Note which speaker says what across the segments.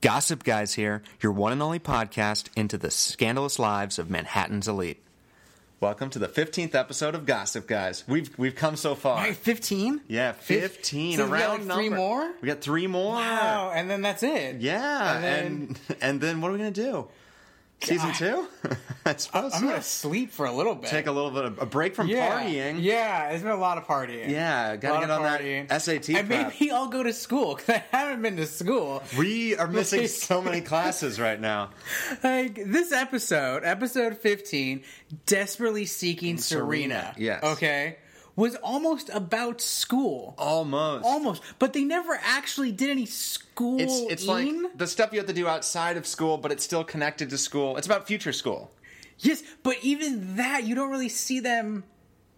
Speaker 1: Gossip Guys here, your one and only podcast into the scandalous lives of Manhattan's elite. Welcome to the 15th episode of Gossip Guys. We've we've come so far.
Speaker 2: All right, 15?
Speaker 1: Yeah,
Speaker 2: Fif-
Speaker 1: 15
Speaker 2: so we got,
Speaker 1: around
Speaker 2: like, three
Speaker 1: number.
Speaker 2: more?
Speaker 1: We got 3 more.
Speaker 2: Wow, and then that's it.
Speaker 1: Yeah,
Speaker 2: And
Speaker 1: and
Speaker 2: then-
Speaker 1: and then, what are we going to do? Season
Speaker 2: God.
Speaker 1: 2? I suppose
Speaker 2: I'm
Speaker 1: so.
Speaker 2: going to sleep for a little bit.
Speaker 1: take a little bit of a break from
Speaker 2: yeah.
Speaker 1: partying.
Speaker 2: Yeah, there's been a lot of partying.
Speaker 1: Yeah,
Speaker 2: A lot
Speaker 1: gotta get
Speaker 2: of
Speaker 1: on that SAT
Speaker 2: And
Speaker 1: prep.
Speaker 2: maybe I'll go to school because I haven't been to school.
Speaker 1: We are missing
Speaker 2: Like-
Speaker 1: so many classes right now.
Speaker 2: Like this episode, episode 15, Desperately Seeking
Speaker 1: Serena,
Speaker 2: Serena.
Speaker 1: yes.
Speaker 2: Okay. Was almost about school.
Speaker 1: Almost.
Speaker 2: Almost. But they never actually did any school.
Speaker 1: It's it's like the stuff you have to do outside of school, but it's still connected to school. It's about future school.
Speaker 2: Yes, but even that, you don't really see them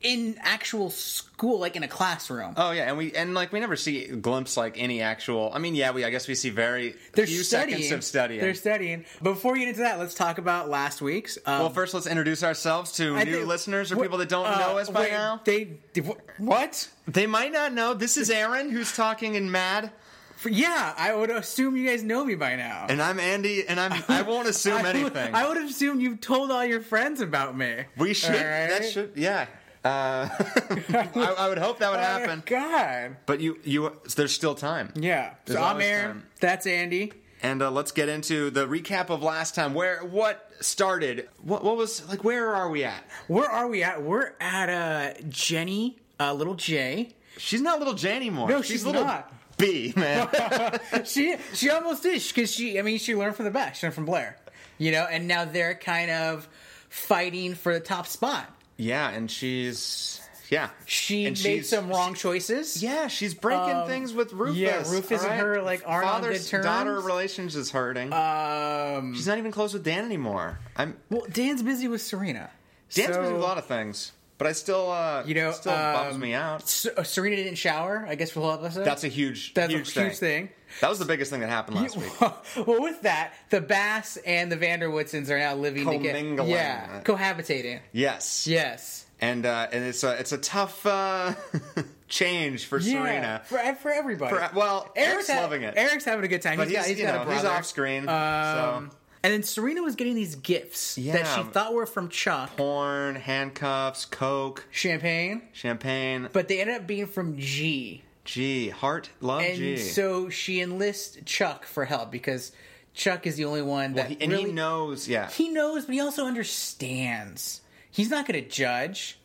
Speaker 2: in actual school, like in a classroom.
Speaker 1: Oh yeah, and we and like we never see glimpse like any actual. I mean, yeah, we I guess we see very
Speaker 2: They're
Speaker 1: few
Speaker 2: studying.
Speaker 1: seconds of studying.
Speaker 2: They're studying. But before we get into that, let's talk about last week's. Um,
Speaker 1: well, first let's introduce ourselves to
Speaker 2: I
Speaker 1: new
Speaker 2: think-
Speaker 1: listeners or
Speaker 2: wh-
Speaker 1: people that don't
Speaker 2: uh,
Speaker 1: know us by
Speaker 2: wait,
Speaker 1: now.
Speaker 2: They wh- what?
Speaker 1: They might not know. This is Aaron who's talking and mad,
Speaker 2: For- yeah, I would assume you guys know me by now.
Speaker 1: and I'm Andy, and I'm I won't assume
Speaker 2: I would,
Speaker 1: anything.
Speaker 2: I would assume you've told all your friends about me.
Speaker 1: we should that
Speaker 2: Alright?
Speaker 1: should yeah. Uh, I, I would hope that would
Speaker 2: Oh,
Speaker 1: happen.
Speaker 2: God.
Speaker 1: But you you there's still time.
Speaker 2: Yeah.
Speaker 1: There's
Speaker 2: so I'm
Speaker 1: always
Speaker 2: Aaron.
Speaker 1: time.
Speaker 2: That's Andy.
Speaker 1: And uh, let's get into the recap of last time. Where what started? What what was like? Where are we at?
Speaker 2: Where are we at? We're at uh, Jenny, uh, little J.
Speaker 1: She's not little J anymore.
Speaker 2: No, she's
Speaker 1: little
Speaker 2: not.
Speaker 1: B man.
Speaker 2: she she almost is because she I mean she learned from the best, she learned from Blair, you know, and now they're kind of fighting for the top spot.
Speaker 1: yeah, and she's yeah.
Speaker 2: She
Speaker 1: And
Speaker 2: made
Speaker 1: she's-
Speaker 2: some wrong choices.
Speaker 1: Yeah, she's breaking
Speaker 2: Um,
Speaker 1: things with Rufus.
Speaker 2: yeah, Rufus and her, like, aren't on good
Speaker 1: father's
Speaker 2: terms.
Speaker 1: daughter relations is hurting.
Speaker 2: Um.
Speaker 1: she's not even close with Dan anymore. I'm
Speaker 2: Well, Dan's busy with Serena.
Speaker 1: Dan's
Speaker 2: So,
Speaker 1: busy with a lot of things, but I still uh
Speaker 2: You know,
Speaker 1: it still bums
Speaker 2: um,
Speaker 1: me out.
Speaker 2: S- uh, Serena didn't shower. I guess we'll help us.
Speaker 1: That's a huge
Speaker 2: that's
Speaker 1: huge,
Speaker 2: a huge
Speaker 1: thing.
Speaker 2: thing.
Speaker 1: That was the biggest thing that happened last week.
Speaker 2: well, with that, the Bass and the Vanderwoodsons are now living together.
Speaker 1: Commingling.
Speaker 2: Yeah, cohabitating.
Speaker 1: Yes.
Speaker 2: Yes.
Speaker 1: and uh, and it's a it's a tough uh, change for Serena.
Speaker 2: For, for everybody.
Speaker 1: For- well, Eric's
Speaker 2: ha-
Speaker 1: loving it,
Speaker 2: Eric's having a good time.
Speaker 1: but he's,
Speaker 2: got-
Speaker 1: you
Speaker 2: got a
Speaker 1: know he's
Speaker 2: brother.
Speaker 1: off screen.
Speaker 2: Um,
Speaker 1: so
Speaker 2: And then Serena was getting these gifts that she
Speaker 1: Yeah.
Speaker 2: thought were from Chuck,
Speaker 1: porn, handcuffs, coke,
Speaker 2: champagne,
Speaker 1: champagne.
Speaker 2: but they ended up being from G.
Speaker 1: G heart love
Speaker 2: And
Speaker 1: Oh, G.
Speaker 2: so she enlists Chuck for help because Chuck is the only one that
Speaker 1: He- and
Speaker 2: really,
Speaker 1: he knows, yeah.
Speaker 2: he knows, but he also understands. He's not going to judge.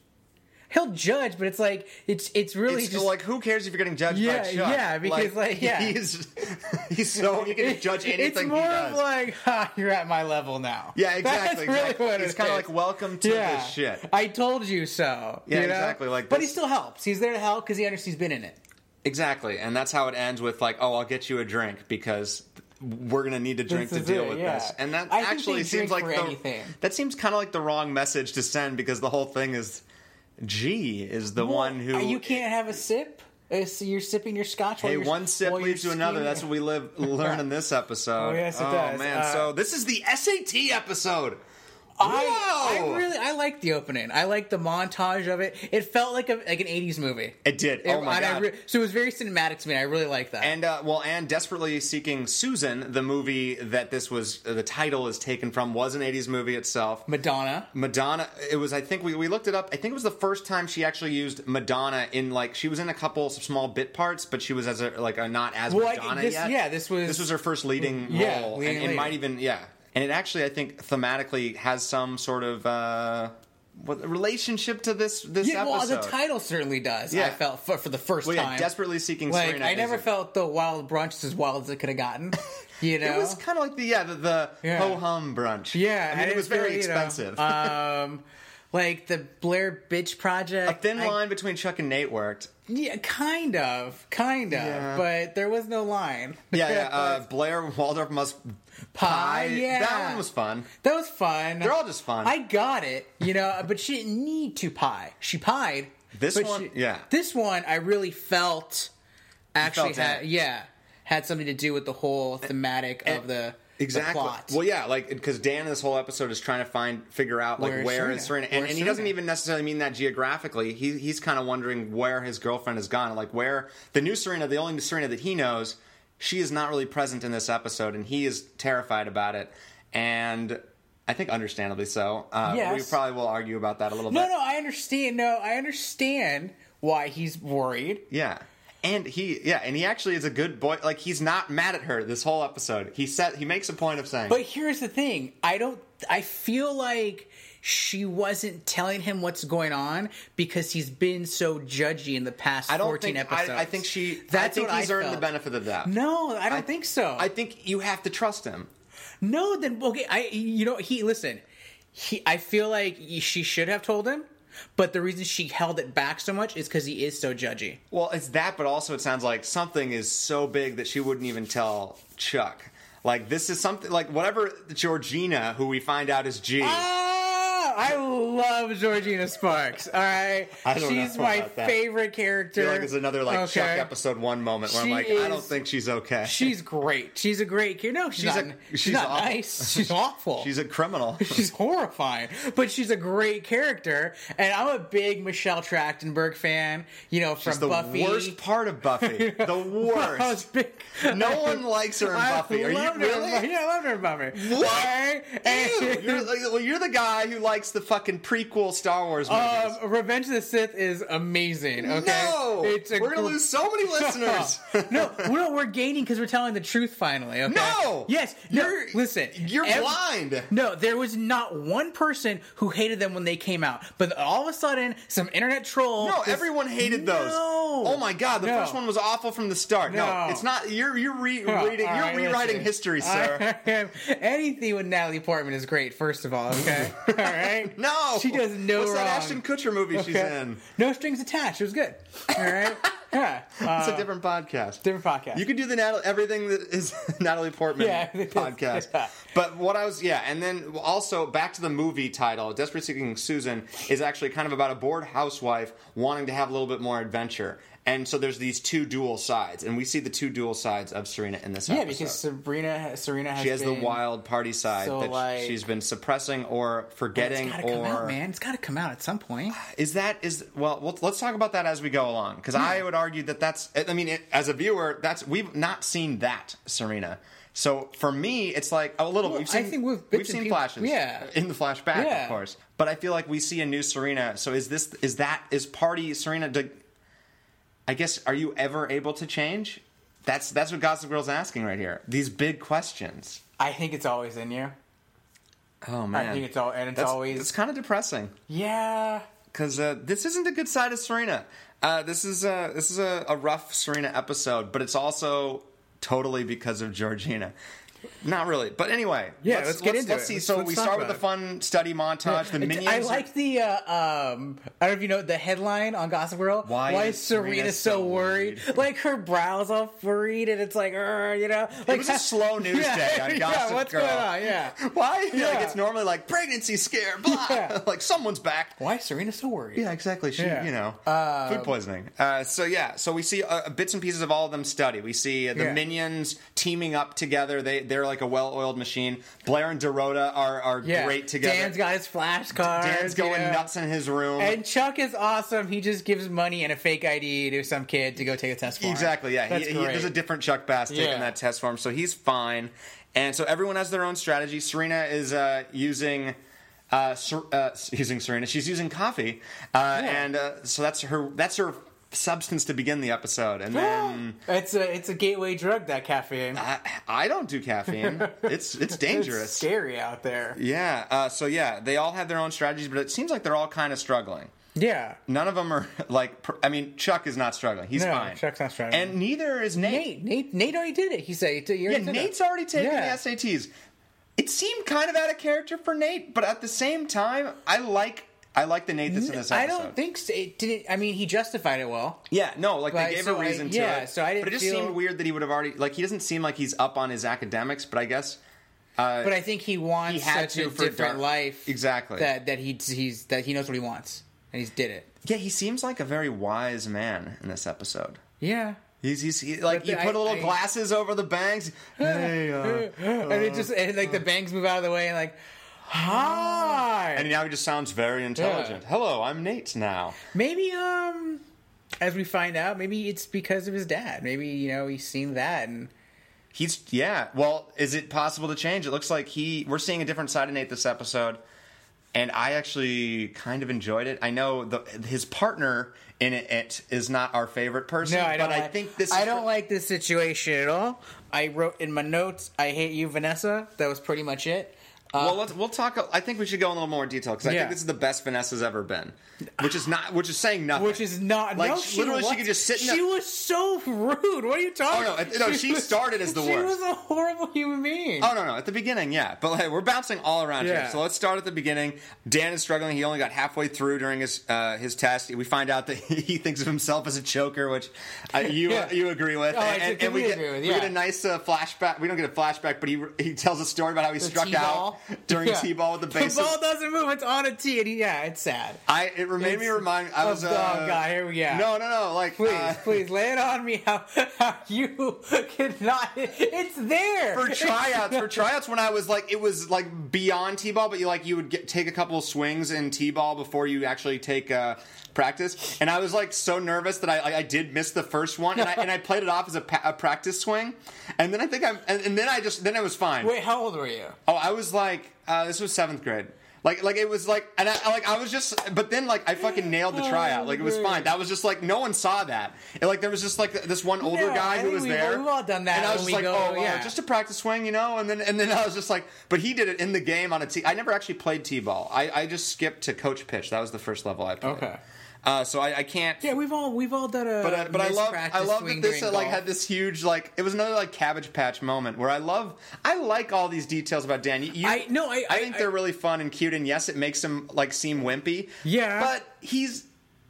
Speaker 2: He'll judge, but it's like it's it's really
Speaker 1: it's
Speaker 2: just
Speaker 1: like who cares if you're getting judged
Speaker 2: Yeah,
Speaker 1: by Chuck?
Speaker 2: yeah, because, like, yeah.
Speaker 1: he's he's so you can judge anything
Speaker 2: It's more
Speaker 1: he
Speaker 2: of
Speaker 1: does.
Speaker 2: like, ha, you're at my level now.
Speaker 1: yeah, exactly.
Speaker 2: That's really
Speaker 1: exactly.
Speaker 2: what
Speaker 1: it's
Speaker 2: it
Speaker 1: kind of
Speaker 2: is.
Speaker 1: like welcome to
Speaker 2: yeah,
Speaker 1: this shit.
Speaker 2: I told you so.
Speaker 1: Yeah,
Speaker 2: you know?
Speaker 1: exactly, like
Speaker 2: but
Speaker 1: this-
Speaker 2: he still helps. He's there to help because he understands he's been in it.
Speaker 1: Exactly, and that's how it ends with like, oh, I'll get you a drink because we're gonna need to drink
Speaker 2: This
Speaker 1: to
Speaker 2: is
Speaker 1: deal
Speaker 2: it,
Speaker 1: with
Speaker 2: yeah.
Speaker 1: this. And that
Speaker 2: I think
Speaker 1: actually
Speaker 2: they
Speaker 1: seems
Speaker 2: drink
Speaker 1: like
Speaker 2: for
Speaker 1: the,
Speaker 2: anything.
Speaker 1: that seems kind of like the wrong message to send because the whole thing is G is the one who
Speaker 2: Uh, you can't have a sip. Uh, so you're sipping your scotch. while
Speaker 1: Hey,
Speaker 2: you're,
Speaker 1: one sip
Speaker 2: while you're
Speaker 1: leads to another.
Speaker 2: scheming.
Speaker 1: That's what we live learn in this episode.
Speaker 2: Oh, yes, it does.
Speaker 1: man,
Speaker 2: Uh,
Speaker 1: so this is the SAT episode.
Speaker 2: I,
Speaker 1: Whoa!
Speaker 2: I really I liked the opening. I liked the montage of it. It felt like a like an '80s movie.
Speaker 1: It did. oh my
Speaker 2: and I
Speaker 1: god.
Speaker 2: re- so it was very cinematic to me. I really liked that.
Speaker 1: And uh, well, and desperately seeking Susan, the movie that this was, uh, the title is taken from, was an '80s movie itself.
Speaker 2: Madonna.
Speaker 1: Madonna. It was. I think we, we looked it up. I think it was the first time she actually used Madonna in like she was in a couple small bit parts, but she was as a like a not as
Speaker 2: Well, I-
Speaker 1: Madonna
Speaker 2: this-
Speaker 1: yet.
Speaker 2: yeah, this was-
Speaker 1: this was her first leading
Speaker 2: Yeah,
Speaker 1: role,
Speaker 2: leading
Speaker 1: and it
Speaker 2: lady.
Speaker 1: might even yeah. And it actually, I think, thematically has some sort of uh, what relationship to this this
Speaker 2: Yeah, well,
Speaker 1: episode.
Speaker 2: the title certainly does.
Speaker 1: Yeah.
Speaker 2: I felt for, for the first
Speaker 1: Well, yeah,
Speaker 2: time.
Speaker 1: desperately seeking
Speaker 2: Like
Speaker 1: Serena.
Speaker 2: I
Speaker 1: is
Speaker 2: never
Speaker 1: a-
Speaker 2: felt the wild brunch as wild as it could have gotten. You know,
Speaker 1: It was kind of like the yeah the, the
Speaker 2: Yeah.
Speaker 1: ho hum brunch.
Speaker 2: yeah.
Speaker 1: I mean
Speaker 2: and
Speaker 1: it was very
Speaker 2: you know,
Speaker 1: expensive.
Speaker 2: um, like the Blair Bitch
Speaker 1: a
Speaker 2: Project.
Speaker 1: thin
Speaker 2: I-
Speaker 1: line between Chuck and Nate worked.
Speaker 2: yeah, kind of, kind of,
Speaker 1: Yeah.
Speaker 2: but there was no line.
Speaker 1: Yeah, yeah. Uh, Blair Waldorf must
Speaker 2: Pie, Ah, yeah.
Speaker 1: That one was fun.
Speaker 2: that was fun.
Speaker 1: They're all just fun.
Speaker 2: I got it, you know, but she didn't need to pie. She pied.
Speaker 1: This
Speaker 2: but
Speaker 1: one-
Speaker 2: she-
Speaker 1: yeah.
Speaker 2: This one, I really felt actually
Speaker 1: felt
Speaker 2: had,
Speaker 1: it.
Speaker 2: yeah, had something to do with the whole thematic of the
Speaker 1: exactly.
Speaker 2: the plot.
Speaker 1: Well, yeah, like because Dan in this whole episode is trying to find figure out like
Speaker 2: Where
Speaker 1: where
Speaker 2: is
Speaker 1: is
Speaker 2: Serena?
Speaker 1: Serena,
Speaker 2: Where
Speaker 1: and,
Speaker 2: is
Speaker 1: and he doesn't
Speaker 2: Serena?
Speaker 1: even necessarily mean that geographically. He he's kind of wondering where his girlfriend has gone, like where the new Serena, the only Serena that he knows. she is not really present in this episode, and he is terrified about it. And I think understandably so. Uh, We
Speaker 2: Yes.
Speaker 1: probably will argue about that a little
Speaker 2: No,
Speaker 1: bit.
Speaker 2: no, I understand. No, I understand why he's worried.
Speaker 1: Yeah. And he, yeah, and he actually is a good boy. Like he's not mad at her this whole episode. He said he makes a point of saying,
Speaker 2: But here's the thing. I don't I feel like she wasn't telling him what's going on because he's been so judgy in the past
Speaker 1: "I don't
Speaker 2: 14
Speaker 1: think
Speaker 2: episodes.
Speaker 1: I, I think she.
Speaker 2: That's
Speaker 1: I think
Speaker 2: what
Speaker 1: he's
Speaker 2: I
Speaker 1: earned the
Speaker 2: felt.
Speaker 1: benefit of that.
Speaker 2: No, I don't think so.
Speaker 1: I think you have to trust him.
Speaker 2: no, then okay, I you know, he listen. He I feel like she should have told him, but the reason she held it back so much is cuz he is so judgy.
Speaker 1: Well, it's that, but also it sounds like something is so big that she wouldn't even tell Chuck. Like this is something like whatever Georgina, who we find out is G.
Speaker 2: Ah, I love Georgina Sparks. All right,
Speaker 1: I don't know
Speaker 2: she's my
Speaker 1: about that.
Speaker 2: favorite character.
Speaker 1: I feel like it's another like Chuck
Speaker 2: Okay.
Speaker 1: episode one moment where I'm
Speaker 2: She
Speaker 1: like, I don't
Speaker 2: is-
Speaker 1: think she's okay.
Speaker 2: She's great. She's a great character. No, she's,
Speaker 1: She's
Speaker 2: not,
Speaker 1: a-
Speaker 2: she's,
Speaker 1: she's
Speaker 2: not
Speaker 1: awful.
Speaker 2: nice. She's awful.
Speaker 1: she's a criminal.
Speaker 2: She's horrifying, but she's a great character, and I'm a big Michelle Trachtenberg fan. You know from
Speaker 1: It's the
Speaker 2: Buffy.
Speaker 1: worst part of Buffy. The
Speaker 2: I was
Speaker 1: worst.
Speaker 2: big.
Speaker 1: No one likes her in
Speaker 2: I
Speaker 1: Buffy. Are you
Speaker 2: loved her in
Speaker 1: really?
Speaker 2: Buffy. Yeah, I loved her in Buffy.
Speaker 1: What?
Speaker 2: Alright?
Speaker 1: Ew,
Speaker 2: And-
Speaker 1: you're, like, well, you're the guy who likes the fucking prequel Star Wars movies.
Speaker 2: Um, Revenge of the Sith is amazing. Okay,
Speaker 1: No, we're gonna
Speaker 2: gr-
Speaker 1: lose so many listeners.
Speaker 2: no, no, we're gaining because we're telling the truth finally. Okay.
Speaker 1: No!
Speaker 2: Yes.
Speaker 1: You're-
Speaker 2: you're, listen.
Speaker 1: you're
Speaker 2: ev-
Speaker 1: blind.
Speaker 2: No, there was not one person who hated them when they came out, but all of a sudden, some internet troll.
Speaker 1: No,
Speaker 2: is-
Speaker 1: everyone hated those.
Speaker 2: No.
Speaker 1: Oh my god, the
Speaker 2: No.
Speaker 1: first one was awful from the start. No,
Speaker 2: No.
Speaker 1: it's not. You're you're re-
Speaker 2: Oh,
Speaker 1: reading.
Speaker 2: all
Speaker 1: You're
Speaker 2: right,
Speaker 1: rewriting
Speaker 2: listen.
Speaker 1: history, sir.
Speaker 2: I am- anything with Natalie Portman is great. First of all, okay, all right.
Speaker 1: no,
Speaker 2: she does no
Speaker 1: What's
Speaker 2: wrong.
Speaker 1: that Ashton Kutcher movie she's
Speaker 2: Okay?
Speaker 1: in?
Speaker 2: No strings attached. It was good. All right. Yeah. Uh,
Speaker 1: It's a different podcast.
Speaker 2: different podcast.
Speaker 1: You could do the Natal- everything that is Natalie Portman
Speaker 2: Yeah, it is.
Speaker 1: podcast.
Speaker 2: Yeah.
Speaker 1: But what I was, yeah, and then also back to the movie title, Desperate Seeking Susan is actually kind of about a bored housewife wanting to have a little bit more adventure. And so there's these two dual sides, and we see the two dual sides of Serena in this
Speaker 2: yeah,
Speaker 1: episode.
Speaker 2: because Sabrina, Serena has
Speaker 1: she has the
Speaker 2: been-
Speaker 1: wild party side
Speaker 2: so,
Speaker 1: that
Speaker 2: like-
Speaker 1: she's been suppressing or forgetting
Speaker 2: It's gotta
Speaker 1: or
Speaker 2: come out, man. It's gotta come out at some point.
Speaker 1: is that is well, well let's talk about that as we go along because i would argue that that's i mean it, as a viewer that's we've not seen that serena so for me it's like a little
Speaker 2: Well,
Speaker 1: we've seen,
Speaker 2: I think we've-
Speaker 1: we've
Speaker 2: bits and
Speaker 1: seen
Speaker 2: peop-
Speaker 1: flashes
Speaker 2: yeah.
Speaker 1: in the flashback of
Speaker 2: Yeah.
Speaker 1: course but i feel like we see a new serena so is this is that is party serena do- i guess are you ever able to change that's that's what gossip girl's asking right here these big questions
Speaker 2: I think it's always in you.
Speaker 1: oh man
Speaker 2: I think it's all, and it's
Speaker 1: that's,
Speaker 2: always
Speaker 1: it's kind of depressing
Speaker 2: yeah.
Speaker 1: because uh, this isn't a good side of Serena. Uh, this is a this is a, a rough Serena episode, but it's also totally because of Georgina. Not really, but anyway.
Speaker 2: Yeah, let's get into
Speaker 1: let's
Speaker 2: it.
Speaker 1: See,
Speaker 2: Let's-
Speaker 1: so
Speaker 2: let's
Speaker 1: we
Speaker 2: talk
Speaker 1: start with the
Speaker 2: about
Speaker 1: fun study montage. The minions.
Speaker 2: I
Speaker 1: are-
Speaker 2: like the uh, um. I don't know if you know the headline on Gossip Girl.
Speaker 1: Why is
Speaker 2: is Serena,
Speaker 1: Serena
Speaker 2: so,
Speaker 1: so
Speaker 2: worried? like her brows all furrowed, and it's like, "Arr," you know, like
Speaker 1: it was a slow news
Speaker 2: yeah,
Speaker 1: day on Gossip
Speaker 2: yeah, what's
Speaker 1: Girl.
Speaker 2: going on? Yeah.
Speaker 1: Why? Like
Speaker 2: Yeah.
Speaker 1: it's normally like pregnancy scare, blah.
Speaker 2: Yeah.
Speaker 1: like someone's back.
Speaker 2: Why is Serena so worried?
Speaker 1: Yeah, exactly. She,
Speaker 2: Yeah.
Speaker 1: you know, food poisoning. Uh, so yeah, so we see uh, bits and pieces of all of them study. We see uh, the
Speaker 2: Yeah.
Speaker 1: minions teaming up together. They they're like a well-oiled machine. Blair and Dorota are are
Speaker 2: Yeah.
Speaker 1: great together.
Speaker 2: Dan's got his flashcards.
Speaker 1: Dan's
Speaker 2: you
Speaker 1: going
Speaker 2: know.
Speaker 1: nuts in his room.
Speaker 2: And Chuck is awesome. He just gives money and a fake ID to some kid to go take a test. for him.
Speaker 1: Exactly. Yeah,
Speaker 2: That's
Speaker 1: he, he,
Speaker 2: great.
Speaker 1: there's a different Chuck Bass taking
Speaker 2: Yeah.
Speaker 1: that test form, so he's fine. And so everyone has their own strategy. Serena is uh, using. Uh, Ser- uh, s- using Serena, she's using coffee, uh, and uh, so that's her. That's her substance to begin the episode, and then
Speaker 2: it's
Speaker 1: Um,
Speaker 2: a it's a gateway drug that caffeine.
Speaker 1: I, I don't do caffeine. It's it's
Speaker 2: It's
Speaker 1: dangerous.
Speaker 2: scary out there.
Speaker 1: yeah. Uh, so yeah, they all have their own strategies, but it seems like they're all kind of struggling.
Speaker 2: Yeah.
Speaker 1: None of them are like. pr- I mean, Chuck is not struggling. He's
Speaker 2: No,
Speaker 1: fine.
Speaker 2: Chuck's not struggling.
Speaker 1: and neither is Nate.
Speaker 2: Nate, Nate, Nate already did it. He said, he t- you
Speaker 1: Yeah,
Speaker 2: already did it.
Speaker 1: Nate's already taken
Speaker 2: Yeah.
Speaker 1: the SATs. It seemed kind of out of character for Nate, but at the same time, I like I like the Nate that's in this episode.
Speaker 2: I don't think so. it didn't. I mean, he justified it well.
Speaker 1: Yeah, no, like
Speaker 2: Like,
Speaker 1: they gave
Speaker 2: so
Speaker 1: a
Speaker 2: I-
Speaker 1: reason to
Speaker 2: yeah,
Speaker 1: it.
Speaker 2: so I didn't
Speaker 1: but it just
Speaker 2: feel-
Speaker 1: seemed weird that he would have already like he doesn't seem like he's up on his academics, but I guess
Speaker 2: But I think Uh, he wants
Speaker 1: He had
Speaker 2: such
Speaker 1: to
Speaker 2: a
Speaker 1: for
Speaker 2: different
Speaker 1: Dar-
Speaker 2: life.
Speaker 1: Exactly.
Speaker 2: That that he he's that he knows what he wants and he's did it.
Speaker 1: Yeah, he seems like a very wise man in this episode.
Speaker 2: Yeah.
Speaker 1: He's, he's he, like
Speaker 2: But
Speaker 1: you
Speaker 2: I-
Speaker 1: put little
Speaker 2: I-
Speaker 1: glasses over the bangs. Hey, uh,
Speaker 2: and it just and like the bangs move out of the way and like hi.
Speaker 1: and now he just sounds very intelligent. Hello, I'm Nate now.
Speaker 2: Maybe um, as we find out, maybe it's because of his dad. Maybe you know he's seen that and
Speaker 1: He's yeah. Well, is it possible to change? It looks like he. We're seeing a different side of Nate this episode, and I actually kind of enjoyed it. I know the, his partner in it, it is not our favorite person,
Speaker 2: No, I don't.
Speaker 1: but
Speaker 2: like,
Speaker 1: I think this.
Speaker 2: I
Speaker 1: is
Speaker 2: don't
Speaker 1: the-
Speaker 2: like this situation at all. I wrote in my notes, "I hate you, Vanessa." That was pretty much it.
Speaker 1: Well, let's, we'll talk. I think we should go in a little more detail because I
Speaker 2: Yeah.
Speaker 1: think this is the best Vanessa's ever been, which is not, which is saying nothing.
Speaker 2: Which is not
Speaker 1: Like,
Speaker 2: no,
Speaker 1: she- literally, she
Speaker 2: was,
Speaker 1: could just sit in
Speaker 2: She
Speaker 1: a-
Speaker 2: was so rude. What are you talking?
Speaker 1: Oh, no, it- no, she started as the
Speaker 2: she
Speaker 1: worst.
Speaker 2: She was a horrible human being.
Speaker 1: Oh no, no, at the beginning, yeah. But like, we're bouncing all around here.
Speaker 2: Yeah.
Speaker 1: So let's start at the beginning. Dan is struggling. He only got halfway through during his uh, his test. We find out that he thinks of himself as a choker, which uh, you
Speaker 2: Yeah.
Speaker 1: you agree with.
Speaker 2: Oh, I
Speaker 1: we,
Speaker 2: completely
Speaker 1: get,
Speaker 2: agree with,
Speaker 1: we get
Speaker 2: yeah.
Speaker 1: a nice uh, flashback. We don't get a flashback, but he he tells a story about how he struck
Speaker 2: T-ball.
Speaker 1: out during
Speaker 2: Yeah.
Speaker 1: t-ball with the
Speaker 2: The
Speaker 1: bases.
Speaker 2: ball doesn't move. It's on a tee, and he- yeah, it's sad.
Speaker 1: I it made me
Speaker 2: It's-
Speaker 1: remind. I
Speaker 2: oh,
Speaker 1: was uh,
Speaker 2: oh, God, here we go.
Speaker 1: No, no, no. Like
Speaker 2: Please,
Speaker 1: uh,
Speaker 2: please lay it on me how, how you cannot. It's there
Speaker 1: for tryouts for tryouts when I was like it was like beyond t-ball but you like you would get, take a couple of swings in t-ball before you actually take uh, practice and I was like so nervous that I I, I did miss the first one and I, and I played it off as a, pa- a practice swing and then I think I'm and, and then I just then I was fine
Speaker 2: Wait, how old were you?
Speaker 1: oh I was like uh, this was seventh grade. Like, like it was like, and I I, like I was just, but then like I fucking nailed the
Speaker 2: Oh,
Speaker 1: tryout. Like it was
Speaker 2: great.
Speaker 1: fine. That was just like no one saw that. And like there was just like this one older
Speaker 2: No,
Speaker 1: guy
Speaker 2: I
Speaker 1: who
Speaker 2: think
Speaker 1: was
Speaker 2: we've-
Speaker 1: there.
Speaker 2: We've all done that.
Speaker 1: And I was
Speaker 2: when
Speaker 1: just
Speaker 2: we
Speaker 1: like,
Speaker 2: go,
Speaker 1: oh, well,
Speaker 2: yeah.
Speaker 1: just a practice swing, you know. And then and then I was just like, but he did it in the game on a tee. I never actually played t-ball. I, I just skipped to coach pitch. That was the first level I played.
Speaker 2: Okay.
Speaker 1: Uh, so I, I can't.
Speaker 2: yeah, we've all we've all done a.
Speaker 1: But, I, but I love I
Speaker 2: mispractice
Speaker 1: love
Speaker 2: swing
Speaker 1: that this uh,
Speaker 2: during
Speaker 1: like
Speaker 2: golf.
Speaker 1: had this huge like it was another like cabbage patch moment where I love I like all these details about Dan. You, you-
Speaker 2: I- no, I-
Speaker 1: I
Speaker 2: I-
Speaker 1: think
Speaker 2: I-
Speaker 1: they're really fun and cute and yes it makes him like seem wimpy.
Speaker 2: Yeah.
Speaker 1: but he's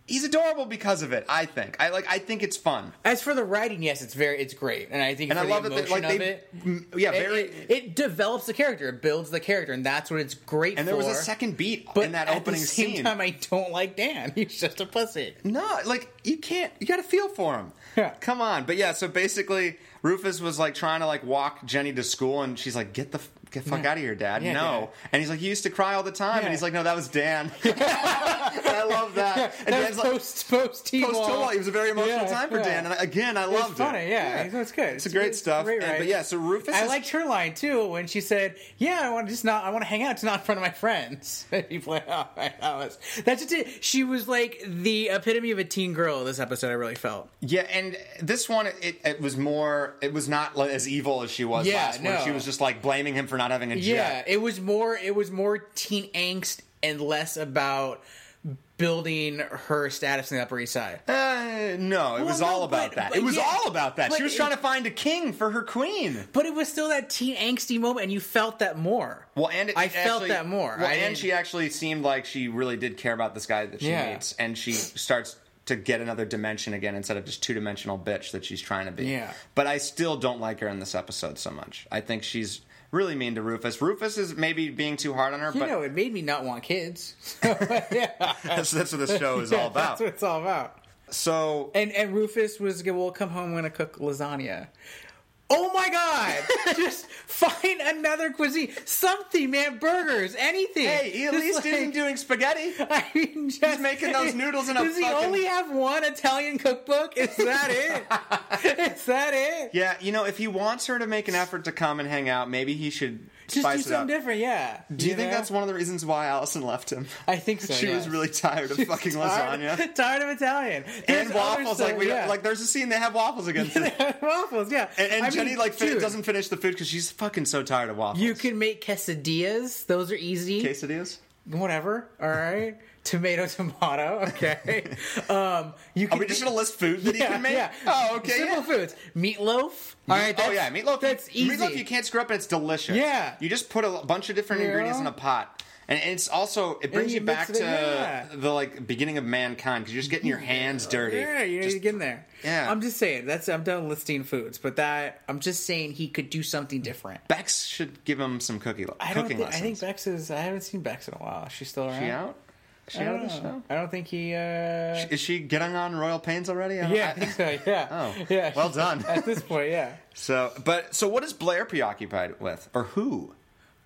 Speaker 1: he's adorable because of it. I think I like I think it's fun
Speaker 2: As for the writing, yes, it's very it's great, and I think
Speaker 1: and
Speaker 2: for
Speaker 1: I
Speaker 2: the
Speaker 1: love that they,
Speaker 2: emotion
Speaker 1: like
Speaker 2: of
Speaker 1: they
Speaker 2: it.
Speaker 1: m- yeah
Speaker 2: it-
Speaker 1: very
Speaker 2: it, it develops the character, it builds the character, and that's what it's great
Speaker 1: And
Speaker 2: for.
Speaker 1: there was a second beat
Speaker 2: but
Speaker 1: in that
Speaker 2: at
Speaker 1: opening
Speaker 2: the same
Speaker 1: scene.
Speaker 2: time, I don't like Dan. He's just a pussy.
Speaker 1: no, like you can't. You got to feel for him.
Speaker 2: Yeah.
Speaker 1: Come on. But yeah, so basically, Rufus was like trying to like walk Jenny to school, and she's like, "Get the f- get fuck out of here, Dad.
Speaker 2: Yeah,
Speaker 1: no." And he's like, "You used to cry all the time,"
Speaker 2: Yeah.
Speaker 1: and he's like, "No, that was Dan." And I love that. and
Speaker 2: that
Speaker 1: Dan's
Speaker 2: was post post t
Speaker 1: like, "Post Tobal." It was a very emotional
Speaker 2: Yeah,
Speaker 1: time for
Speaker 2: yeah.
Speaker 1: Dan, and I, again, I
Speaker 2: It's
Speaker 1: loved
Speaker 2: funny,
Speaker 1: it.
Speaker 2: yeah. It's, it's good.
Speaker 1: It's, a great
Speaker 2: it's
Speaker 1: stuff.
Speaker 2: great
Speaker 1: and, but
Speaker 2: writing.
Speaker 1: yeah, so Rufus.
Speaker 2: I
Speaker 1: is-
Speaker 2: liked her line too when she said, "Yeah, I want to just not. I want to hang out. It's not in front of my friends." People like, "Oh, that was that's just it." She was like the epitome of a teen girl. This episode, I really felt.
Speaker 1: Yeah, and this one, it, it was more. It was not like, as evil as she was
Speaker 2: Yeah,
Speaker 1: last,
Speaker 2: no.
Speaker 1: where she was just like blaming him for not having a jet.
Speaker 2: Yeah, it was more. It was more teen angst and less about building her status in the Upper East Side.
Speaker 1: Uh, no, it was
Speaker 2: no,
Speaker 1: all about
Speaker 2: but-
Speaker 1: that.
Speaker 2: but
Speaker 1: it was
Speaker 2: yeah,
Speaker 1: all about that. She
Speaker 2: but
Speaker 1: was
Speaker 2: it-
Speaker 1: trying to find a king for her queen.
Speaker 2: But it was still that teen angsty moment, and you felt that more.
Speaker 1: Well, and it
Speaker 2: I felt
Speaker 1: actually-
Speaker 2: that more.
Speaker 1: Well,
Speaker 2: I
Speaker 1: and
Speaker 2: didn't-
Speaker 1: she actually seemed like she really did care about this guy that she
Speaker 2: Yeah.
Speaker 1: meets, and she starts to get another dimension again instead of just two dimensional bitch that she's trying to be.
Speaker 2: Yeah.
Speaker 1: But I still don't like her in this episode so much. I think she's really mean to Rufus. Rufus is maybe being too hard on her,
Speaker 2: You
Speaker 1: but
Speaker 2: know, it made me not want kids. yeah,
Speaker 1: that's, that's what this show is all about.
Speaker 2: That's what it's all about.
Speaker 1: so
Speaker 2: And and Rufus was gonna well come home. I'm gonna cook lasagna. Oh my god! Just find another cuisine, something, man. Burgers, anything.
Speaker 1: hey, he at
Speaker 2: Just
Speaker 1: least isn't
Speaker 2: like-
Speaker 1: doing spaghetti.
Speaker 2: I mean, just,
Speaker 1: making those noodles in a
Speaker 2: Does he
Speaker 1: fucking-
Speaker 2: only have one Italian cookbook? Is that it? Is that it?
Speaker 1: Yeah, you know, if he wants her to make an effort to come and hang out, maybe he should
Speaker 2: Just
Speaker 1: spice
Speaker 2: do
Speaker 1: it up.
Speaker 2: something different, yeah.
Speaker 1: Do you, think that's one of the reasons why Allison left him?
Speaker 2: I think so.
Speaker 1: she was
Speaker 2: yes.
Speaker 1: really tired of fucking
Speaker 2: tired,
Speaker 1: lasagna
Speaker 2: Tired of Italian There's
Speaker 1: and
Speaker 2: other
Speaker 1: waffles.
Speaker 2: stuff,
Speaker 1: Like we
Speaker 2: yeah.
Speaker 1: like, there's a scene they have waffles against it.
Speaker 2: waffles, yeah.
Speaker 1: And, and
Speaker 2: I mean,
Speaker 1: Jenny like fin-
Speaker 2: dude,
Speaker 1: doesn't finish the food because she's fucking so tired of waffles.
Speaker 2: You can make quesadillas; those are easy.
Speaker 1: quesadillas?
Speaker 2: Whatever. All right. tomato, tomato. Okay. um, you
Speaker 1: Are
Speaker 2: can
Speaker 1: we just gonna list food that
Speaker 2: yeah,
Speaker 1: he can make?
Speaker 2: Yeah.
Speaker 1: Oh, okay.
Speaker 2: Simple
Speaker 1: yeah.
Speaker 2: foods. Meatloaf. All right.
Speaker 1: oh
Speaker 2: that's-
Speaker 1: yeah, meatloaf.
Speaker 2: That's easy.
Speaker 1: Meatloaf you can't screw up, and it's delicious.
Speaker 2: Yeah.
Speaker 1: you just put a l- bunch of different
Speaker 2: Yeah.
Speaker 1: ingredients in a pot, and and it's also it brings
Speaker 2: you
Speaker 1: you, back
Speaker 2: mix it
Speaker 1: to
Speaker 2: in, yeah.
Speaker 1: the like beginning of mankind because you're just getting your hands dirty.
Speaker 2: Yeah, you know,
Speaker 1: Just-
Speaker 2: you're getting there.
Speaker 1: Yeah.
Speaker 2: I'm just saying that's I'm done listing foods, but that I'm just saying he could do something different.
Speaker 1: Bex should give him some cookie
Speaker 2: I don't.
Speaker 1: cooking
Speaker 2: Think, I
Speaker 1: lessons.
Speaker 2: think Bex is. I haven't seen Bex in a while. Is she still around?
Speaker 1: she out. She
Speaker 2: I
Speaker 1: out
Speaker 2: don't,
Speaker 1: of the show.
Speaker 2: know. I don't think he. Uh...
Speaker 1: Is she getting on royal pains already? I don't-
Speaker 2: yeah, I think so. Yeah.
Speaker 1: Oh,
Speaker 2: yeah.
Speaker 1: well done.
Speaker 2: At this point, yeah.
Speaker 1: So, but so what is Blair preoccupied with, or who?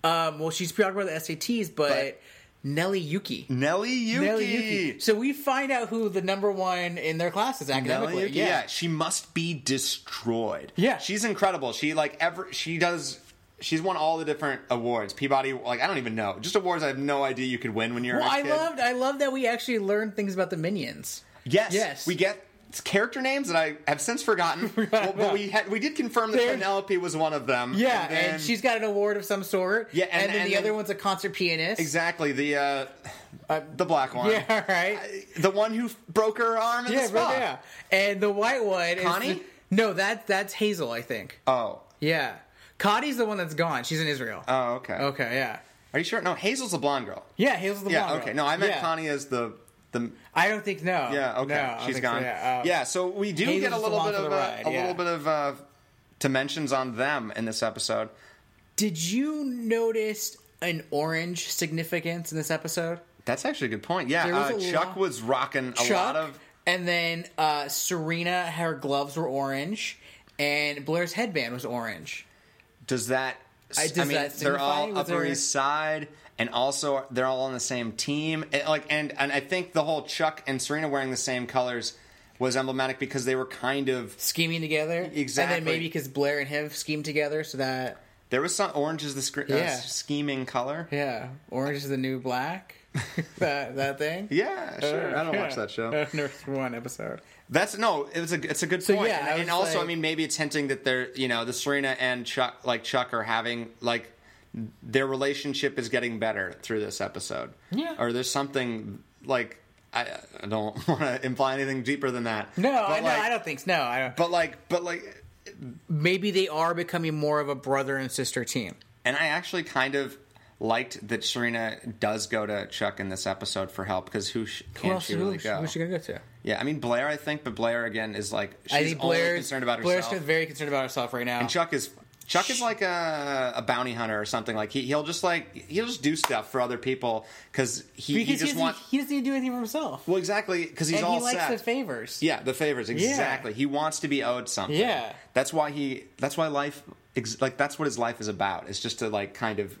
Speaker 2: Um, well, she's preoccupied with the SATs, but,
Speaker 1: But-
Speaker 2: Nelly Yuki.
Speaker 1: Nelly Yuki.
Speaker 2: Nelly Yuki. So we find out who the number one in their class is academically.
Speaker 1: Nelly Yuki.
Speaker 2: yeah.
Speaker 1: Yeah. she must be destroyed.
Speaker 2: Yeah.
Speaker 1: she's incredible. She like ever she does. She's won all the different awards. Peabody, like I don't even know, just awards. I have no idea you could win when you're.
Speaker 2: Well,
Speaker 1: a
Speaker 2: I
Speaker 1: kid.
Speaker 2: loved. I love that we actually learned things about the minions.
Speaker 1: Yes,
Speaker 2: Yes.
Speaker 1: we get character names that I have since forgotten. well, but we had, we did confirm that
Speaker 2: There-
Speaker 1: Penelope was one of them.
Speaker 2: Yeah, and,
Speaker 1: then-
Speaker 2: she's got an award of some sort.
Speaker 1: Yeah, and-
Speaker 2: then
Speaker 1: and
Speaker 2: the
Speaker 1: then-
Speaker 2: other one's a concert pianist.
Speaker 1: exactly the uh, the black one.
Speaker 2: Yeah, right.
Speaker 1: the one who broke her arm in
Speaker 2: Yeah,
Speaker 1: the
Speaker 2: bro,
Speaker 1: spa.
Speaker 2: yeah. And the white one, is
Speaker 1: Connie?
Speaker 2: the- no, that that's Hazel, I think.
Speaker 1: Oh,
Speaker 2: Yeah, Connie's the one that's gone. She's in Israel.
Speaker 1: oh, okay.
Speaker 2: okay, yeah,
Speaker 1: Are you sure? No, Hazel's the blonde girl.
Speaker 2: yeah. Hazel's the
Speaker 1: Yeah,
Speaker 2: blonde
Speaker 1: okay.
Speaker 2: girl.
Speaker 1: No, I meant
Speaker 2: Yeah.
Speaker 1: Connie as the the.
Speaker 2: I don't think no.
Speaker 1: Yeah, okay.
Speaker 2: No, I don't
Speaker 1: She's
Speaker 2: think so,
Speaker 1: gone.
Speaker 2: yeah, um,
Speaker 1: so we do
Speaker 2: Hazel's
Speaker 1: get a
Speaker 2: just
Speaker 1: little
Speaker 2: along
Speaker 1: bit
Speaker 2: for
Speaker 1: of
Speaker 2: the
Speaker 1: uh,
Speaker 2: ride,
Speaker 1: a
Speaker 2: yeah.
Speaker 1: little bit of uh, dimensions on them in this episode.
Speaker 2: Did you notice an orange significance in this episode?
Speaker 1: That's actually a good point. Yeah,
Speaker 2: There was
Speaker 1: uh,
Speaker 2: a
Speaker 1: Chuck
Speaker 2: lot-
Speaker 1: was rocking a lot of
Speaker 2: and then uh, Serena, her gloves were orange, and Blair's headband was orange.
Speaker 1: Does that?
Speaker 2: I-
Speaker 1: I,
Speaker 2: does
Speaker 1: mean,
Speaker 2: that
Speaker 1: they're all
Speaker 2: signify? Was
Speaker 1: Upper
Speaker 2: there-
Speaker 1: East Side, and also they're all on the same team. And, like, and and I think the whole Chuck and Serena wearing the same colors was emblematic because they were kind of
Speaker 2: Scheming together,
Speaker 1: Exactly.
Speaker 2: And then maybe because Blair and him schemed together, so that
Speaker 1: there was some orange is the scr- uh,
Speaker 2: Yeah.
Speaker 1: scheming color. Yeah,
Speaker 2: yeah, orange is the new black. that that thing.
Speaker 1: sure. I don't watch
Speaker 2: Yeah.
Speaker 1: that show.
Speaker 2: Uh, Nurse one episode.
Speaker 1: That's no. It's a it's a good
Speaker 2: So,
Speaker 1: point.
Speaker 2: yeah,
Speaker 1: And-
Speaker 2: I
Speaker 1: and,
Speaker 2: was
Speaker 1: also
Speaker 2: like-
Speaker 1: I mean maybe it's hinting that they're you know the Serena and Chuck like Chuck are having like their relationship is getting better through this episode.
Speaker 2: Yeah.
Speaker 1: Or there's something like I, I don't want to imply anything deeper than that.
Speaker 2: No,
Speaker 1: But,
Speaker 2: I, no,
Speaker 1: like-
Speaker 2: I don't think so. No, I don't.
Speaker 1: But like, but like,
Speaker 2: Maybe they are becoming more of a brother and sister team.
Speaker 1: and I actually kind of liked that Serena does go to Chuck in this episode for help because who sh- can
Speaker 2: Who else
Speaker 1: she
Speaker 2: who-
Speaker 1: really go?
Speaker 2: Who's she gonna go to?
Speaker 1: yeah, I mean Blair, I think, but Blair again is like she's
Speaker 2: I think
Speaker 1: only
Speaker 2: Blair's
Speaker 1: concerned about herself.
Speaker 2: Blair's very concerned about herself right now.
Speaker 1: And Chuck is Chuck is like a, a bounty hunter or something. Like he he'll just like he'll just do stuff for other people because he, he
Speaker 2: because he,
Speaker 1: just
Speaker 2: doesn't,
Speaker 1: wants.
Speaker 2: he doesn't even do anything for himself.
Speaker 1: Well, exactly because he's
Speaker 2: and
Speaker 1: all
Speaker 2: he likes
Speaker 1: set.
Speaker 2: the favors.
Speaker 1: yeah, the favors exactly. He wants to be owed something.
Speaker 2: Yeah.
Speaker 1: that's why he. That's why life. ex- Like that's what his life is about. It's just to like kind of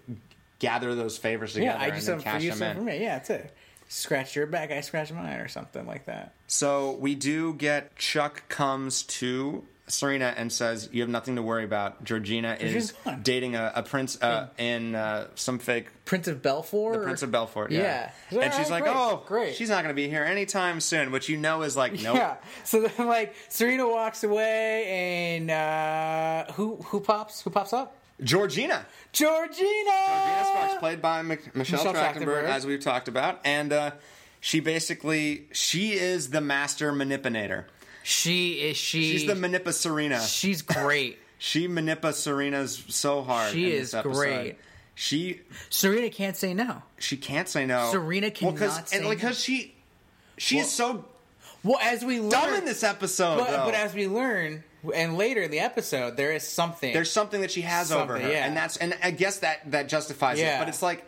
Speaker 1: gather those favors together
Speaker 2: Yeah, I do
Speaker 1: and then
Speaker 2: something for
Speaker 1: cash
Speaker 2: you,
Speaker 1: them
Speaker 2: something
Speaker 1: in.
Speaker 2: for me. Yeah, that's it. Scratch your back, I scratch mine, or something like that.
Speaker 1: So we do get Chuck comes to Serena and says, "You have nothing to worry about. Georgina
Speaker 2: Georgina's
Speaker 1: is
Speaker 2: gone."
Speaker 1: dating a, a prince uh, in uh, some fake
Speaker 2: Prince of Belfort.
Speaker 1: The Prince of Belfort, yeah.
Speaker 2: Yeah.
Speaker 1: And she's like,
Speaker 2: Alright, great,
Speaker 1: oh,
Speaker 2: great."
Speaker 1: great. She's not going to be here anytime soon, which you know is like, nope.
Speaker 2: Yeah. So then, like, Serena walks away, and uh, who who pops? Who pops up?
Speaker 1: Georgina.
Speaker 2: Georgina.
Speaker 1: Georgina Sparks, played by Mi- Michelle,
Speaker 2: Michelle
Speaker 1: Trachtenberg,
Speaker 2: Trachtenberg.
Speaker 1: as we've talked about. And uh, she basically, she is the master manipulator.
Speaker 2: She is she.
Speaker 1: She's the Manipa Serena.
Speaker 2: she's great.
Speaker 1: She Manipa Serena's so hard.
Speaker 2: She
Speaker 1: in
Speaker 2: is
Speaker 1: this episode.
Speaker 2: great.
Speaker 1: She
Speaker 2: Serena can't say no.
Speaker 1: she can't say no.
Speaker 2: Serena
Speaker 1: Well, 'cause-
Speaker 2: cannot say
Speaker 1: and, like,
Speaker 2: no.
Speaker 1: 'cause she she is so
Speaker 2: Well, as we learn,
Speaker 1: dumb in this episode.
Speaker 2: but,
Speaker 1: though.
Speaker 2: but as we learn, and later in the episode, there is something.
Speaker 1: There's something that she has over
Speaker 2: Something,
Speaker 1: her,
Speaker 2: yeah.
Speaker 1: and that's and I guess that that justifies
Speaker 2: Yeah.
Speaker 1: it. But it's like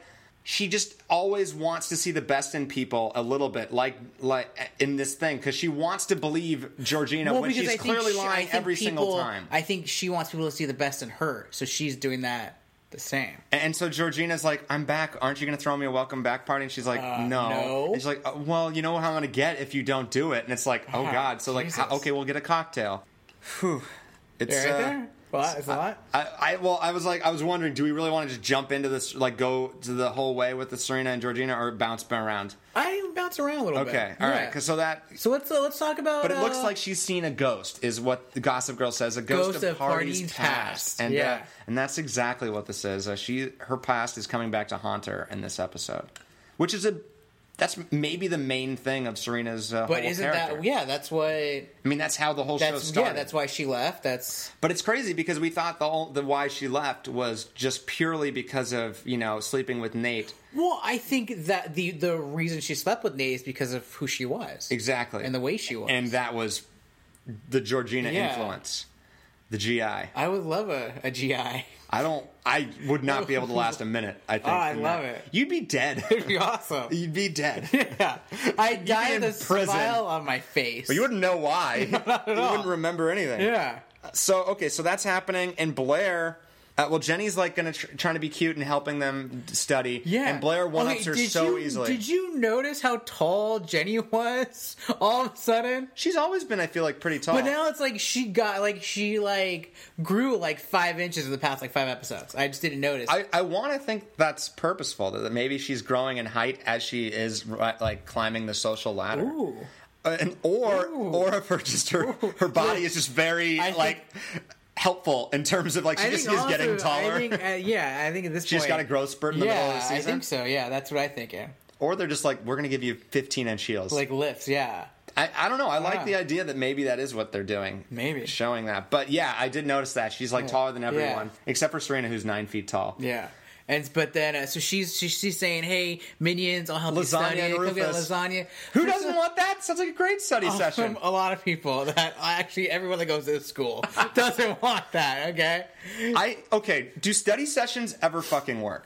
Speaker 1: she just always wants to see the best in people a little bit, like like in this thing, because she wants to believe Georgina when she's clearly
Speaker 2: she- I
Speaker 1: lying
Speaker 2: think
Speaker 1: every single
Speaker 2: people-
Speaker 1: time.
Speaker 2: I think she wants people to see the best in her, so she's doing that the same.
Speaker 1: and so Georgina's like, "I'm back. Aren't you going to throw me a welcome back party?" And she's like, "No."
Speaker 2: Uh, no.
Speaker 1: And she's like, "Uh, "Well, you know how I'm going to get if you don't do it." And it's like, "Oh
Speaker 2: Ah,
Speaker 1: God." So like,
Speaker 2: Jesus.
Speaker 1: how, okay, we'll get a cocktail. Whew. It's
Speaker 2: Right
Speaker 1: uh,
Speaker 2: there? Well, it's a lot.
Speaker 1: I, I well, I was like, I was wondering, do we really want to just jump into this, like, go to the whole way with the Serena and Georgina, or bounce around?
Speaker 2: I bounce around a little bit.
Speaker 1: Okay, all right,
Speaker 2: Yeah.
Speaker 1: because so that,
Speaker 2: so let's uh, let's talk about.
Speaker 1: but it looks
Speaker 2: uh,
Speaker 1: like she's seen a ghost, is what the Gossip Girl says, a ghost,
Speaker 2: Ghost
Speaker 1: of,
Speaker 2: of
Speaker 1: parties,
Speaker 2: parties
Speaker 1: past,
Speaker 2: past,
Speaker 1: and
Speaker 2: yeah.
Speaker 1: uh, and that's exactly what this is. Uh, she, her past is coming back to haunt her in this episode, which is a, that's maybe the main thing of Serena's uh,
Speaker 2: But
Speaker 1: whole
Speaker 2: isn't
Speaker 1: character.
Speaker 2: that? Yeah, that's what.
Speaker 1: I mean, that's how the whole show
Speaker 2: That's
Speaker 1: started.
Speaker 2: yeah. That's why she left. That's
Speaker 1: But it's crazy because we thought the whole, the why she left was just purely because of you know sleeping with Nate.
Speaker 2: well. I think that the the reason she slept with Nate is because of who she was
Speaker 1: Exactly.
Speaker 2: and the way she was.
Speaker 1: And that was the Georgina
Speaker 2: Yeah.
Speaker 1: influence. The GI. I
Speaker 2: I would love a, a GI.
Speaker 1: don't I would not be able to last a minute, I think.
Speaker 2: Oh, I
Speaker 1: in
Speaker 2: love
Speaker 1: that.
Speaker 2: it.
Speaker 1: You'd be
Speaker 2: It'd
Speaker 1: dead.
Speaker 2: be awesome.
Speaker 1: You'd be dead.
Speaker 2: Yeah, I die
Speaker 1: in
Speaker 2: with a
Speaker 1: prison.
Speaker 2: smile on my face.
Speaker 1: But you wouldn't know why. you wouldn't remember anything.
Speaker 2: yeah.
Speaker 1: So okay, so that's happening and Blair Uh, well, Jenny's like gonna tr- trying to be cute and helping them study.
Speaker 2: Yeah.
Speaker 1: and Blair one ups
Speaker 2: Okay,
Speaker 1: her
Speaker 2: did
Speaker 1: so
Speaker 2: you-
Speaker 1: easily.
Speaker 2: Did you notice how tall Jenny was all of a sudden?
Speaker 1: She's always been, I feel like, pretty tall.
Speaker 2: But now it's like she got like she like grew like five inches in the past like five episodes. I just didn't notice.
Speaker 1: I, I want to think that's purposeful. That maybe she's growing in height as she is right, like climbing the social ladder.
Speaker 2: Ooh.
Speaker 1: Uh, and or
Speaker 2: Ooh.
Speaker 1: or if her just her, her body is just very
Speaker 2: I think-
Speaker 1: like helpful in terms of like she
Speaker 2: I
Speaker 1: just
Speaker 2: think
Speaker 1: is getting
Speaker 2: also-
Speaker 1: taller.
Speaker 2: I think, uh, yeah, I think at this
Speaker 1: She's
Speaker 2: point
Speaker 1: got a growth spurt in the
Speaker 2: yeah,
Speaker 1: middle of the
Speaker 2: I
Speaker 1: season.
Speaker 2: think so. Yeah, that's what I think. Yeah,
Speaker 1: Or they're just like, we're gonna give you 15 inch heels.
Speaker 2: like lifts. Yeah,
Speaker 1: I, I don't know. I like
Speaker 2: Yeah.
Speaker 1: the idea that maybe that is what they're doing.
Speaker 2: Maybe.
Speaker 1: showing that. But yeah, I did notice that she's like taller than everyone except for Serena, who's nine feet tall.
Speaker 2: yeah. And but then uh, so she's she, she's saying, "Hey, minions, I'll help you
Speaker 1: Lasagna
Speaker 2: study.
Speaker 1: and
Speaker 2: Come get
Speaker 1: Rufus.
Speaker 2: lasagna."
Speaker 1: Who doesn't want that? Sounds like a great study session.
Speaker 2: From a lot of people that actually everyone that goes to this school doesn't want that. Okay.
Speaker 1: I okay. Do study sessions ever fucking work?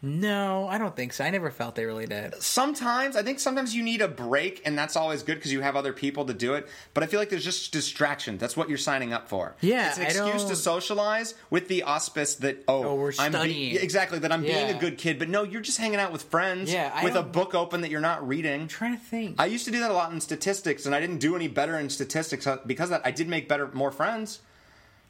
Speaker 2: No, I don't think so. I never felt they really did.
Speaker 1: Sometimes I think sometimes you need a break, and that's always good because you have other people to do it. But I feel like there's just distraction. That's what you're signing up for.
Speaker 2: Yeah,
Speaker 1: it's an
Speaker 2: I
Speaker 1: excuse
Speaker 2: don't-
Speaker 1: to socialize with the auspice that oh,
Speaker 2: Oh, we're
Speaker 1: I'm be-
Speaker 2: studying.
Speaker 1: Yeah, exactly that I'm being
Speaker 2: Yeah.
Speaker 1: a good kid. But no, you're just hanging out with friends.
Speaker 2: Yeah, I
Speaker 1: with a
Speaker 2: don't-
Speaker 1: book open that you're not reading.
Speaker 2: trying to think.
Speaker 1: I used to do that a lot in statistics, and I didn't do any better in statistics uh, because of that I did make better, more friends.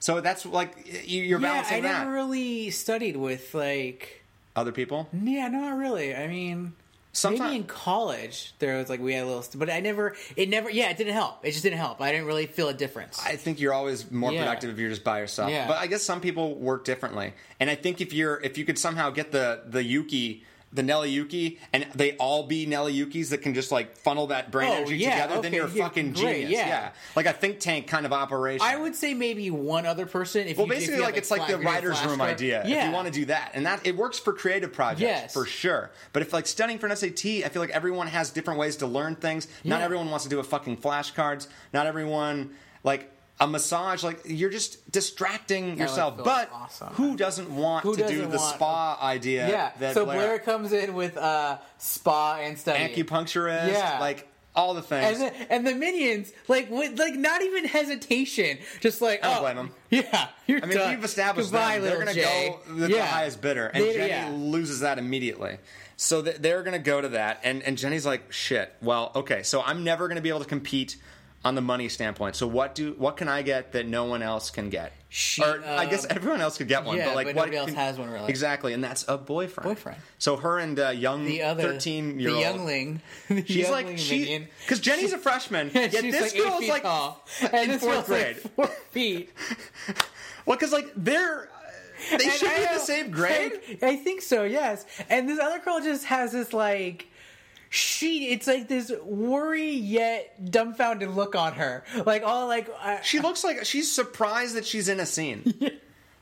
Speaker 1: So that's like y- you're
Speaker 2: yeah,
Speaker 1: balancing
Speaker 2: I
Speaker 1: that.
Speaker 2: never really studied with like.
Speaker 1: Other people,
Speaker 2: Yeah, not really. I mean,
Speaker 1: Sometime-
Speaker 2: maybe in college there was like we had a little, st- but I never. It never. Yeah, it didn't help. It just didn't help. I didn't really feel a difference.
Speaker 1: I think you're always more
Speaker 2: Yeah.
Speaker 1: productive if you're just by yourself.
Speaker 2: Yeah.
Speaker 1: But I guess some people work differently. And I think if you're if you could somehow get the the Yuki the Nelly Yuki and they all be Nelly Yukis that can just like funnel that brain
Speaker 2: Oh,
Speaker 1: energy
Speaker 2: yeah,
Speaker 1: together, then
Speaker 2: okay,
Speaker 1: you're a
Speaker 2: yeah,
Speaker 1: fucking
Speaker 2: great,
Speaker 1: genius.
Speaker 2: yeah.
Speaker 1: Yeah. Like a think tank kind of operation.
Speaker 2: I would say maybe one other person. If
Speaker 1: well,
Speaker 2: you, if
Speaker 1: basically,
Speaker 2: you have
Speaker 1: like it's like
Speaker 2: flash-
Speaker 1: the
Speaker 2: if you have
Speaker 1: writer's room
Speaker 2: flashcards.
Speaker 1: idea.
Speaker 2: Yeah,
Speaker 1: If you want to do that, and that it works for creative projects
Speaker 2: Yes.
Speaker 1: for sure. But if like studying for an SAT, I feel like everyone has different ways to learn things. Not
Speaker 2: Yeah.
Speaker 1: everyone wants to do a fucking flashcards. Not everyone like a massage. Like you're just distracting yourself.
Speaker 2: feels
Speaker 1: but
Speaker 2: awesome.
Speaker 1: who doesn't want
Speaker 2: Who
Speaker 1: to do
Speaker 2: doesn't
Speaker 1: the
Speaker 2: want-
Speaker 1: spa idea?
Speaker 2: yeah.
Speaker 1: That
Speaker 2: so Blair,
Speaker 1: Blair,
Speaker 2: comes in with uh, spa and stuff.
Speaker 1: acupuncturist.
Speaker 2: Yeah.
Speaker 1: like all the things.
Speaker 2: And the, and the minions, like, with, like not even hesitation, just like,
Speaker 1: don't
Speaker 2: oh,
Speaker 1: blame 'em.
Speaker 2: Yeah, you're
Speaker 1: I mean,
Speaker 2: done.
Speaker 1: we've established
Speaker 2: Goodbye,
Speaker 1: them. They're
Speaker 2: little
Speaker 1: going to
Speaker 2: Jay.
Speaker 1: go with the highest bidder, and
Speaker 2: They-
Speaker 1: Jenny
Speaker 2: yeah.
Speaker 1: loses that immediately. So th- they're going to go to that, and and Jenny's like, "Shit. Well, okay. So I'm never going to be able to compete on the money standpoint. So what do what can I get that no one else can get?
Speaker 2: She-
Speaker 1: or I guess
Speaker 2: um,
Speaker 1: everyone else could get one,
Speaker 2: yeah,
Speaker 1: but like
Speaker 2: but
Speaker 1: what
Speaker 2: nobody else has one, really.
Speaker 1: Exactly, and that's a boyfriend.
Speaker 2: Boyfriend.
Speaker 1: So her and uh, young
Speaker 2: the other
Speaker 1: thirteen year
Speaker 2: the
Speaker 1: old
Speaker 2: youngling. The
Speaker 1: She's
Speaker 2: youngling
Speaker 1: like she
Speaker 2: minion.
Speaker 1: because Jenny's a freshman.
Speaker 2: Yeah,
Speaker 1: yet this girl's like
Speaker 2: tall.
Speaker 1: in
Speaker 2: this
Speaker 1: fourth
Speaker 2: girl's, like,
Speaker 1: grade.
Speaker 2: four feet.
Speaker 1: Well, because like they're uh, they
Speaker 2: And
Speaker 1: should
Speaker 2: I
Speaker 1: be in the
Speaker 2: don't-
Speaker 1: same grade.
Speaker 2: I, I think so. Yes, and this other girl just has this like. She, it's like this worry yet dumbfounded look on her, like all like uh, I,
Speaker 1: She looks like she's surprised that she's in a scene.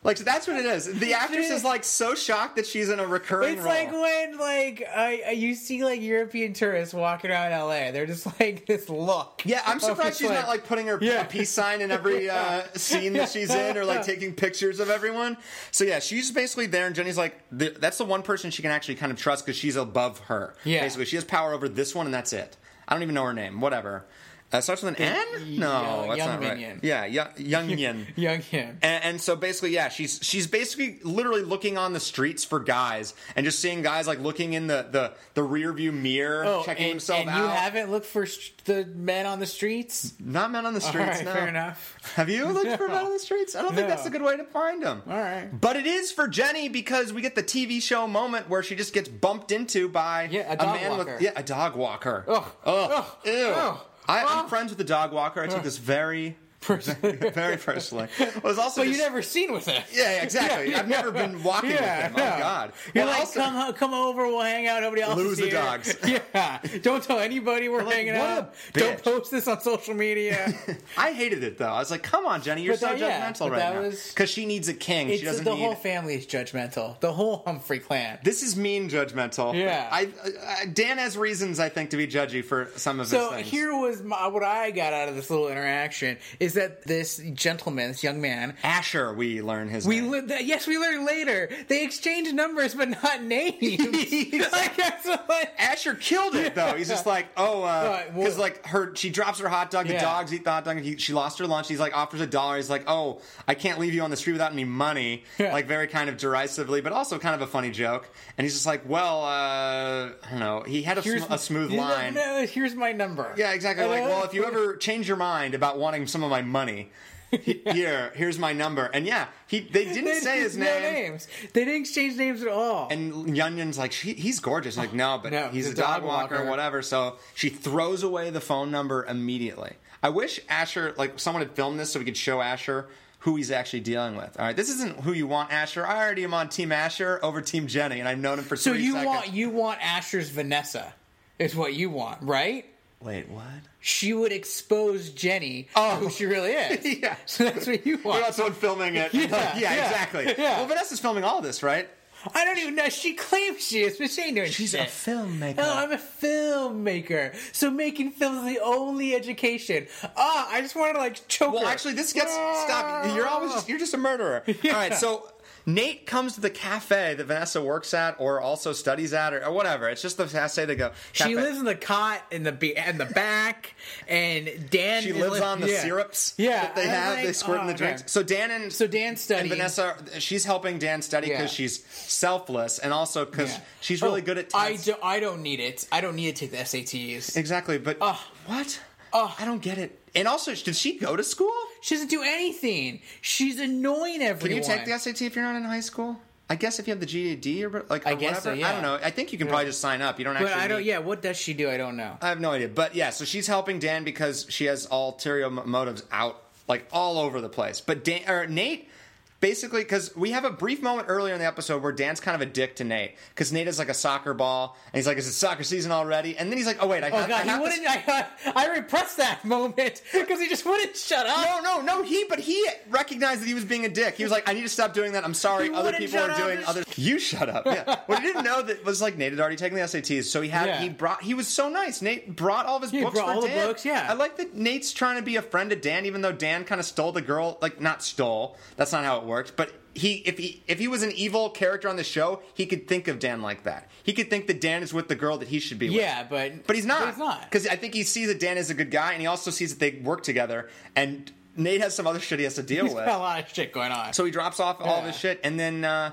Speaker 1: Like that's what it is. The actress is like so shocked that she's in a recurring
Speaker 2: It's
Speaker 1: role.
Speaker 2: like when like uh, you see like European tourists walking around LA, they're just like this look.
Speaker 1: yeah, I'm
Speaker 2: of
Speaker 1: surprised
Speaker 2: just,
Speaker 1: she's not like putting her
Speaker 2: Oh, Yeah.
Speaker 1: a peace sign in every uh, scene that she's in, or like taking pictures of everyone. So yeah, she's basically there, and Jenny's like, th- that's the one person she can actually kind of trust because she's above her.
Speaker 2: Yeah.
Speaker 1: basically, she has power over this one, and that's it. I don't even know her name. Whatever. Uh, starts with an N. No,
Speaker 2: Young-
Speaker 1: that's
Speaker 2: uh,
Speaker 1: not
Speaker 2: Young
Speaker 1: right.
Speaker 2: Minion.
Speaker 1: Yeah, young, young Yin.
Speaker 2: young him.
Speaker 1: And, and so basically, yeah, she's she's basically literally looking on the streets for guys and just seeing guys like looking in the the, the rear view mirror, checking
Speaker 2: Oh, and,
Speaker 1: himself
Speaker 2: and
Speaker 1: out.
Speaker 2: you haven't looked for sh- the men on the streets.
Speaker 1: Not men on the streets.
Speaker 2: right,
Speaker 1: no.
Speaker 2: fair enough.
Speaker 1: Have you looked for
Speaker 2: No.
Speaker 1: men on the streets? I don't think
Speaker 2: No.
Speaker 1: that's a good way to find them.
Speaker 2: All right.
Speaker 1: But it is for Jenny because we get the TV show moment where she just gets bumped into by
Speaker 2: Yeah, a dog
Speaker 1: man
Speaker 2: walker.
Speaker 1: with yeah a dog walker.
Speaker 2: Ugh.
Speaker 1: Ugh.
Speaker 2: Ugh.
Speaker 1: Ew.
Speaker 2: Ugh.
Speaker 1: I,
Speaker 2: Ugh.
Speaker 1: I'm friends with the dog walker. I took this very. very personally. It was also
Speaker 2: But you
Speaker 1: just-
Speaker 2: never seen with it.
Speaker 1: Yeah, yeah, exactly. I've never been walking
Speaker 2: Yeah,
Speaker 1: with them.
Speaker 2: yeah.
Speaker 1: Oh God!
Speaker 2: You're
Speaker 1: Well,
Speaker 2: like,
Speaker 1: also-
Speaker 2: come ho- come over, we'll hang out. Nobody else
Speaker 1: Lose
Speaker 2: is
Speaker 1: the
Speaker 2: here."
Speaker 1: dogs.
Speaker 2: Yeah, don't tell anybody we're
Speaker 1: like,
Speaker 2: hanging
Speaker 1: what a
Speaker 2: out.
Speaker 1: bitch.
Speaker 2: Don't post this on social media.
Speaker 1: I hated it though. I was like, come on, Jenny, you're
Speaker 2: But
Speaker 1: so
Speaker 2: that- yeah,
Speaker 1: judgmental
Speaker 2: but
Speaker 1: right
Speaker 2: that
Speaker 1: now
Speaker 2: was-
Speaker 1: because she needs a king. she
Speaker 2: it's
Speaker 1: doesn't
Speaker 2: the
Speaker 1: need.
Speaker 2: whole family is judgmental. The whole Humphrey clan.
Speaker 1: this is mean judgmental.
Speaker 2: Yeah.
Speaker 1: I, I, Dan has reasons I think to be judgy for some of his
Speaker 2: So
Speaker 1: things.
Speaker 2: here was my, what I got out of this little interaction is that this gentleman, this young man,
Speaker 1: Asher, we learn his
Speaker 2: we
Speaker 1: name.
Speaker 2: le- that, yes, we learned later they exchanged numbers but not names. like that's what.
Speaker 1: Asher killed it though. He's just like, oh,
Speaker 2: Right, well-
Speaker 1: because like her, she drops her hot dog. The
Speaker 2: Yeah.
Speaker 1: dogs eat the hot dog. He, she lost her lunch. He's like offers a dollar. He's like, oh, I can't leave you on the street without any money.
Speaker 2: Yeah.
Speaker 1: Like very kind of derisively, but also kind of a funny joke. And he's just like, well, uh, I don't know. He had a, sm- a smooth
Speaker 2: No,
Speaker 1: line.
Speaker 2: No, here's my number.
Speaker 1: Yeah, exactly. Like, well, if you ever change your mind about wanting some of my money, he- here, here's my number. And yeah, he they didn't
Speaker 2: They
Speaker 1: say his
Speaker 2: no
Speaker 1: name.
Speaker 2: names. They didn't exchange names at all.
Speaker 1: And Yunyun's like, she, he's gorgeous. I'm like, no, but
Speaker 2: No,
Speaker 1: he's
Speaker 2: he's
Speaker 1: a
Speaker 2: a
Speaker 1: dog,
Speaker 2: dog
Speaker 1: walker, or
Speaker 2: walker.
Speaker 1: whatever. So she throws away the phone number immediately. I wish Asher, like, someone had filmed this so we could show Asher who he's actually dealing with. All right, this isn't who you want, Asher. I already am on Team Asher over Team Jenny, and I've known him for
Speaker 2: so
Speaker 1: three
Speaker 2: you
Speaker 1: seconds.
Speaker 2: want you want Asher's Vanessa is what you want, right?
Speaker 1: Wait, what?
Speaker 2: She would expose Jenny
Speaker 1: Oh.
Speaker 2: to who she really is.
Speaker 1: Yeah.
Speaker 2: So that's what you
Speaker 1: What
Speaker 2: want.
Speaker 1: about someone filming it?
Speaker 2: Yeah,
Speaker 1: Like, yeah,
Speaker 2: yeah,
Speaker 1: exactly.
Speaker 2: yeah.
Speaker 1: Well, Vanessa's filming all this, right?
Speaker 2: I don't even know. She claims she is, but she ain't doing
Speaker 1: She's a
Speaker 2: shit.
Speaker 1: filmmaker.
Speaker 2: Oh, I'm a filmmaker. So making films is the only education. Ah, I just wanted to like choke
Speaker 1: Well,
Speaker 2: her.
Speaker 1: actually, this gets stop. You're always just, you're just a murderer.
Speaker 2: Ah. Yeah.
Speaker 1: All right, so Nate comes to the cafe that Vanessa works at, or also studies at, or, or whatever. It's just the cafe they go.
Speaker 2: She
Speaker 1: cafe.
Speaker 2: lives in the cot in the be- in the back, and Dan.
Speaker 1: She
Speaker 2: is
Speaker 1: lives
Speaker 2: li-
Speaker 1: on the
Speaker 2: yeah.
Speaker 1: syrups
Speaker 2: Yeah,
Speaker 1: that they
Speaker 2: I was
Speaker 1: have. they
Speaker 2: like,
Speaker 1: squirt in
Speaker 2: oh,
Speaker 1: the drinks.
Speaker 2: man.
Speaker 1: So Dan and
Speaker 2: So Dan studied.
Speaker 1: and Vanessa, she's helping Dan study because
Speaker 2: Yeah.
Speaker 1: she's selfless and also because
Speaker 2: Yeah.
Speaker 1: she's really
Speaker 2: Oh,
Speaker 1: good at.
Speaker 2: I
Speaker 1: tests.
Speaker 2: do, I don't need it. I don't need to take the SATs.
Speaker 1: exactly, but
Speaker 2: Ah.
Speaker 1: what? I don't get it. And also, did she go to school?
Speaker 2: She doesn't do anything. She's annoying
Speaker 1: Can
Speaker 2: everyone.
Speaker 1: you take the SAT if you're not in high school? I guess if you have the GED or like or
Speaker 2: I guess
Speaker 1: whatever.
Speaker 2: so,
Speaker 1: I
Speaker 2: yeah.
Speaker 1: don't know. I think you can probably just sign up. You don't actually.
Speaker 2: But I don't.
Speaker 1: need-
Speaker 2: Yeah, what does she do? I don't know.
Speaker 1: I have no idea. But yeah, so she's helping Dan because she has ulterior mo- motives out like all over the place. But Dan or Nate basically because we have a brief moment earlier in the episode where Dan's kind of a dick to Nate because Nate is like a soccer ball and he's like, "Is it soccer season already?" And then he's like, "Oh wait, I,
Speaker 2: Oh
Speaker 1: have, I
Speaker 2: god, he
Speaker 1: have to
Speaker 2: wouldn't. I, I repressed that moment because he just wouldn't shut up.
Speaker 1: No, no, no. He, but he recognized that he was being a dick. He was like, "I need to stop doing that. I'm sorry.
Speaker 2: You
Speaker 1: other
Speaker 2: wouldn't
Speaker 1: people
Speaker 2: shut
Speaker 1: are
Speaker 2: up.
Speaker 1: doing
Speaker 2: Just-
Speaker 1: other. You shut up." Yeah. what he didn't know that was like Nate had already taken the SATs, so he had
Speaker 2: Yeah.
Speaker 1: he brought he was so nice. Nate brought all of his
Speaker 2: He
Speaker 1: books
Speaker 2: brought
Speaker 1: for
Speaker 2: all the
Speaker 1: Dan.
Speaker 2: books, yeah.
Speaker 1: I like that Nate's trying to be a friend to Dan, even though Dan kind of stole the girl. Like not stole. That's not how it worked, but. He, if he if he was an evil character on the show, he could think of Dan like that. He could think that Dan is with the girl that he should be with.
Speaker 2: Yeah, but
Speaker 1: But he's not.
Speaker 2: he's not.
Speaker 1: Because I think he sees that Dan is a good guy, and he also sees that they work together. And Nate has some other shit he has to deal
Speaker 2: He's
Speaker 1: with.
Speaker 2: got a lot of shit going on.
Speaker 1: So he drops off all of his
Speaker 2: Yeah.
Speaker 1: shit, and then uh,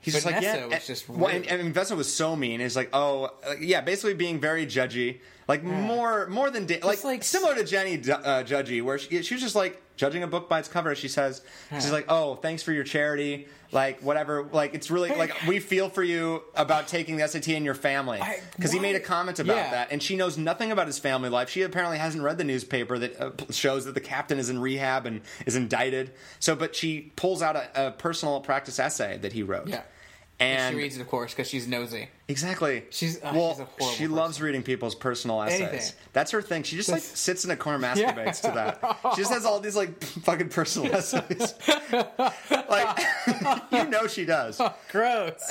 Speaker 1: he's just like,
Speaker 2: Vanessa
Speaker 1: yeah.
Speaker 2: was
Speaker 1: and-
Speaker 2: just
Speaker 1: well, and,
Speaker 2: rude.
Speaker 1: and Vanessa was so mean. It's like, oh, like, yeah, basically being very judgy, like more more than Dan, like,
Speaker 2: like-
Speaker 1: similar to Jenny ju- uh, judgy, where she, she was just like judging a book by its cover. She says, she's like, oh, thanks for your charity, like whatever, like it's really like we feel for you about taking the SAT and your family
Speaker 2: I-
Speaker 1: because he
Speaker 2: why-
Speaker 1: made a comment about
Speaker 2: Yeah.
Speaker 1: that, and she knows nothing about his family life. She apparently hasn't read the newspaper that uh, p- shows that the captain is in rehab and is indicted. So, but she pulls out a, a personal practice essay that he wrote.
Speaker 2: Yeah.
Speaker 1: and
Speaker 2: she reads it, of course, because she's nosy.
Speaker 1: exactly.
Speaker 2: She's- oh,
Speaker 1: well,
Speaker 2: she's a horrible
Speaker 1: she loves reading people's personal essays.
Speaker 2: Anything.
Speaker 1: That's her thing. She just like sits in a corner, masturbates to that. She just has all these like fucking personal essays. like you know, she does.
Speaker 2: Gross.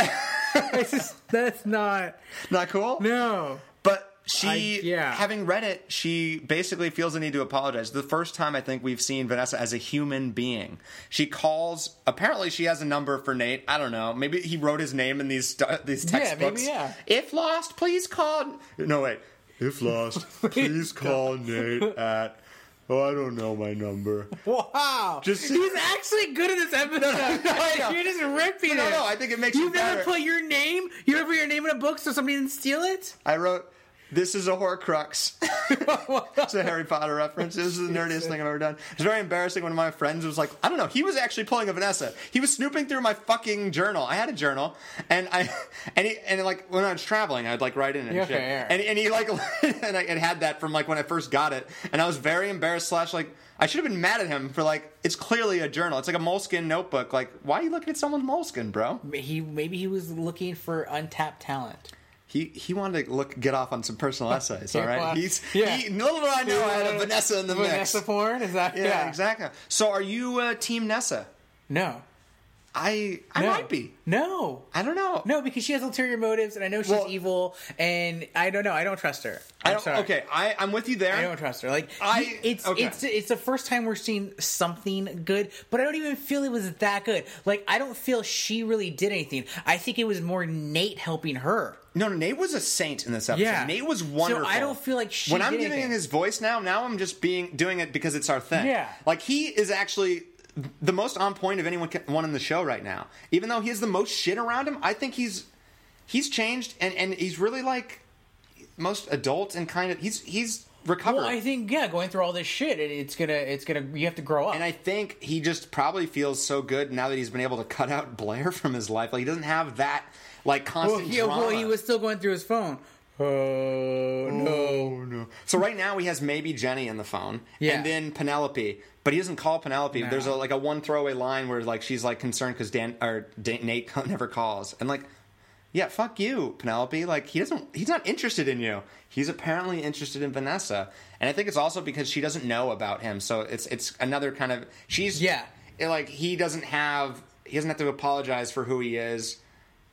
Speaker 2: It's just- that's not.
Speaker 1: Not cool.
Speaker 2: No.
Speaker 1: But she,
Speaker 2: I- yeah.
Speaker 1: having read it, she basically feels the need to apologize. The first time I think we've seen Vanessa as a human being. She calls. Apparently, she has a number for Nate. I don't know. Maybe he wrote his name in these stu- these
Speaker 2: Yeah, maybe,
Speaker 1: textbooks.
Speaker 2: yeah.
Speaker 1: If lost, please call. No wait. If lost, please call Nate at. Oh, I don't know my number.
Speaker 2: Wow.
Speaker 1: Just-
Speaker 2: He's actually good at this episode. Like,
Speaker 1: no.
Speaker 2: You're just ripping
Speaker 1: No,
Speaker 2: it.
Speaker 1: no. I think it makes
Speaker 2: you
Speaker 1: you better.
Speaker 2: never put your name. You ever put your name in a book so somebody didn't steal it?
Speaker 1: I wrote, "This is a Horcrux." it's a Harry Potter reference. This is the nerdiest thing I've ever done. It's very embarrassing. One of my friends was like, "I don't know." He was actually pulling a Vanessa. He was snooping through my fucking journal. I had a journal, and I and he, and like when I was traveling, I'd like write in it.
Speaker 2: Yeah,
Speaker 1: And, shit.
Speaker 2: fair.
Speaker 1: and and he like and I it had that from like when I first got it, and I was very embarrassed. Slash, like I should have been mad at him for like it's clearly a journal. It's like a moleskin notebook. Like why are you looking at someone's moleskin, bro?
Speaker 2: He maybe he was looking for untapped talent.
Speaker 1: He he wanted to look get off on some personal essays. All right,
Speaker 2: Well,
Speaker 1: he's
Speaker 2: yeah.
Speaker 1: he, little did I know I had a Vanessa in the
Speaker 2: Vanessa
Speaker 1: mix.
Speaker 2: porn is that?
Speaker 1: Yeah, exactly. So are you uh, Team Nessa?
Speaker 2: No.
Speaker 1: I I
Speaker 2: No.
Speaker 1: might be.
Speaker 2: No.
Speaker 1: I don't know.
Speaker 2: No, because she has ulterior motives, and I know she's
Speaker 1: Well-
Speaker 2: evil, and I don't know. I don't trust her. I'm
Speaker 1: I don't.
Speaker 2: sorry.
Speaker 1: Okay, I I'm with you there.
Speaker 2: I don't trust her. Like
Speaker 1: I-
Speaker 2: you- it's
Speaker 1: okay.
Speaker 2: it's it's the first time we're seeing something good, but I don't even feel it was that good. Like I don't feel she really did anything. I think it was more Nate helping her.
Speaker 1: No, no, Nate was a saint in this episode.
Speaker 2: Yeah.
Speaker 1: Nate was
Speaker 2: So I
Speaker 1: wonderful.
Speaker 2: don't feel like she
Speaker 1: When I'm
Speaker 2: did
Speaker 1: giving
Speaker 2: anything.
Speaker 1: his voice now, now I'm just being doing it because it's our thing.
Speaker 2: Yeah.
Speaker 1: like he is actually the most on point of anyone ca- one in the show right now. Even though he has the most shit around him, I think he's he's changed and and he's really like most adult and kind of he's he's recovered.
Speaker 2: Well, I think yeah, going through all this shit, it, it's gonna it's gonna you have to grow up.
Speaker 1: and I think he just probably feels so good now that he's been able to cut out Blair from his life. Like he doesn't have that like
Speaker 2: well,
Speaker 1: constant.
Speaker 2: he, well,
Speaker 1: drama.
Speaker 2: he was still going through his phone. Oh no.
Speaker 1: no. So right now he has maybe Jenny on the phone,
Speaker 2: Yeah.
Speaker 1: and then Penelope, but he doesn't call Penelope. There's a, like a one throwaway line where like she's like concerned because Dan or Da- Nate never calls, and like, yeah, fuck you, Penelope. Like he doesn't, he's not interested in you. He's apparently interested in Vanessa, and I think it's also because she doesn't know about him. So it's it's another kind of she's
Speaker 2: Yeah.
Speaker 1: it, like he doesn't have he doesn't have to apologize for who he is.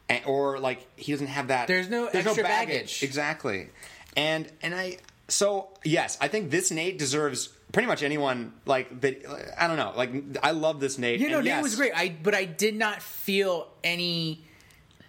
Speaker 1: and- Or like he doesn't have that.
Speaker 2: There's no extra baggage.
Speaker 1: Exactly. And and I so yes, I think this Nate deserves pretty much anyone like that I don't know. Like I love this Nate.
Speaker 2: You know,
Speaker 1: and
Speaker 2: Nate
Speaker 1: yes,
Speaker 2: was great. I but I did not feel any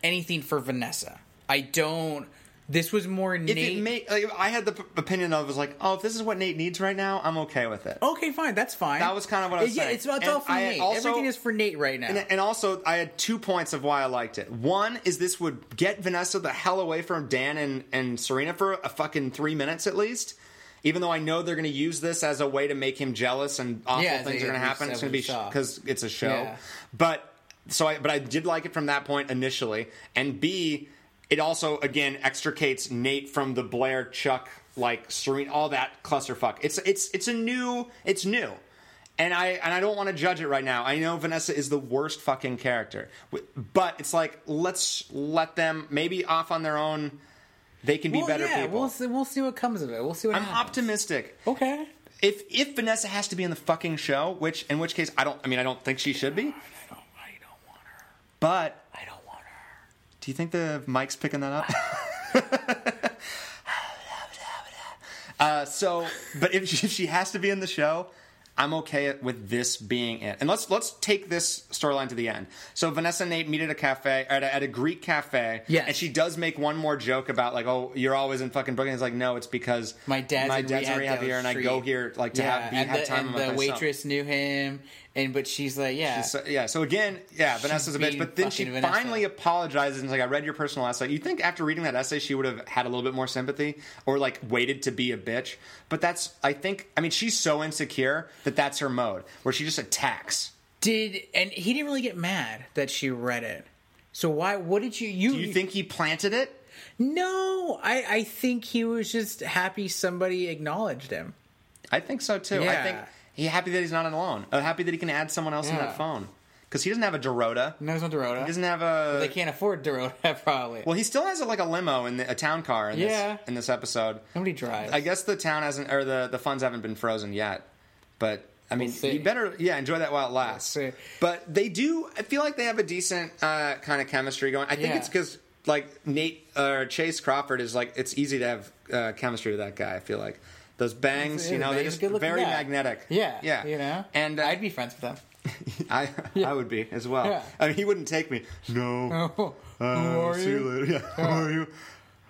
Speaker 2: anything for Vanessa. I don't. This was more
Speaker 1: If
Speaker 2: Nate.
Speaker 1: it may, like, I had the p- opinion of was like, oh, if this is what Nate needs right now, I'm okay with it.
Speaker 2: okay, fine, that's fine.
Speaker 1: That was kind of what I was
Speaker 2: yeah,
Speaker 1: saying.
Speaker 2: it's, it's all
Speaker 1: And
Speaker 2: for
Speaker 1: I
Speaker 2: Nate.
Speaker 1: also-
Speaker 2: Everything is for Nate right now.
Speaker 1: And, and also, I had two points of why I liked it. One is this would get Vanessa the hell away from Dan and, and Serena for a fucking three minutes at least. Even though I know they're going to use this as a way to make him jealous and awful
Speaker 2: Yeah,
Speaker 1: things
Speaker 2: they-
Speaker 1: are going to
Speaker 2: we
Speaker 1: happen.
Speaker 2: said
Speaker 1: It's going to
Speaker 2: we
Speaker 1: be
Speaker 2: saw.
Speaker 1: because it's a show.
Speaker 2: Yeah.
Speaker 1: But so I, but I did like it from that point initially. And B, it also again extricates Nate from the Blair Chuck like Serena all that clusterfuck. It's it's it's a new it's new. And I and I don't want to judge it right now. I know Vanessa is the worst fucking character, W- but it's like let's let them maybe off on their own. They can be
Speaker 2: well,
Speaker 1: better
Speaker 2: yeah,
Speaker 1: people.
Speaker 2: We'll see, we'll see what comes of it. We'll see what
Speaker 1: I'm
Speaker 2: happens.
Speaker 1: optimistic
Speaker 2: Okay.
Speaker 1: if if Vanessa has to be in the fucking show, which in which case I don't. I mean, I don't think she should be.
Speaker 2: I don't. I don't want her.
Speaker 1: But
Speaker 2: I don't want her.
Speaker 1: do you think the mic's picking that up? uh, so, but if she, if she has to be in the show, I'm okay with this being it. And let's let's take this storyline to the end. So Vanessa and Nate meet at a cafe at a, at a Greek cafe.
Speaker 2: Yes.
Speaker 1: and she does make one more joke about like, oh, you're always in fucking Brooklyn. It's like, no, it's because
Speaker 2: My dad's
Speaker 1: my
Speaker 2: in
Speaker 1: dad's in rehab
Speaker 2: rehab down
Speaker 1: here, and I
Speaker 2: the
Speaker 1: go
Speaker 2: street.
Speaker 1: here like to have be,
Speaker 2: and
Speaker 1: have
Speaker 2: the,
Speaker 1: time
Speaker 2: and
Speaker 1: with
Speaker 2: the
Speaker 1: myself.
Speaker 2: waitress knew him, and but she's like, yeah,
Speaker 1: So, yeah. So again, yeah, Vanessa's a bitch,
Speaker 2: being
Speaker 1: but then she
Speaker 2: fucking Vanessa.
Speaker 1: finally apologizes and is like, "I read your personal essay. You think after reading that essay, she would have had a little bit more sympathy or like waited to be a bitch? But that's, I think, I mean, she's so insecure that that's her mode, where she just attacks.
Speaker 2: did and he didn't really get mad that she read it. So why? What did you? You,
Speaker 1: Do you think he planted it?
Speaker 2: No, I, I think he was just happy somebody acknowledged him.
Speaker 1: I think so too. I
Speaker 2: Yeah.
Speaker 1: think he's happy that he's not alone. Uh, happy that he can add someone else in
Speaker 2: Yeah.
Speaker 1: that phone because he doesn't have a Dorota.
Speaker 2: No, it's not Dorota.
Speaker 1: He doesn't have a.
Speaker 2: they can't afford Dorota, probably.
Speaker 1: well, he still has a, like a limo in the, a town car in
Speaker 2: Yeah.
Speaker 1: this in this episode.
Speaker 2: Nobody drives.
Speaker 1: I guess the town hasn't, or the, the funds haven't been frozen yet. But I mean,
Speaker 2: We'll see.
Speaker 1: you better, yeah, enjoy that while it lasts.
Speaker 2: We'll see.
Speaker 1: But they do. I feel like they have a decent uh, kind of chemistry going. I think
Speaker 2: Yeah.
Speaker 1: it's because like Nate or Chase Crawford is like it's easy to have uh, chemistry with that guy. I feel like those bangs, you know, they're
Speaker 2: He's a
Speaker 1: just
Speaker 2: good-looking
Speaker 1: very
Speaker 2: guy.
Speaker 1: magnetic.
Speaker 2: Yeah,
Speaker 1: yeah,
Speaker 2: You know,
Speaker 1: And uh,
Speaker 2: I'd be friends with them.
Speaker 1: I, I would be as well.
Speaker 2: Yeah.
Speaker 1: I mean, he wouldn't take me. No,
Speaker 2: Oh, who
Speaker 1: Uh,
Speaker 2: are
Speaker 1: see
Speaker 2: you?
Speaker 1: later. Yeah, who are you?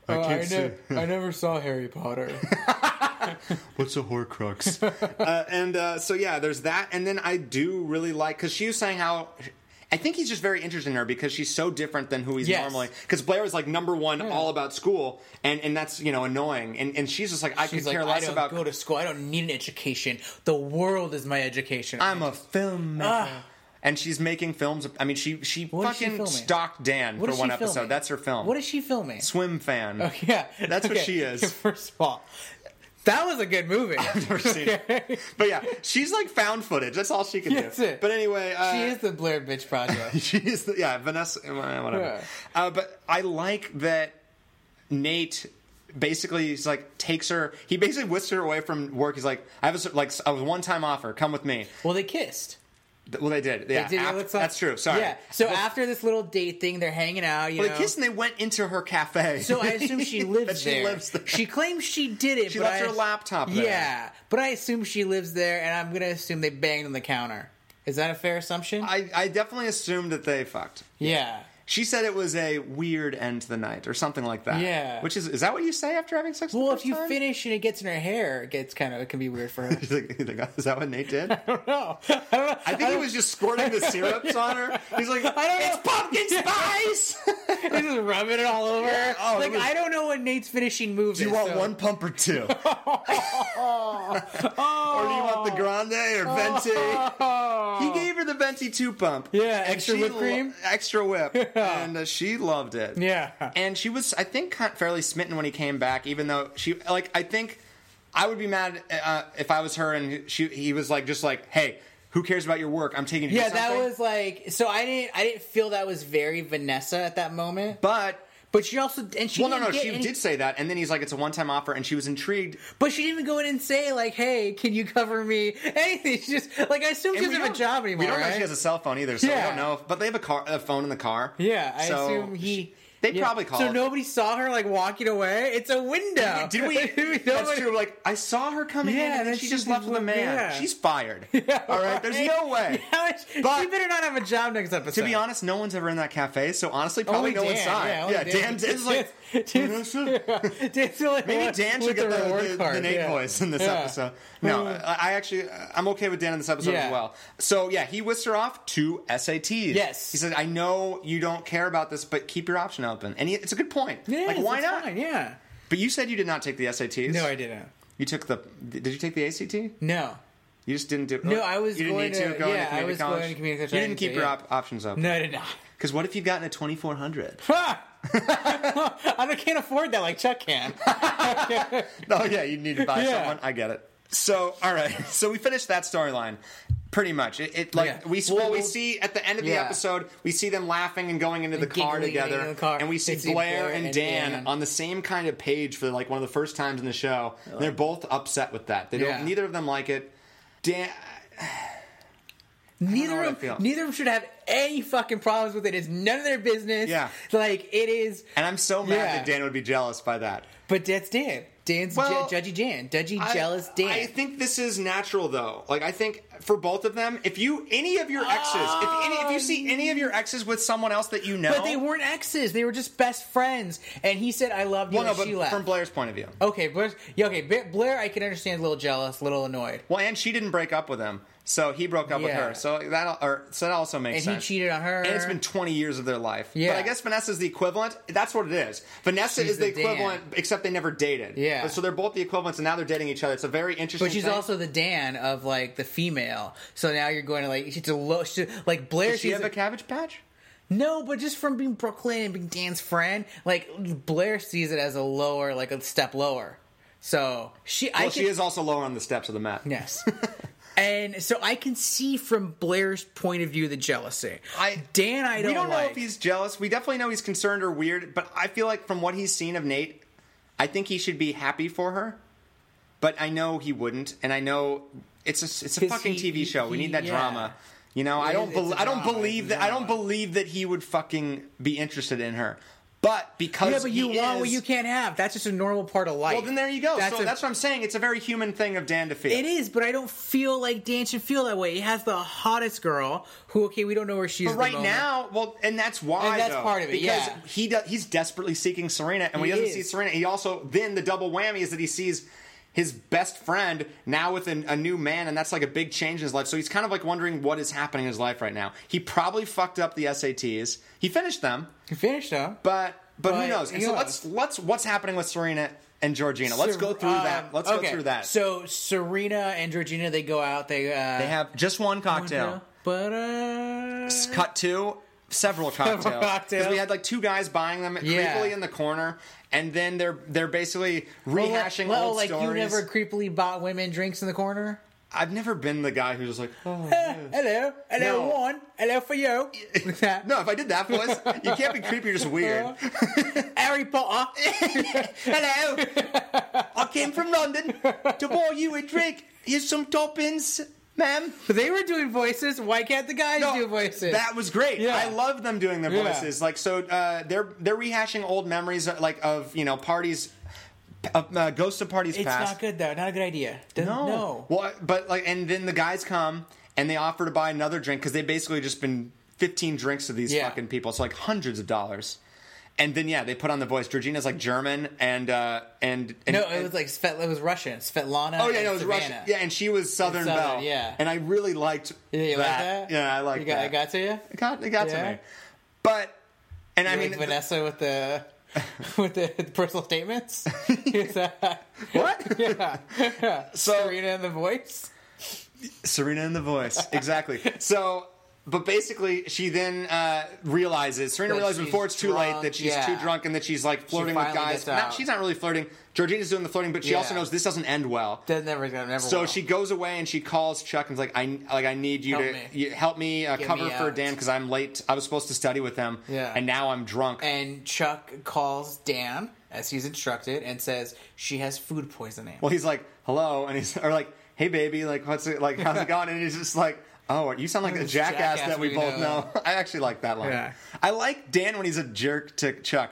Speaker 1: I
Speaker 2: Oh,
Speaker 1: can't
Speaker 2: I,
Speaker 1: see.
Speaker 2: ne- I never saw Harry Potter.
Speaker 1: What's a Horcrux? uh, and uh, so yeah, there's that. And then I do really like because she was saying how I think he's just very interested in her because she's so different than who he's
Speaker 2: Yes.
Speaker 1: normally. Because Blair is like number one, all about school, and and that's you know annoying. And and she's just like I
Speaker 2: She's
Speaker 1: could
Speaker 2: like,
Speaker 1: care
Speaker 2: I
Speaker 1: less
Speaker 2: don't
Speaker 1: about.
Speaker 2: go to school. I don't need an education. The world is my education.
Speaker 1: I'm a filmmaker.
Speaker 2: Ah.
Speaker 1: And she's making films. I mean, she she
Speaker 2: What is she
Speaker 1: fucking
Speaker 2: filming?
Speaker 1: stalked Dan
Speaker 2: What
Speaker 1: for
Speaker 2: is she
Speaker 1: one episode.
Speaker 2: filming?
Speaker 1: That's her film.
Speaker 2: What is she filming?
Speaker 1: swim fan?
Speaker 2: Yeah,
Speaker 1: That's what
Speaker 2: okay.
Speaker 1: she is.
Speaker 2: First of all, that was a good movie.
Speaker 1: Never seen it. But yeah, she's like found footage. That's all she can
Speaker 2: That's
Speaker 1: do.
Speaker 2: it.
Speaker 1: But anyway, uh,
Speaker 2: she is the Blair Bitch Project.
Speaker 1: she is the, yeah Vanessa eh, whatever.
Speaker 2: Yeah.
Speaker 1: Uh, but I like that Nate basically he's like takes her. He basically whisks her away from work. He's like I have a, cer- like I was one time offer. Come with me.
Speaker 2: well, they kissed.
Speaker 1: Th- Well, they did. Yeah,
Speaker 2: Did they
Speaker 1: aft-
Speaker 2: look fun?
Speaker 1: that's true. Sorry.
Speaker 2: Yeah. So
Speaker 1: Well,
Speaker 2: after this little date thing, they're hanging out. You
Speaker 1: well,
Speaker 2: know.
Speaker 1: they kissed and they went into her cafe.
Speaker 2: So I assume she
Speaker 1: That
Speaker 2: lives
Speaker 1: she
Speaker 2: there.
Speaker 1: lives there.
Speaker 2: She claims she did it.
Speaker 1: She
Speaker 2: but
Speaker 1: left
Speaker 2: I-
Speaker 1: her laptop there.
Speaker 2: Yeah, but I assume she lives there, and I'm gonna assume they banged on the counter. Is that a fair assumption?
Speaker 1: I, I definitely assumed that they fucked.
Speaker 2: yeah.
Speaker 1: She said it was a weird end to the night or something like that.
Speaker 2: Yeah.
Speaker 1: Which is is that what you say after having sex?
Speaker 2: Well,
Speaker 1: the
Speaker 2: if
Speaker 1: first
Speaker 2: you
Speaker 1: time?
Speaker 2: finish and it gets in her hair, it gets kind of it can be weird for her.
Speaker 1: He's like- he's like, is that what Nate did? I
Speaker 2: no, I don't know.
Speaker 1: think he was just squirting the syrups on her. He's like,
Speaker 2: I don't know.
Speaker 1: it's pumpkin spice.
Speaker 2: He's just rubbing it all over. her.
Speaker 1: oh, it
Speaker 2: like
Speaker 1: was-
Speaker 2: I don't know what Nate's finishing move
Speaker 1: do you
Speaker 2: is.
Speaker 1: want
Speaker 2: so-
Speaker 1: one pump or two? Or do you want the grande or venti? He gave her the venti two pump.
Speaker 2: Yeah,
Speaker 1: And
Speaker 2: extra
Speaker 1: she
Speaker 2: whipped cream?
Speaker 1: extra whip, and uh, she loved it.
Speaker 2: Yeah.
Speaker 1: and she was i think kind of fairly smitten when he came back even though she like i think i would be mad uh, if i was her and she he was like just like hey who cares about your work i'm taking you to
Speaker 2: Yeah,
Speaker 1: do
Speaker 2: that
Speaker 1: something."
Speaker 2: was like so. I didn't. I didn't feel that was very Vanessa at that moment.
Speaker 1: but
Speaker 2: But she also and she
Speaker 1: well no
Speaker 2: didn't
Speaker 1: no
Speaker 2: get
Speaker 1: she
Speaker 2: any-
Speaker 1: did say that and then he's like it's a one-time offer and she was intrigued
Speaker 2: But she didn't even go in and say like, "Hey, can you cover me?" Anything. She just like I assume she
Speaker 1: And we
Speaker 2: doesn't have a
Speaker 1: don't-
Speaker 2: job anymore.
Speaker 1: we don't know if
Speaker 2: right?
Speaker 1: she has a cell phone either so we
Speaker 2: Yeah.
Speaker 1: don't know if- but they have a car a phone in the car
Speaker 2: Yeah, I
Speaker 1: So
Speaker 2: assume he.
Speaker 1: she- they
Speaker 2: yeah.
Speaker 1: probably called
Speaker 2: So nobody saw her like walking away. It's a window.
Speaker 1: did we?
Speaker 2: Nobody-
Speaker 1: That's true. Like I saw her coming in,
Speaker 2: Yeah,
Speaker 1: and then
Speaker 2: then
Speaker 1: she
Speaker 2: she
Speaker 1: just
Speaker 2: just
Speaker 1: left with a man.
Speaker 2: went- yeah.
Speaker 1: She's fired. All right. There's
Speaker 2: right?
Speaker 1: no way.
Speaker 2: How is-
Speaker 1: But-
Speaker 2: she better not have a job next episode.
Speaker 1: To be honest, no one's ever in that cafe, so honestly, probably
Speaker 2: Only
Speaker 1: no one
Speaker 2: Dan,
Speaker 1: saw it.
Speaker 2: yeah,
Speaker 1: Yeah,
Speaker 2: only
Speaker 1: Dan
Speaker 2: Dan.
Speaker 1: Dan's like,
Speaker 2: Dan's- Dan's the only
Speaker 1: maybe
Speaker 2: one
Speaker 1: Dan should
Speaker 2: with
Speaker 1: get the,
Speaker 2: reward
Speaker 1: the, the
Speaker 2: card,
Speaker 1: Nate
Speaker 2: yeah.
Speaker 1: voice in this
Speaker 2: Yeah.
Speaker 1: episode. No, I I actually, I'm okay with Dan in this episode
Speaker 2: Yeah.
Speaker 1: as well. So yeah, he whisked her off to SATs.
Speaker 2: Yes.
Speaker 1: he said, I know you don't care about this, but keep your option open, and he, it's a good point.
Speaker 2: Yeah,
Speaker 1: like why
Speaker 2: it's
Speaker 1: not?
Speaker 2: fine, yeah.
Speaker 1: But you said you did not take the SATs.
Speaker 2: No, I didn't.
Speaker 1: You took the. Did you take the ACT? You
Speaker 2: No.
Speaker 1: just didn't do.
Speaker 2: No, I was
Speaker 1: You didn't
Speaker 2: going
Speaker 1: need to,
Speaker 2: to-
Speaker 1: go
Speaker 2: yeah,
Speaker 1: into community
Speaker 2: I was
Speaker 1: college.
Speaker 2: going to community college,
Speaker 1: You
Speaker 2: I
Speaker 1: didn't
Speaker 2: didn't
Speaker 1: keep
Speaker 2: do-
Speaker 1: your
Speaker 2: yeah.
Speaker 1: op- options open.
Speaker 2: No, I did not.
Speaker 1: Because what if you would gotten a 2400?
Speaker 2: Ha! I don't- can't afford that like Chuck can.
Speaker 1: Oh yeah, you need to buy
Speaker 2: Yeah.
Speaker 1: someone. I get it. So all right, so we finished that storyline. Pretty much, it, it like
Speaker 2: Yeah.
Speaker 1: we
Speaker 2: Well,
Speaker 1: well, we
Speaker 2: we'll-
Speaker 1: see at the end of the
Speaker 2: Yeah.
Speaker 1: episode, we see them laughing and going into the car
Speaker 2: giggling
Speaker 1: together,
Speaker 2: in the car.
Speaker 1: and we see
Speaker 2: They see
Speaker 1: Blair,
Speaker 2: Blair
Speaker 1: and
Speaker 2: and
Speaker 1: Dan,
Speaker 2: Dan.
Speaker 1: on the same kind of page for like one of the first times in the show. And they're both upset with that. They don't.
Speaker 2: Yeah.
Speaker 1: Neither of them like it. Dan,
Speaker 2: Neither
Speaker 1: what I
Speaker 2: of
Speaker 1: feel.
Speaker 2: them, neither of them should have any fucking problems with it. It's none of their business.
Speaker 1: Yeah.
Speaker 2: like it is.
Speaker 1: and I'm so mad
Speaker 2: Yeah.
Speaker 1: that Dan would be jealous by that.
Speaker 2: But that's Dan. Dan's
Speaker 1: Well,
Speaker 2: Je- judgy Jan, judgy
Speaker 1: I-
Speaker 2: jealous Dan.
Speaker 1: I think this is natural though. Like I think for both of them, if you any of your exes, if, any, if you see any of your exes with someone else that you know,
Speaker 2: Um, but they weren't exes; they were just best friends. And he said, "I love you,"
Speaker 1: Well, no,
Speaker 2: and
Speaker 1: but
Speaker 2: she left. Oh.
Speaker 1: from Blair's point of view.
Speaker 2: okay, Blair. Yeah, okay, Ba- Blair. I can understand a little jealous, a little annoyed,
Speaker 1: Well, and she didn't break up with him, so he broke up with
Speaker 2: Yeah.
Speaker 1: her. So that or so that also makes
Speaker 2: and he
Speaker 1: sense.
Speaker 2: cheated on her.
Speaker 1: and it's been 20 years of their life.
Speaker 2: Yeah.
Speaker 1: But I guess Vanessa's the equivalent. That's what it is. Vanessa
Speaker 2: She's
Speaker 1: is the,
Speaker 2: the Dan.
Speaker 1: equivalent, except they never dated.
Speaker 2: Yeah.
Speaker 1: But- so they're both the equivalents, and now they're dating each other. It's a very interesting
Speaker 2: but she's
Speaker 1: thing.
Speaker 2: also the Dan of like the female. So now you're going to like she's a low, she, like Blair.
Speaker 1: Does she
Speaker 2: she's
Speaker 1: have a cabbage patch?
Speaker 2: No, but just from being Brooklyn and being Dan's friend, like Blair sees it as a lower, like a step lower. So she, I
Speaker 1: Well,
Speaker 2: can,
Speaker 1: she is also lower on the steps of the mat.
Speaker 2: yes, and so I can see from Blair's point of view the jealousy.
Speaker 1: I-
Speaker 2: Dan, I don't,
Speaker 1: we don't know
Speaker 2: like.
Speaker 1: if he's jealous. We definitely know he's concerned or weird, but I feel like from what he's seen of Nate, I think he should be happy for her. But I know he wouldn't, and I know it's a it's a
Speaker 2: 'Cause
Speaker 1: fucking
Speaker 2: he-
Speaker 1: TV show. we
Speaker 2: he-
Speaker 1: need that
Speaker 2: yeah.
Speaker 1: drama. You know, I
Speaker 2: It
Speaker 1: don't
Speaker 2: is- it's
Speaker 1: bel
Speaker 2: a
Speaker 1: I don't
Speaker 2: drama,
Speaker 1: believe
Speaker 2: it's a
Speaker 1: that I don't
Speaker 2: drama.
Speaker 1: believe that he would fucking be interested in her. But because
Speaker 2: yeah, but you
Speaker 1: he
Speaker 2: want
Speaker 1: is,
Speaker 2: what you can't have. That's just a normal part of life.
Speaker 1: Well, then there you go. so
Speaker 2: a-
Speaker 1: that's what I'm saying. It's a very human thing of Dan to feel.
Speaker 2: It is, but I don't feel like Dan should feel that way. He has the hottest girl, who okay, we don't know where she is.
Speaker 1: But
Speaker 2: at the
Speaker 1: right
Speaker 2: moment.
Speaker 1: now, well, and that's why.
Speaker 2: And that's
Speaker 1: though,
Speaker 2: part of it,
Speaker 1: Because
Speaker 2: yeah.
Speaker 1: he does, he's desperately seeking Serena, and when he,
Speaker 2: He
Speaker 1: doesn't see
Speaker 2: is.
Speaker 1: Serena, he also then the double whammy is that he sees his best friend now with an, a new man, and that's like a big change in his life. So he's kind of like wondering what is happening in his life right now. He probably fucked up the SATs. He finished them,
Speaker 2: you finished though.
Speaker 1: but but, who
Speaker 2: But
Speaker 1: knows? And so
Speaker 2: who
Speaker 1: let's let's what's happening with Serena and Georgina. Let's go through
Speaker 2: Um,
Speaker 1: that. Let's
Speaker 2: okay,
Speaker 1: go through that.
Speaker 2: So Serena and Georgina, they go out. They uh,
Speaker 1: they have just one cocktail.
Speaker 2: But uh,
Speaker 1: cut two several cocktails
Speaker 2: cocktails.
Speaker 1: we had like two guys buying them
Speaker 2: Yeah.
Speaker 1: creepily in the corner and then they're they're basically rehashing
Speaker 2: well,
Speaker 1: old
Speaker 2: like you
Speaker 1: stories
Speaker 2: never creepily bought women drinks in the corner.
Speaker 1: i've never been the guy who's just like oh.
Speaker 2: Eh, hello, hello
Speaker 1: No.
Speaker 2: one, hello for you.
Speaker 1: no if i did that voice you can't be creepy you're just weird
Speaker 2: Harry Potter.
Speaker 1: hello i came from london to buy you a drink here's some toppings ma'am.
Speaker 2: But they were doing voices. Why can't the guys
Speaker 1: No,
Speaker 2: do voices?
Speaker 1: That was great.
Speaker 2: Yeah.
Speaker 1: I love them doing their
Speaker 2: Yeah.
Speaker 1: voices. Like so, uh, they're they're rehashing old memories uh, like of you know parties, of, uh, ghosts of parties
Speaker 2: it's
Speaker 1: past.
Speaker 2: not good though. Not a good idea. Doesn't-
Speaker 1: No.
Speaker 2: no.
Speaker 1: Well, I- but like, and then the guys come and they offer to buy another drink because they basically just been 15 drinks to these
Speaker 2: Yeah.
Speaker 1: fucking people. So like hundreds of dollars. And then yeah, they put on the voice. Georgina's like German and uh and, and
Speaker 2: No, it
Speaker 1: and-
Speaker 2: was like Svet, it was Russian. Svetlana.
Speaker 1: Oh yeah,
Speaker 2: and
Speaker 1: no, it was
Speaker 2: Savannah.
Speaker 1: Russian. Yeah, and she was Southern,
Speaker 2: Southern,
Speaker 1: Belle.
Speaker 2: yeah.
Speaker 1: and I really liked
Speaker 2: Yeah, you like
Speaker 1: that.
Speaker 2: that?
Speaker 1: Yeah, I like
Speaker 2: You got,
Speaker 1: that.
Speaker 2: I got to you.
Speaker 1: it got it got
Speaker 2: Yeah.
Speaker 1: to me. But and I
Speaker 2: I
Speaker 1: mean
Speaker 2: mean, Vanessa with the with the personal statements. Is that-
Speaker 1: what?
Speaker 2: yeah.
Speaker 1: So
Speaker 2: Serena and the voice.
Speaker 1: Serena and the voice. Exactly. so, but basically, she then uh, realizes Serena
Speaker 2: That
Speaker 1: realizes before
Speaker 2: she's
Speaker 1: it's too
Speaker 2: drunk,
Speaker 1: late that she's
Speaker 2: yeah.
Speaker 1: too drunk and that she's like flirting with
Speaker 2: finally
Speaker 1: guys.
Speaker 2: gets
Speaker 1: Not,
Speaker 2: out.
Speaker 1: she's not really flirting. Georgina's doing the flirting, but she
Speaker 2: Yeah.
Speaker 1: also knows this doesn't end well.
Speaker 2: That never is gonna never.
Speaker 1: So
Speaker 2: will.
Speaker 1: she goes away and she calls Chuck and's like, I like I need you
Speaker 2: Help
Speaker 1: to
Speaker 2: me.
Speaker 1: You, help me uh,
Speaker 2: Get
Speaker 1: cover
Speaker 2: me
Speaker 1: for
Speaker 2: out."
Speaker 1: Dan because I'm late. I was supposed to study with them,
Speaker 2: Yeah.
Speaker 1: and now I'm drunk.
Speaker 2: and Chuck calls Dan as he's instructed and says she has food poisoning.
Speaker 1: well, he's like, hello, and he's or like, hey baby, like what's it like? How's it going? And he's just like. Oh, you sound like a
Speaker 2: This
Speaker 1: jackass,
Speaker 2: jackass
Speaker 1: that we,
Speaker 2: we
Speaker 1: both know.
Speaker 2: know.
Speaker 1: I actually like that line.
Speaker 2: Yeah.
Speaker 1: I like Dan when he's a jerk to Chuck.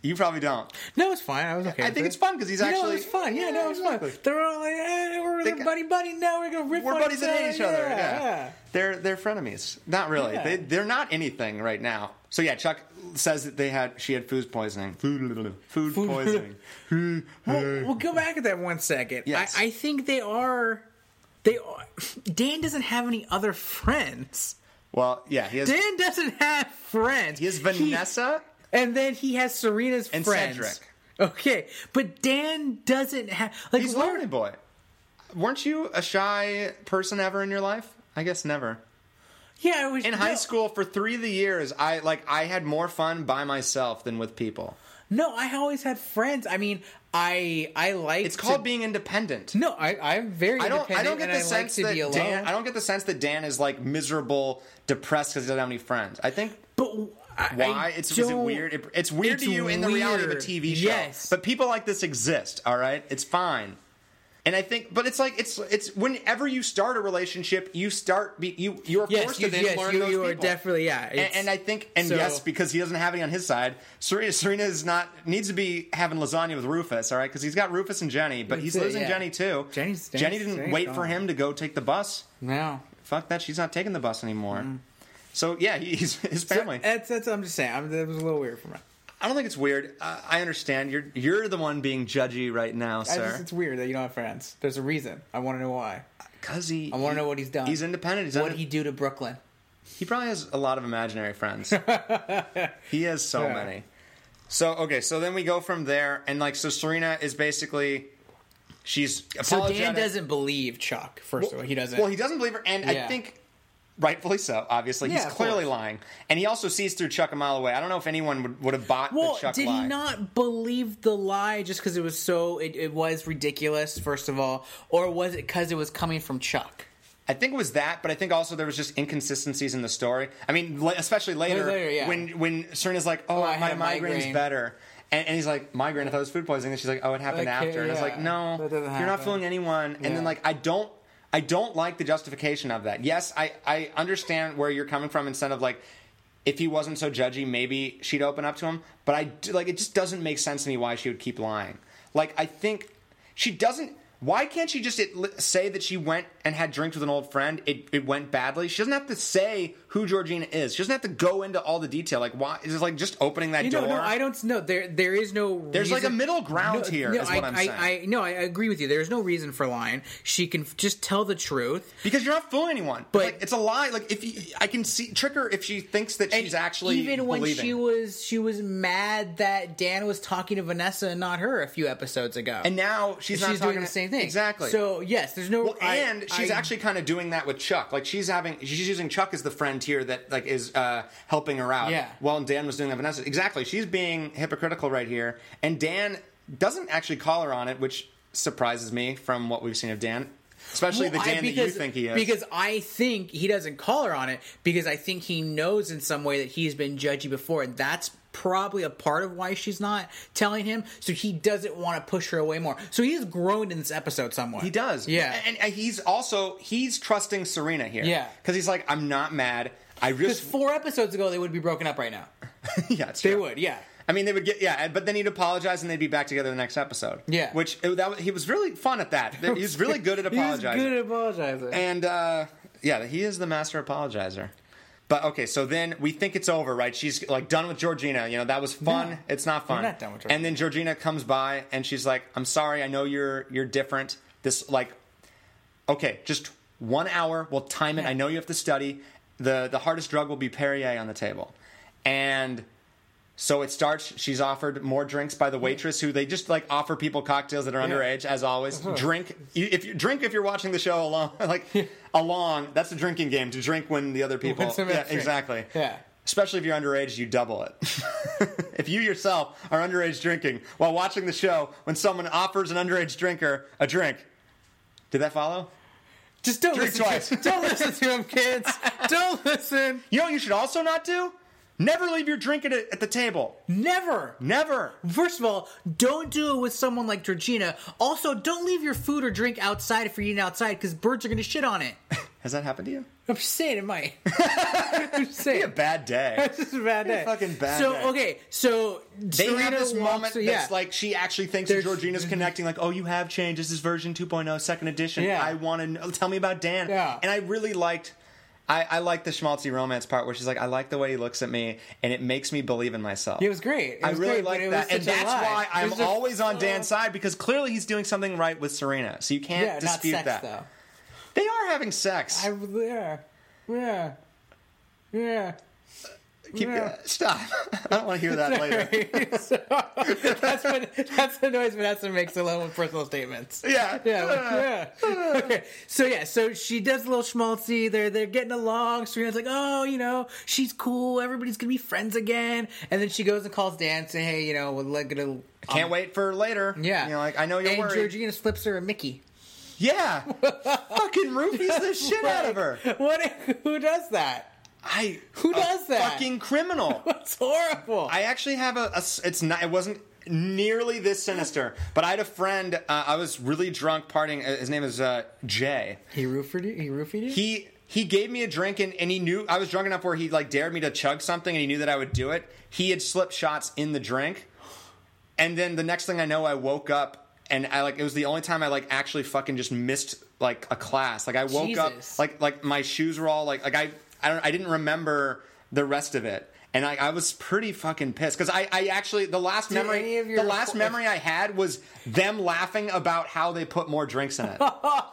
Speaker 1: You probably don't.
Speaker 2: no, it's fine. I was okay.
Speaker 1: I
Speaker 2: with
Speaker 1: think
Speaker 2: it.
Speaker 1: it's fun because he's
Speaker 2: You
Speaker 1: actually.
Speaker 2: know, it's fun. Yeah, no, it's
Speaker 1: exactly.
Speaker 2: fun. They're all like, eh, we're
Speaker 1: They got-
Speaker 2: buddy buddy now. We're gonna rip.
Speaker 1: We're
Speaker 2: on
Speaker 1: buddies and hate each other. Yeah,
Speaker 2: yeah.
Speaker 1: they're they're frenemies. Not really.
Speaker 2: Yeah.
Speaker 1: They they're not anything right now. So yeah, Chuck says that they had she had food poisoning. Food food poisoning.
Speaker 2: Well, we'll go back at that one second.
Speaker 1: Yes.
Speaker 2: I, I think they are. They are. Dan doesn't have any other friends.
Speaker 1: Well, yeah, he has
Speaker 2: Dan doesn't have friends.
Speaker 1: he has Vanessa.
Speaker 2: and then he has Serena's
Speaker 1: And
Speaker 2: friends.
Speaker 1: Cedric.
Speaker 2: Okay, but Dan doesn't have. Like,
Speaker 1: he's
Speaker 2: where-
Speaker 1: lonely boy. Weren't you a shy person ever in your life? I guess never.
Speaker 2: Yeah, I was
Speaker 1: In high
Speaker 2: no,
Speaker 1: school, for three of the years, I like I had more fun by myself than with people.
Speaker 2: No, I always had friends. I mean, I I like.
Speaker 1: It's called being independent.
Speaker 2: No, I I'm very.
Speaker 1: I don't. I don't
Speaker 2: independent
Speaker 1: get
Speaker 2: and
Speaker 1: the
Speaker 2: I like
Speaker 1: sense
Speaker 2: to be
Speaker 1: that
Speaker 2: alone.
Speaker 1: Dan. I don't get the sense that Dan is like miserable, depressed because he doesn't have any friends. I think
Speaker 2: But I,
Speaker 1: why
Speaker 2: I
Speaker 1: it's is it
Speaker 2: don't-
Speaker 1: weird. It- it's weird
Speaker 2: It's
Speaker 1: to you in the reality of a
Speaker 2: weird.
Speaker 1: TV show.
Speaker 2: Yes.
Speaker 1: but people like this exist. All right, it's fine. And I think, but it's like it's it's whenever you start a relationship, you start be, you you are
Speaker 2: Yes,
Speaker 1: forced
Speaker 2: you,
Speaker 1: to then
Speaker 2: yes,
Speaker 1: learn
Speaker 2: you,
Speaker 1: those
Speaker 2: you are
Speaker 1: people.
Speaker 2: definitely yeah.
Speaker 1: and,
Speaker 2: it's-
Speaker 1: and I think, and
Speaker 2: so-
Speaker 1: yes, because he doesn't have any on his side. Serena, Serena is not needs to be having lasagna with Rufus, all right? Because he's got Rufus and Jenny, but he's
Speaker 2: That's it,
Speaker 1: losing
Speaker 2: yeah.
Speaker 1: Jenny too.
Speaker 2: Jenny's-
Speaker 1: Jenny
Speaker 2: Jenny's-
Speaker 1: didn't
Speaker 2: Jenny's
Speaker 1: wait for
Speaker 2: gone.
Speaker 1: him to go take the bus.
Speaker 2: no.
Speaker 1: Fuck that, she's not taking the bus anymore.
Speaker 2: Mm.
Speaker 1: So yeah, he- he's his family.
Speaker 2: That's that's. I'm just saying. I'm, that was a little weird for me.
Speaker 1: I don't think it's weird. Uh, I understand you're you're the one being judgy right now,
Speaker 2: I
Speaker 1: sir.
Speaker 2: just, it's weird that you don't have friends. There's a reason. I want to know why.
Speaker 1: Cause he,
Speaker 2: I want to know what he's done.
Speaker 1: He's independent. He's
Speaker 2: what
Speaker 1: not-
Speaker 2: did he do to Brooklyn?
Speaker 1: He probably has a lot of imaginary friends. he has so
Speaker 2: Yeah.
Speaker 1: many. So okay, so then we go from there, and like so, Serena is basically she's
Speaker 2: So
Speaker 1: apologetic.
Speaker 2: Dan doesn't believe Chuck. First of all, he doesn't.
Speaker 1: Well, he doesn't believe her, and I
Speaker 2: Yeah.
Speaker 1: think rightfully so. Obviously,
Speaker 2: Yeah,
Speaker 1: he's
Speaker 2: of
Speaker 1: clearly
Speaker 2: course.
Speaker 1: lying, and he also sees through Chuck a mile away. I don't know if anyone would, would have bought
Speaker 2: Well,
Speaker 1: the Chuck
Speaker 2: did
Speaker 1: lie.
Speaker 2: he not believe the lie just because it was so it, it was ridiculous? First of all, or was it because it was coming from Chuck?
Speaker 1: I think it was that, but I think also there was just inconsistencies in the story. I mean, la- especially later,
Speaker 2: later, yeah.
Speaker 1: when when Serena's like, "Oh,
Speaker 2: I
Speaker 1: my
Speaker 2: had a
Speaker 1: migraine's
Speaker 2: migraine.
Speaker 1: better," and, and he's like, "Migraine? I thought it was food poisoning." And she's like, "Oh, it happened
Speaker 2: Okay,
Speaker 1: after." And I was
Speaker 2: yeah.
Speaker 1: like, "No,
Speaker 2: That
Speaker 1: you're
Speaker 2: doesn't
Speaker 1: not
Speaker 2: happen."
Speaker 1: fooling anyone." And then
Speaker 2: Yeah.
Speaker 1: like, I don't. I don't like the justification of that. Yes, I, I understand where you're coming from instead of like if he wasn't so judgy, maybe she'd open up to him. But I d- like it just doesn't make sense to me why she would keep lying. Like I think she doesn't. Why can't she just at li- say that she went and had drinks with an old friend? It, it went badly. She doesn't have to say who Georgina is. She doesn't have to go into all the detail. Like why is it like just opening that
Speaker 2: You
Speaker 1: door?
Speaker 2: know, no, I don't know. There, there is no.
Speaker 1: There's like
Speaker 2: reason-
Speaker 1: a middle ground here, is
Speaker 2: I,
Speaker 1: what I'm
Speaker 2: I-
Speaker 1: saying.
Speaker 2: I- no, I agree with you. There's no reason for lying. She can f- just tell the truth.
Speaker 1: because you're not fooling anyone.
Speaker 2: But-
Speaker 1: like, it's a lie. Like if you, I can see trick her if she thinks that she's actually
Speaker 2: even when
Speaker 1: believing.
Speaker 2: she was she was mad that Dan was talking to Vanessa and not her a few episodes ago,
Speaker 1: and now she's, not
Speaker 2: she's
Speaker 1: talking
Speaker 2: doing the
Speaker 1: to-
Speaker 2: same thing.
Speaker 1: Exactly.
Speaker 2: So yes, there's no.
Speaker 1: Well,
Speaker 2: I-
Speaker 1: and she's
Speaker 2: I-
Speaker 1: actually kind of doing that with Chuck. Like she's having, she's using Chuck as the friend here that like is uh, helping her out.
Speaker 2: Yeah.
Speaker 1: While Dan was doing that, Vanessa. Exactly. She's being hypocritical right here, and Dan doesn't actually call her on it, which surprises me from what we've seen of Dan, especially
Speaker 2: Well,
Speaker 1: the
Speaker 2: I-
Speaker 1: Dan that you think he is.
Speaker 2: Because I think he doesn't call her on it because I think he knows in some way that he's been judgy before, and that's probably a part of why she's not telling him. So he doesn't want to push her away more. So he is grown in this episode somewhat.
Speaker 1: He does.
Speaker 2: Yeah.
Speaker 1: And, and he's also he's trusting Serena here.
Speaker 2: Yeah.
Speaker 1: Because he's like, I'm not mad. I
Speaker 2: Because
Speaker 1: just
Speaker 2: four episodes ago, they would be broken up right now.
Speaker 1: yeah, it's
Speaker 2: They
Speaker 1: true.
Speaker 2: would, yeah.
Speaker 1: I mean, they would get yeah, and- but then he'd apologize and they'd be back together the next episode.
Speaker 2: Yeah.
Speaker 1: Which it, that, was- he was really fun at that. He was really good at apologizing.
Speaker 2: He's good at apologizing.
Speaker 1: And uh, yeah, he is the master apologizer. But okay, so then we think it's over, right? She's like done with Georgina. You know that was fun.
Speaker 2: No.
Speaker 1: it's not fun.
Speaker 2: not done with Georgina.
Speaker 1: And then Georgina comes by and she's like, "I'm sorry. I know you're you're different. This like, okay, just one hour. We'll time it.
Speaker 2: Yeah.
Speaker 1: I know you have to study. the The hardest drug will be Perrier on the table, and." So it starts. She's offered more drinks by the waitress, who they just like offer people cocktails that are underage, as always.
Speaker 2: Uh-huh.
Speaker 1: Drink you, if you drink if you're watching the show along, like along. That's a drinking game to drink when the other people.
Speaker 2: When someone
Speaker 1: Yeah,
Speaker 2: else drinks.
Speaker 1: exactly.
Speaker 2: Yeah.
Speaker 1: Especially if you're underage, you double it. if you yourself are underage drinking while watching the show, when someone offers an underage drinker a drink, did that follow?
Speaker 2: Just don't
Speaker 1: Drink
Speaker 2: listen
Speaker 1: twice.
Speaker 2: To, don't listen to him, kids. Don't listen.
Speaker 1: You know what you should also not do? Never leave your drink at, at the table.
Speaker 2: Never.
Speaker 1: Never.
Speaker 2: First of all, don't do it with someone like Georgina. Also, don't leave your food or drink outside if you're eating outside because birds are going to shit on it.
Speaker 1: Has that happened to you?
Speaker 2: I'm just saying it might. I'm just saying.
Speaker 1: A bad day.
Speaker 2: this is a bad day.
Speaker 1: fucking bad
Speaker 2: So
Speaker 1: day.
Speaker 2: okay, so
Speaker 1: they
Speaker 2: Serena
Speaker 1: have this
Speaker 2: walks-
Speaker 1: moment
Speaker 2: so,
Speaker 1: that's like she actually thinks that
Speaker 2: There's-
Speaker 1: Georgina's connecting, like, oh, you have changed. This is version 2.0, second edition.
Speaker 2: Yeah.
Speaker 1: I want to know. Tell me about Dan.
Speaker 2: Yeah.
Speaker 1: And I really liked. I, I like the schmaltzy romance part where she's like, I like the way he looks at me, and it makes me believe in myself.
Speaker 2: It was great. It
Speaker 1: I
Speaker 2: was
Speaker 1: really
Speaker 2: great, but it
Speaker 1: like
Speaker 2: was
Speaker 1: that, and
Speaker 2: such a
Speaker 1: that's
Speaker 2: lie.
Speaker 1: why I'm
Speaker 2: It was just-
Speaker 1: always on Dan's side because clearly he's doing something right with Serena. So you can't
Speaker 2: yeah, not
Speaker 1: dispute
Speaker 2: sex,
Speaker 1: that.
Speaker 2: though.
Speaker 1: They are having sex.
Speaker 2: I yeah, yeah, yeah.
Speaker 1: Keep,
Speaker 2: yeah.
Speaker 1: stop. I don't want to hear that later.
Speaker 2: so, that's what that's the noise Vanessa makes alone with personal statements.
Speaker 1: Yeah.
Speaker 2: Yeah, yeah. Okay. So yeah, so she does a little schmaltzy. They're they're getting along. Serena's like, oh, you know, she's cool. Everybody's gonna be friends again. And then she goes and calls Dan, saying, hey, you know, we're like, gonna um,
Speaker 1: Can't wait for later.
Speaker 2: Yeah.
Speaker 1: You know, like I know you're
Speaker 2: and
Speaker 1: worried.
Speaker 2: Georgina flips her a Mickey.
Speaker 1: Yeah. fucking roofies the shit out of her.
Speaker 2: What? Who does that?
Speaker 1: I
Speaker 2: Who
Speaker 1: a
Speaker 2: does that?
Speaker 1: Fucking criminal.
Speaker 2: That's horrible.
Speaker 1: I actually have a, a s- It's not. It wasn't nearly this sinister. But I had a friend. Uh, I was really drunk partying. Uh, His name is uh, Jay.
Speaker 2: he roofied you. He roofied you.
Speaker 1: He he gave me a drink and, and he knew I was drunk enough where he like dared me to chug something and he knew that I would do it. He had slipped shots in the drink. And then the next thing I know, I woke up and I like it was the only time I like actually fucking just missed like a class. Like I woke up
Speaker 2: Jesus.
Speaker 1: like like my shoes were all like like I I don't I didn't remember the rest of it. And I, I was pretty fucking pissed because I, I actually the last memory
Speaker 2: any of
Speaker 1: the
Speaker 2: your-
Speaker 1: last memory I had was them laughing about how they put more drinks in it,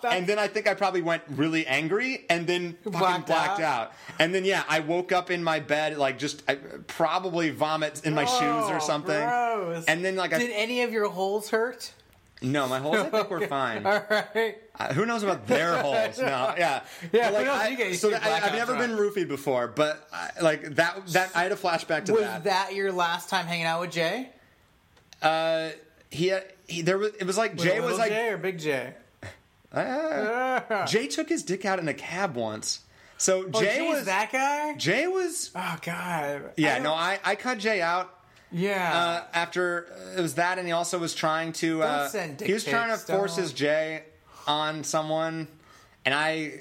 Speaker 1: and then I think I probably went really angry and then fucking blacked,
Speaker 2: Blacked
Speaker 1: out.
Speaker 2: out.
Speaker 1: and then yeah I woke up in my bed like just I, probably vomit in my shoes or
Speaker 2: Oh,
Speaker 1: something,
Speaker 2: gross.
Speaker 1: and then like I
Speaker 2: Did any of your holes hurt?
Speaker 1: no, my holes. I think we're fine.
Speaker 2: All right.
Speaker 1: Uh, who knows about their holes? No, yeah,
Speaker 2: Yeah,
Speaker 1: But,
Speaker 2: who knows?
Speaker 1: I,
Speaker 2: You get-
Speaker 1: so
Speaker 2: you
Speaker 1: that-
Speaker 2: blackouts
Speaker 1: I, have never
Speaker 2: on.
Speaker 1: been roofied before, but I, like that. That I had a flashback to
Speaker 2: Was
Speaker 1: that.
Speaker 2: that your last time hanging out with Jay?
Speaker 1: He, had, he, there was. It was like Jay was
Speaker 2: Little
Speaker 1: like
Speaker 2: Jay or Big Jay?
Speaker 1: Jay took his dick out in a cab once. So
Speaker 2: Oh,
Speaker 1: Jay
Speaker 2: Jay's
Speaker 1: was
Speaker 2: that guy.
Speaker 1: Jay was.
Speaker 2: Oh God.
Speaker 1: Yeah,
Speaker 2: I
Speaker 1: no,
Speaker 2: don't-
Speaker 1: I I cut Jay out.
Speaker 2: yeah.
Speaker 1: Uh, after uh, it was that, and he also was trying to. Uh,
Speaker 2: Don't send dick
Speaker 1: he was trying to
Speaker 2: pics,
Speaker 1: force
Speaker 2: don't.
Speaker 1: his J on someone, and I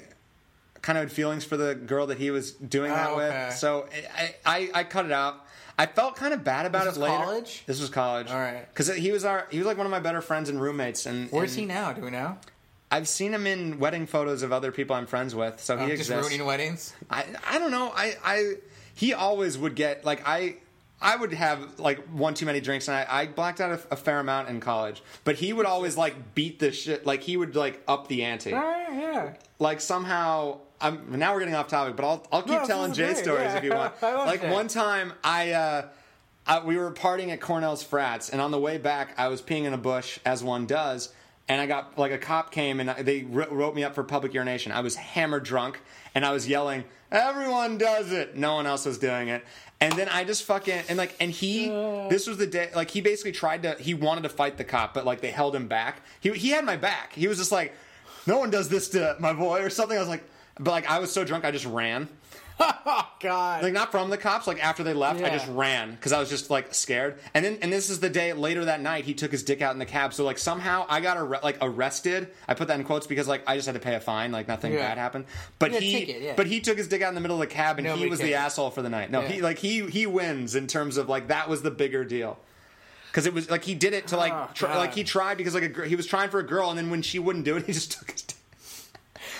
Speaker 1: kind of had feelings for the girl that he was doing that
Speaker 2: Oh, okay.
Speaker 1: with. So I, I I cut it out. I felt kind of bad about
Speaker 2: This
Speaker 1: it
Speaker 2: was
Speaker 1: later.
Speaker 2: college?
Speaker 1: This was college.
Speaker 2: All right.
Speaker 1: because he was our he was like one of my better friends and roommates. And
Speaker 2: Where's
Speaker 1: and
Speaker 2: he now? Do we know?
Speaker 1: I've seen him in wedding photos of other people I'm friends with. So he
Speaker 2: Oh, Just
Speaker 1: exists.
Speaker 2: ruining weddings.
Speaker 1: I I don't know. I I he always would get like I I would have like one too many drinks and I, I blacked out a, a fair amount in college. But he would always like beat the shit like he would like up the ante.
Speaker 2: All right. Yeah.
Speaker 1: Like somehow I'm now we're getting off topic, but I'll I'll keep
Speaker 2: No, this
Speaker 1: telling
Speaker 2: is
Speaker 1: Jay
Speaker 2: great,
Speaker 1: stories
Speaker 2: yeah.
Speaker 1: if you want.
Speaker 2: I love
Speaker 1: like
Speaker 2: Jay.
Speaker 1: one time I uh I, we were partying at Cornell's frats, and on the way back, I was peeing in a bush, as one does, and I got like a cop came and I- they wr- wrote me up for public urination. I was hammered drunk, and I was yelling, "Everyone does it!" No one else was doing it. And then I just fucking and like and he, this was the day like he basically tried to he wanted to fight the cop, but like they held him back. He he had my back. He was just like, "No one does this to my boy" or something. I was like, but like I was so drunk, I just ran.
Speaker 2: oh God.
Speaker 1: like not from the cops like after they left i
Speaker 2: Yeah.
Speaker 1: just ran because i was just like scared and then and this is the day later that night he took his dick out in the cab so like somehow i got arre- like arrested i put that in quotes because like i just had to pay a fine like nothing
Speaker 2: Yeah.
Speaker 1: bad happened but
Speaker 2: Yeah,
Speaker 1: he
Speaker 2: ticket, yeah.
Speaker 1: but he took his dick out in the middle of the cab and
Speaker 2: Nobody
Speaker 1: he was the
Speaker 2: cares.
Speaker 1: asshole for the night no
Speaker 2: Yeah.
Speaker 1: he like he he wins in terms of like that was the bigger deal because it was like he did it to like
Speaker 2: Oh,
Speaker 1: try, like
Speaker 2: God.
Speaker 1: he tried because like a, gir- he was trying for a girl and then when she wouldn't do it he just took his dick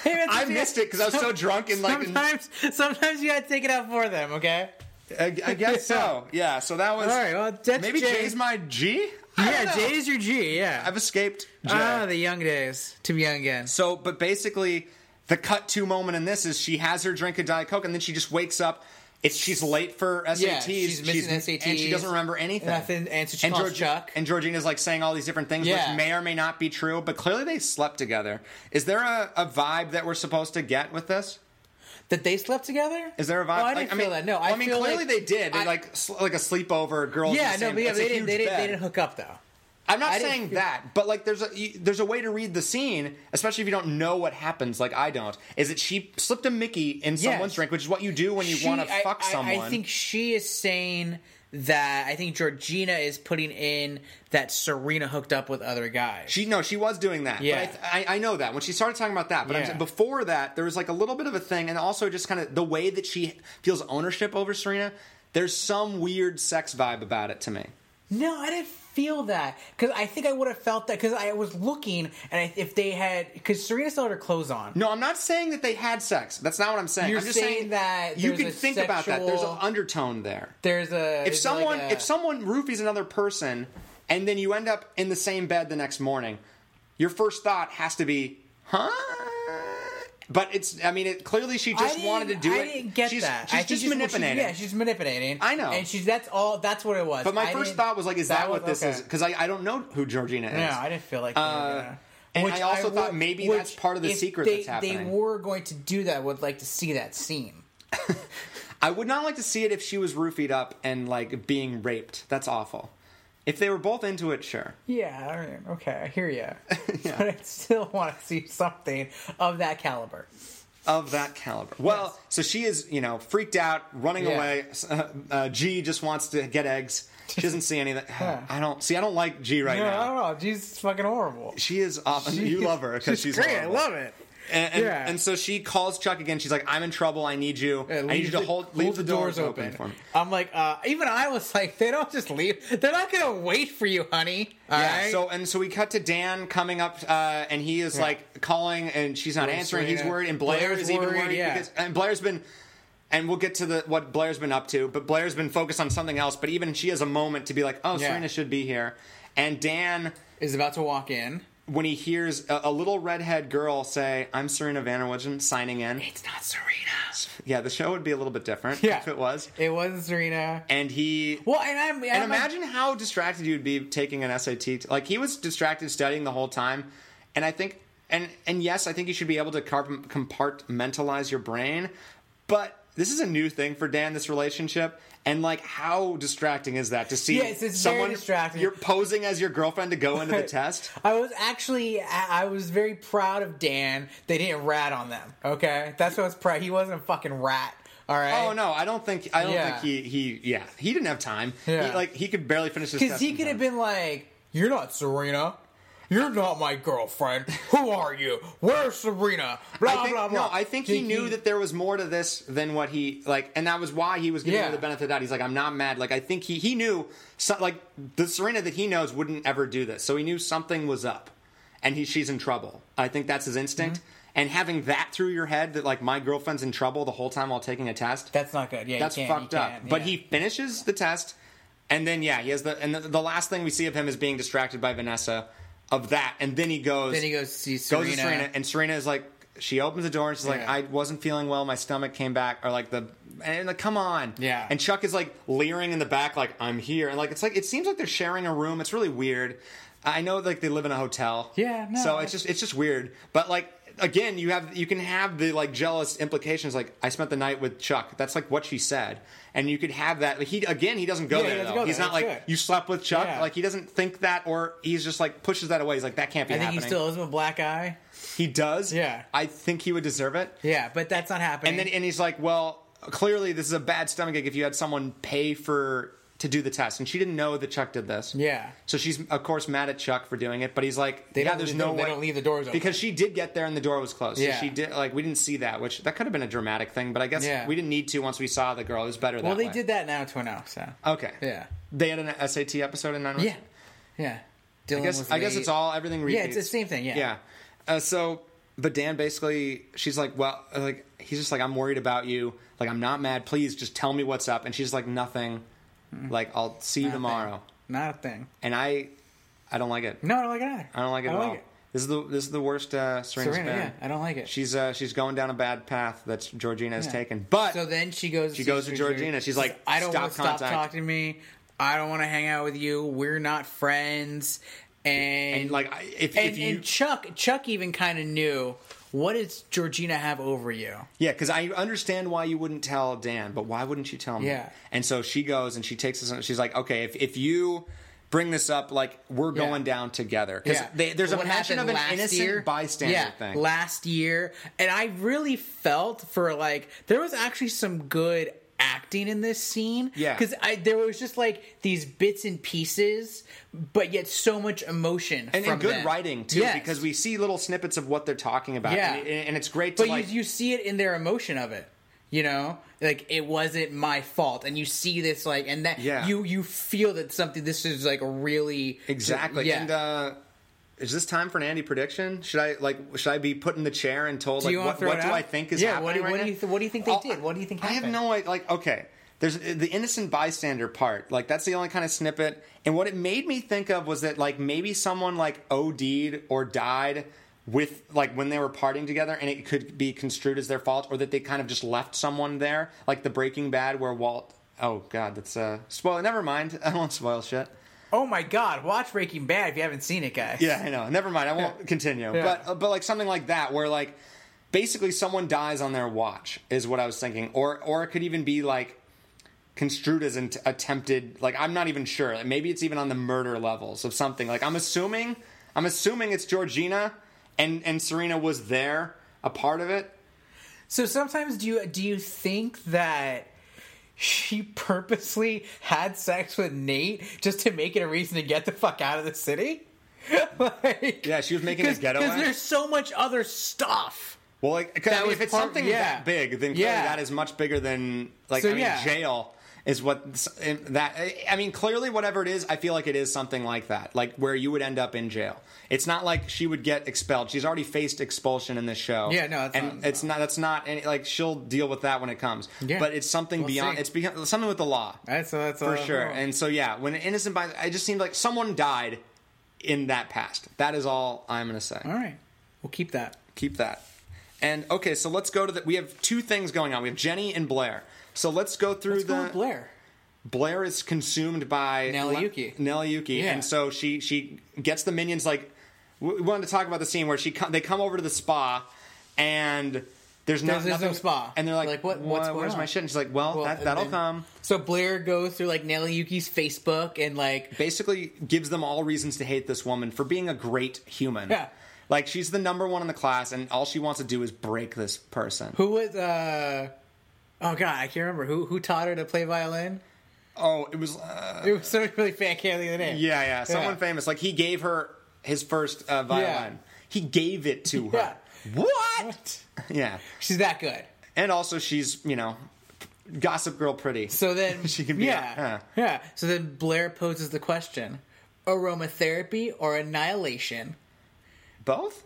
Speaker 2: Hey, man,
Speaker 1: I
Speaker 2: sometimes-
Speaker 1: missed it 'cause I was so drunk and, like, in-
Speaker 2: sometimes sometimes you gotta take it out for them. Okay.
Speaker 1: I, I guess so yeah so that was
Speaker 2: All right. Well, that's
Speaker 1: maybe
Speaker 2: Jay.
Speaker 1: Jay's my G I don't
Speaker 2: yeah,
Speaker 1: know.
Speaker 2: Jay's your G. Yeah.
Speaker 1: I've escaped. Jay.
Speaker 2: Ah, the young days to be young again.
Speaker 1: so, but basically, the cut to moment in this is she has her drink of Diet Coke, and then she just wakes up. It's she's late for SATs.
Speaker 2: Yeah, she's missing
Speaker 1: and she
Speaker 2: SATs.
Speaker 1: doesn't remember anything.
Speaker 2: Nothing. And so she calls
Speaker 1: Georgi-
Speaker 2: Chuck.
Speaker 1: and Georgina's like saying all these different things,
Speaker 2: Yeah.
Speaker 1: which may or may not be true, but clearly they slept together. Is there a, a vibe that we're supposed to get with this?
Speaker 2: that they slept together.
Speaker 1: Is there a vibe?
Speaker 2: Oh, I
Speaker 1: like,
Speaker 2: didn't feel that. No, I,
Speaker 1: well, mean
Speaker 2: feel
Speaker 1: clearly
Speaker 2: like-
Speaker 1: they did. They
Speaker 2: I-
Speaker 1: like sl- like a sleepover. Girls.
Speaker 2: Yeah,
Speaker 1: in the
Speaker 2: no,
Speaker 1: same,
Speaker 2: but yeah,
Speaker 1: it's a
Speaker 2: they didn't.
Speaker 1: huge
Speaker 2: They didn't, they
Speaker 1: bed.
Speaker 2: didn't hook up though.
Speaker 1: I'm not
Speaker 2: I didn't
Speaker 1: saying
Speaker 2: feel-
Speaker 1: that, but like there's a you, there's a way to read the scene, especially if you don't know what happens, like I don't. Is that she slipped a Mickey in someone's drink, which is what you do when you
Speaker 2: She-
Speaker 1: want to
Speaker 2: I-
Speaker 1: fuck
Speaker 2: I-
Speaker 1: someone.
Speaker 2: I think she is saying that. I think Georgina is putting in that Serena hooked up with other guys.
Speaker 1: she no, she was doing that.
Speaker 2: Yeah.
Speaker 1: but I, th- I, I know that when she started talking about that, but I'm
Speaker 2: Yeah.
Speaker 1: saying before that, there was like a little bit of a thing, and also just kind of the way that she feels ownership over Serena. There's some weird sex vibe about it to me.
Speaker 2: No, I didn't feel that because I think I would have felt that because I was looking and I, if they had because Serena still had her clothes on.
Speaker 1: No, I'm not saying that they had sex. That's not what I'm saying.
Speaker 2: You're
Speaker 1: I'm just saying,
Speaker 2: saying that
Speaker 1: you
Speaker 2: there's
Speaker 1: can
Speaker 2: a
Speaker 1: think about that. There's an
Speaker 2: sexual-
Speaker 1: undertone there.
Speaker 2: There's a
Speaker 1: if
Speaker 2: there's like
Speaker 1: someone
Speaker 2: a-
Speaker 1: if someone roofies another person and then you end up in the same bed the next morning your first thought has to be huh but it's i mean it clearly she
Speaker 2: I
Speaker 1: just
Speaker 2: didn't-
Speaker 1: wanted to do
Speaker 2: I
Speaker 1: it
Speaker 2: didn't get
Speaker 1: she's,
Speaker 2: that.
Speaker 1: she's
Speaker 2: I think
Speaker 1: just
Speaker 2: well, she-
Speaker 1: manipulating
Speaker 2: yeah, she's manipulating.
Speaker 1: I know.
Speaker 2: and she's that's all. That's what it was.
Speaker 1: but my
Speaker 2: I
Speaker 1: first
Speaker 2: didn't-
Speaker 1: thought was like is that,
Speaker 2: was-
Speaker 1: what this
Speaker 2: okay.
Speaker 1: is because I, I don't know who georgina is
Speaker 2: No, I didn't feel like. they were gonna-
Speaker 1: Uh, and I also
Speaker 2: would-
Speaker 1: thought maybe
Speaker 2: which
Speaker 1: that's part of the
Speaker 2: if
Speaker 1: secret
Speaker 2: they,
Speaker 1: that's happening.
Speaker 2: They were going to do that. Would like to see that scene.
Speaker 1: I would not like to see it if she was roofied up and like being raped that's awful if they were both into it sure
Speaker 2: Yeah, I mean, okay, I hear you, but I still want to see something of that caliber.
Speaker 1: of that caliber. Well, so she is, you know, freaked out, running
Speaker 2: Yeah.
Speaker 1: away. Uh, uh, G just wants to get eggs. She doesn't see anything. I don't see. I don't like G right
Speaker 2: Yeah, I
Speaker 1: now.
Speaker 2: don't know. She's fucking horrible.
Speaker 1: She is awesome. You love her because she's,
Speaker 2: great.
Speaker 1: horrible.
Speaker 2: I love it.
Speaker 1: And, and,
Speaker 2: Yeah.
Speaker 1: and so she calls Chuck again. She's like, "I'm in trouble. I need you. I need you to hold, leave the, doors, open. for me."
Speaker 2: I'm like, uh, even I was like, they don't just leave. They're not gonna wait for you, honey. All right.
Speaker 1: Yeah. So and so we cut to Dan coming up, uh, and he is like calling, and she's not
Speaker 2: Where's
Speaker 1: answering. He's
Speaker 2: Serena?
Speaker 1: worried, and Blair
Speaker 2: Blair's
Speaker 1: is even
Speaker 2: worried,
Speaker 1: worried
Speaker 2: yeah.
Speaker 1: because and Blair's been. And we'll get to the what Blair's been up to, but Blair's been focused on something else. But even she has a moment to be like, "Oh,
Speaker 2: Yeah.
Speaker 1: Serena should be here." And Dan,
Speaker 2: is about to walk in.
Speaker 1: when he hears a, a little redhead girl say, "I'm Serena Vanderwoodson," signing in,
Speaker 2: It's not Serena.
Speaker 1: yeah, the show would be a little bit different
Speaker 2: Yeah.
Speaker 1: if it was.
Speaker 2: It wasn't Serena.
Speaker 1: And he
Speaker 2: Well, and I'm,
Speaker 1: And imagine how distracted you'd be taking an SAT. t- Like he was distracted studying the whole time, and I think, and and yes, I think you should be able to car- compartmentalize your brain, but this is a new thing for Dan. This relationship, and like how distracting is that to see
Speaker 2: Yes, it's very
Speaker 1: someone
Speaker 2: distracting.
Speaker 1: you're posing as your girlfriend to go into the test?
Speaker 2: I was actually, I I was very proud of Dan. They didn't rat on them. Okay, that's what I was proud. He wasn't a fucking rat. All right.
Speaker 1: Oh no, I don't think I don't
Speaker 2: Yeah.
Speaker 1: think he he yeah he didn't have time.
Speaker 2: Yeah.
Speaker 1: He, like he could barely finish his
Speaker 2: Because
Speaker 1: test
Speaker 2: he
Speaker 1: in
Speaker 2: could
Speaker 1: time.
Speaker 2: have been like, "You're not Serena. You're not my girlfriend. Who are you? Where's Serena?" Blah
Speaker 1: I think,
Speaker 2: blah blah.
Speaker 1: No, I think he knew that there was more to this than what he like, and that was why he was giving
Speaker 2: Yeah.
Speaker 1: her the benefit of the doubt. He's like, I'm not mad. Like, I think he he knew so, like the Serena that he knows wouldn't ever do this, so he knew something was up, and he she's in trouble. I think that's his instinct,
Speaker 2: Mm-hmm.
Speaker 1: and having that through your head that like my girlfriend's in trouble the whole time while taking a test.
Speaker 2: That's not good. Yeah,
Speaker 1: That's
Speaker 2: you can't,
Speaker 1: fucked
Speaker 2: you
Speaker 1: up.
Speaker 2: can't,
Speaker 1: But
Speaker 2: yeah.
Speaker 1: he finishes the test, and then yeah, he has the and the, the last thing we see of him is being distracted by Vanessa of that, and then he goes.
Speaker 2: then he goes to see
Speaker 1: goes
Speaker 2: Serena.
Speaker 1: to Serena, and Serena is like, she opens the door and she's like,
Speaker 2: Yeah.
Speaker 1: I wasn't feeling well. My stomach came back, or like the and like, come on,
Speaker 2: Yeah.
Speaker 1: And Chuck is like leering in the back, like I'm here, and like it's like it seems like they're sharing a room. It's really weird. I know like they live in a hotel,
Speaker 2: Yeah, no,
Speaker 1: so
Speaker 2: I-
Speaker 1: it's just it's just weird, but like. Again, you have you can have the like jealous implications. Like I spent the night with Chuck. That's like what she said, and you could have that. He again, he doesn't go
Speaker 2: Yeah, he
Speaker 1: there.
Speaker 2: doesn't
Speaker 1: though.
Speaker 2: go
Speaker 1: He's
Speaker 2: there,
Speaker 1: not
Speaker 2: that's
Speaker 1: like
Speaker 2: it.
Speaker 1: you slept with Chuck.
Speaker 2: Yeah.
Speaker 1: Like he doesn't think that, or he's just like pushes that away. He's like that can't be.
Speaker 2: I think he
Speaker 1: happening.
Speaker 2: still owes him a black eye.
Speaker 1: He does.
Speaker 2: Yeah.
Speaker 1: I think he would deserve it.
Speaker 2: Yeah, but that's not happening.
Speaker 1: And then and he's like, well, clearly this is a bad stomach ache if you had someone pay for to do the test, and she didn't know that Chuck did this.
Speaker 2: Yeah.
Speaker 1: So she's of course mad at Chuck for doing it, but he's like,
Speaker 2: They
Speaker 1: yeah,
Speaker 2: don't-
Speaker 1: there's
Speaker 2: they
Speaker 1: no
Speaker 2: don't- they
Speaker 1: way
Speaker 2: don't leave the doors open.
Speaker 1: because she did get there and the door was closed.
Speaker 2: Yeah.
Speaker 1: So she did like we didn't see that, which that could have been a dramatic thing, but I guess
Speaker 2: Yeah.
Speaker 1: we didn't need to once we saw the girl. It was better.
Speaker 2: Well,
Speaker 1: that
Speaker 2: they
Speaker 1: way.
Speaker 2: did that now to an hour, so.
Speaker 1: Okay.
Speaker 2: Yeah.
Speaker 1: They had an SAT episode in nine. months?
Speaker 2: Yeah. Yeah. Dylan
Speaker 1: I guess I guess it's all everything repeats.
Speaker 2: Yeah, it's the same thing, yeah.
Speaker 1: Yeah. Uh, so, but Dan basically, she's like, well, like he's just like, I'm worried about you. Like, I'm not mad. Please, just tell me what's up. And she's like, nothing.
Speaker 2: Mm-hmm.
Speaker 1: Like, I'll see you
Speaker 2: Not a
Speaker 1: tomorrow.
Speaker 2: thing. Not a thing.
Speaker 1: And I, I don't like it.
Speaker 2: No, I don't like it either.
Speaker 1: I don't like it
Speaker 2: I
Speaker 1: at
Speaker 2: don't
Speaker 1: all.
Speaker 2: like it.
Speaker 1: This is the this is the worst uh, Serena's
Speaker 2: Serena,
Speaker 1: been.
Speaker 2: yeah, I don't like it.
Speaker 1: She's uh, she's going down a bad path that Georgina has
Speaker 2: Yeah.
Speaker 1: taken. But
Speaker 2: So then she goes.
Speaker 1: She goes to
Speaker 2: sees
Speaker 1: Georgina. She's like,
Speaker 2: "I don't
Speaker 1: "Stop
Speaker 2: want to stop
Speaker 1: contact."
Speaker 2: talking to me. I don't want to hang out with you. We're not friends." And,
Speaker 1: and, like, I- if
Speaker 2: and,
Speaker 1: if you
Speaker 2: and Chuck, Chuck even kind of knew what does Georgina have over you.
Speaker 1: Yeah, because I understand why you wouldn't tell Dan, but why wouldn't you tell me?
Speaker 2: Yeah.
Speaker 1: And so she goes and she takes this. And she's like, okay, if if you bring this up, like we're
Speaker 2: Yeah.
Speaker 1: going down together because there's a
Speaker 2: What
Speaker 1: mention of
Speaker 2: happened
Speaker 1: an
Speaker 2: last
Speaker 1: innocent bystander
Speaker 2: yeah,
Speaker 1: thing.
Speaker 2: Last year, and I really felt for like there was actually some good acting in this scene.
Speaker 1: Yeah.
Speaker 2: because I there was just like these bits and pieces, but yet so much emotion
Speaker 1: and,
Speaker 2: from
Speaker 1: and good
Speaker 2: them.
Speaker 1: writing too,
Speaker 2: Yes.
Speaker 1: because we see little snippets of what they're talking about.
Speaker 2: Yeah.
Speaker 1: and, and it's great to
Speaker 2: But
Speaker 1: like.
Speaker 2: you, you see it in their emotion of it. You know, like it wasn't my fault, and you see this like, and that
Speaker 1: Yeah.
Speaker 2: you you feel that something. This is like really
Speaker 1: exactly.
Speaker 2: Yeah.
Speaker 1: And uh, is this time for an Andy prediction? Should I like should I be put in the chair and told
Speaker 2: Do you
Speaker 1: like
Speaker 2: wanna
Speaker 1: what,
Speaker 2: throw
Speaker 1: what
Speaker 2: it
Speaker 1: do
Speaker 2: out?
Speaker 1: I think is
Speaker 2: Yeah,
Speaker 1: happening?
Speaker 2: what do-
Speaker 1: right
Speaker 2: what do
Speaker 1: now?
Speaker 2: you th- what do you think they
Speaker 1: Oh,
Speaker 2: did? What do you think
Speaker 1: I have
Speaker 2: happened?
Speaker 1: no idea. Like okay. There's the innocent bystander part. Like that's the only kind of snippet. And what it made me think of was that like maybe someone like OD'd or died with like when they were partying together and it could be construed as their fault or that they kind of just left someone there like the Breaking Bad where Walt Oh god, that's uh spoil never mind. I won't spoil shit.
Speaker 2: Oh my God! Watch Breaking Bad if you haven't seen it, guys.
Speaker 1: Yeah, I know. Never mind. I won't continue.
Speaker 2: Yeah.
Speaker 1: But uh, but like something like that, where like basically someone dies on their watch is what I was thinking, or or it could even be like construed as an attempted. Like I'm not even sure. Like, maybe it's even on the murder levels of something. Like I'm assuming I'm assuming it's Georgina and and Serena was there a part of it.
Speaker 2: So sometimes do you do you think that she purposely had sex with Nate just to make it a reason to get the fuck out of the city? like,
Speaker 1: Yeah, she was making a getaway.
Speaker 2: because there's so much other stuff.
Speaker 1: Well, like 'cause, I
Speaker 2: That
Speaker 1: mean,
Speaker 2: was
Speaker 1: if it's
Speaker 2: part-
Speaker 1: something
Speaker 2: yeah.
Speaker 1: that big, then clearly
Speaker 2: Yeah.
Speaker 1: that is much bigger than like
Speaker 2: So,
Speaker 1: I mean,
Speaker 2: yeah.
Speaker 1: jail is what s- in- that. I mean, clearly whatever it is, I feel like it is something like that, like where you would end up in jail. It's not like she would get expelled. She's already faced expulsion in this show.
Speaker 2: Yeah, no, that's
Speaker 1: and
Speaker 2: not-
Speaker 1: it's not. That's not any like she'll deal with that when it comes.
Speaker 2: Yeah.
Speaker 1: but it's something
Speaker 2: We'll
Speaker 1: beyond.
Speaker 2: see. Uh-huh.
Speaker 1: It's beyond, something with the law
Speaker 2: That's that's
Speaker 1: for sure. And so yeah, when an innocent by, I just seemed like someone died in that past. That is all I'm gonna say
Speaker 2: all right, we'll keep that.
Speaker 1: keep that. And okay, so let's go to the. We have two things going on. We have Jenny and Blair. So let's go through
Speaker 2: Let's
Speaker 1: the.
Speaker 2: go with Blair.
Speaker 1: Blair is consumed by
Speaker 2: Nelly
Speaker 1: Le-
Speaker 2: Yuki.
Speaker 1: Nelly Yuki,
Speaker 2: Yeah.
Speaker 1: and so she she gets the minions. Like we we wanted to talk about the scene where she co- they come over to the spa, and there's, no,
Speaker 2: There's- there's no
Speaker 1: nothing-
Speaker 2: spa.
Speaker 1: and they're like,
Speaker 2: Like,
Speaker 1: what?
Speaker 2: what- what's going
Speaker 1: where's my
Speaker 2: on?"
Speaker 1: shit? And she's like, well,
Speaker 2: Well,
Speaker 1: that,
Speaker 2: and
Speaker 1: that'll
Speaker 2: then-
Speaker 1: come.
Speaker 2: So Blair goes through like Nelly Yuki's Facebook and like
Speaker 1: Basically, gives them all reasons to hate this woman for being a great human.
Speaker 2: Yeah.
Speaker 1: Like she's the number one in the class, and all she wants to do is break this person.
Speaker 2: who was uh oh god I can't remember who who taught her to play violin.
Speaker 1: Oh, it was. Uh,
Speaker 2: It was somebody really fat can't think of the name.
Speaker 1: Yeah, yeah. Someone
Speaker 2: Yeah.
Speaker 1: famous. Like he gave her his first uh, violin. He gave it to her.
Speaker 2: Yeah.
Speaker 1: What? Yeah.
Speaker 2: She's that good.
Speaker 1: And also, she's you know, gossip girl pretty.
Speaker 2: So then
Speaker 1: She can be
Speaker 2: yeah,
Speaker 1: a- huh.
Speaker 2: yeah. So then Blair poses the question: aromatherapy or annihilation?
Speaker 1: both.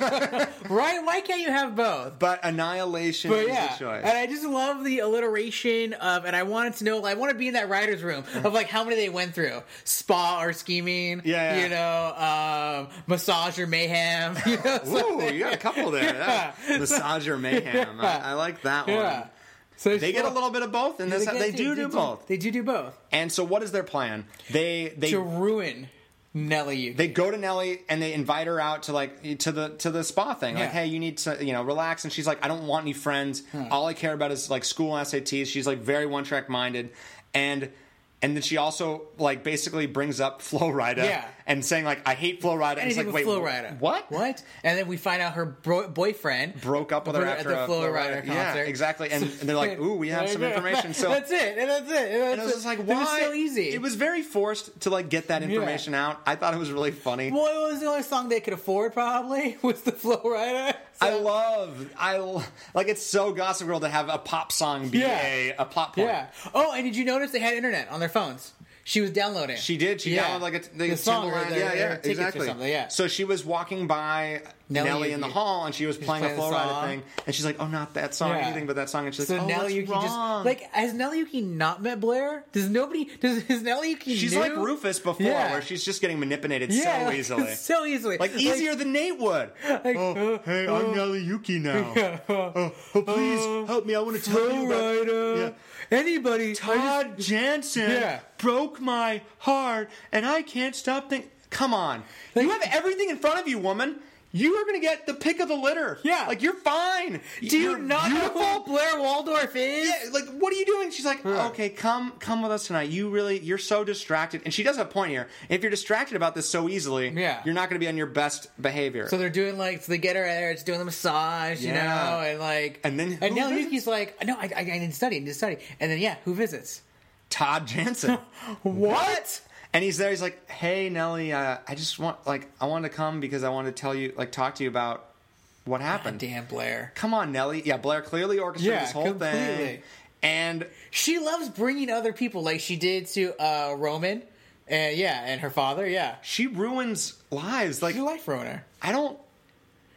Speaker 2: Right? Why can't you have both?
Speaker 1: But annihilation
Speaker 2: But
Speaker 1: is
Speaker 2: yeah,
Speaker 1: a choice.
Speaker 2: and I just love the alliteration of, and I wanted to know, I want to be in that writer's room
Speaker 1: Mm.
Speaker 2: of like how many they went through spa or scheming,
Speaker 1: Yeah, yeah.
Speaker 2: you know, um, massage or mayhem, you know,
Speaker 1: Ooh, you got a couple there. That- Massager mayhem. I, I like that
Speaker 2: yeah.
Speaker 1: one.
Speaker 2: So
Speaker 1: They get a little bit of both, and this, they,
Speaker 2: get-
Speaker 1: do do both.
Speaker 2: They do do both
Speaker 1: And so, what is their plan? They they
Speaker 2: to ruin Nelly. Yuki.
Speaker 1: they go to Nelly and they invite her out to like to the to the spa thing. Like,
Speaker 2: Yeah.
Speaker 1: hey, you need to you know relax. And she's like, I don't want any friends.
Speaker 2: Hmm.
Speaker 1: All I care about is like school and SATs. She's like very one track minded, and and then she also like basically brings up Flo Rida
Speaker 2: Yeah.
Speaker 1: and saying like I hate Flo Rida. And it's
Speaker 2: Anything
Speaker 1: like,
Speaker 2: with
Speaker 1: wait,
Speaker 2: Flo
Speaker 1: wh-
Speaker 2: Rida.
Speaker 1: what?
Speaker 2: What? And then we find out her bro- boyfriend
Speaker 1: Broke up with her
Speaker 2: Bro-
Speaker 1: after
Speaker 2: at the
Speaker 1: a
Speaker 2: Flo Rida concert.
Speaker 1: Yeah, exactly. And, and they're like, ooh, we have
Speaker 2: There
Speaker 1: some
Speaker 2: you go.
Speaker 1: information. So
Speaker 2: that's it, and that's it. And, that's
Speaker 1: and I was
Speaker 2: it.
Speaker 1: just like,
Speaker 2: It
Speaker 1: why?
Speaker 2: was so easy.
Speaker 1: It was very forced to like get that information out. I thought it was really funny.
Speaker 2: Well, it was the only song they could afford, probably, was the Flow Rider.
Speaker 1: I love, I lo- like it's so Gossip Girl to have a pop song be
Speaker 2: Yeah.
Speaker 1: a, a plot point.
Speaker 2: Yeah. Oh, and did you notice they had internet on their phones? She was downloading.
Speaker 1: She did. She
Speaker 2: Yeah.
Speaker 1: downloaded like a
Speaker 2: The
Speaker 1: the
Speaker 2: song or
Speaker 1: Timbaland-
Speaker 2: the-
Speaker 1: yeah,
Speaker 2: or
Speaker 1: yeah,
Speaker 2: tickets or
Speaker 1: exactly.
Speaker 2: something, yeah.
Speaker 1: So she was walking by
Speaker 2: Nelly
Speaker 1: Nelly,
Speaker 2: and
Speaker 1: in the
Speaker 2: you-
Speaker 1: hall, and she was playing,
Speaker 2: playing
Speaker 1: a
Speaker 2: the
Speaker 1: Flo Rida
Speaker 2: song.
Speaker 1: thing, and she's like, "Oh, not that song, or
Speaker 2: Yeah.
Speaker 1: anything, but that song." And she's
Speaker 2: So
Speaker 1: like, "Oh,
Speaker 2: Nelly
Speaker 1: what's
Speaker 2: Yuki
Speaker 1: wrong?"
Speaker 2: just like has Nelly Yuki not met Blair? Does nobody does is Nelly Yuki?
Speaker 1: she's
Speaker 2: new?
Speaker 1: like Rufus before,
Speaker 2: Yeah.
Speaker 1: where she's just getting manipulated
Speaker 2: Yeah,
Speaker 1: so easily.
Speaker 2: so easily,
Speaker 1: Like easier than Nate would. oh,
Speaker 2: uh, Uh,
Speaker 1: hey, I'm Nelly Yuki now. Oh, oh, please help me. I want to tell you
Speaker 2: Flow
Speaker 1: about
Speaker 2: Rider. Anybody? I just-
Speaker 1: Todd Jansen
Speaker 2: Yeah.
Speaker 1: broke my heart, and I can't stop thinking. Come on, you have everything in front of you, woman. You are going to get the pick of the litter.
Speaker 2: Yeah.
Speaker 1: like you're fine.
Speaker 2: Do you
Speaker 1: You're
Speaker 2: not know who
Speaker 1: beautiful.
Speaker 2: Blair Waldorf is?
Speaker 1: Yeah, like what are you doing? She's like, okay, come, come with us tonight. You really, you're so distracted, and she does have a point here. If you're distracted about this so easily,
Speaker 2: Yeah.
Speaker 1: you're not going to be on your best behavior.
Speaker 2: So they're doing like so they get her there. It's doing the massage, you
Speaker 1: Yeah.
Speaker 2: know, and like
Speaker 1: And then
Speaker 2: and
Speaker 1: who
Speaker 2: now
Speaker 1: visits?
Speaker 2: Yuki's like, no, I, I, I didn't study, I didn't study, and then yeah, who visits?
Speaker 1: Todd Jansen.
Speaker 2: What?
Speaker 1: And he's there. He's like, "Hey, Nelly, uh, I just want like I wanted to come because I wanted to tell you, like, talk to you about what happened."
Speaker 2: Damn Blair.
Speaker 1: Come on, Nelly. Yeah, Blair clearly orchestrated
Speaker 2: Yeah,
Speaker 1: this whole
Speaker 2: completely.
Speaker 1: thing. And
Speaker 2: She loves bringing other people like she did to uh, Roman, and yeah, and her father, yeah.
Speaker 1: she ruins lives. Like
Speaker 2: She's a life ruiner.
Speaker 1: I don't.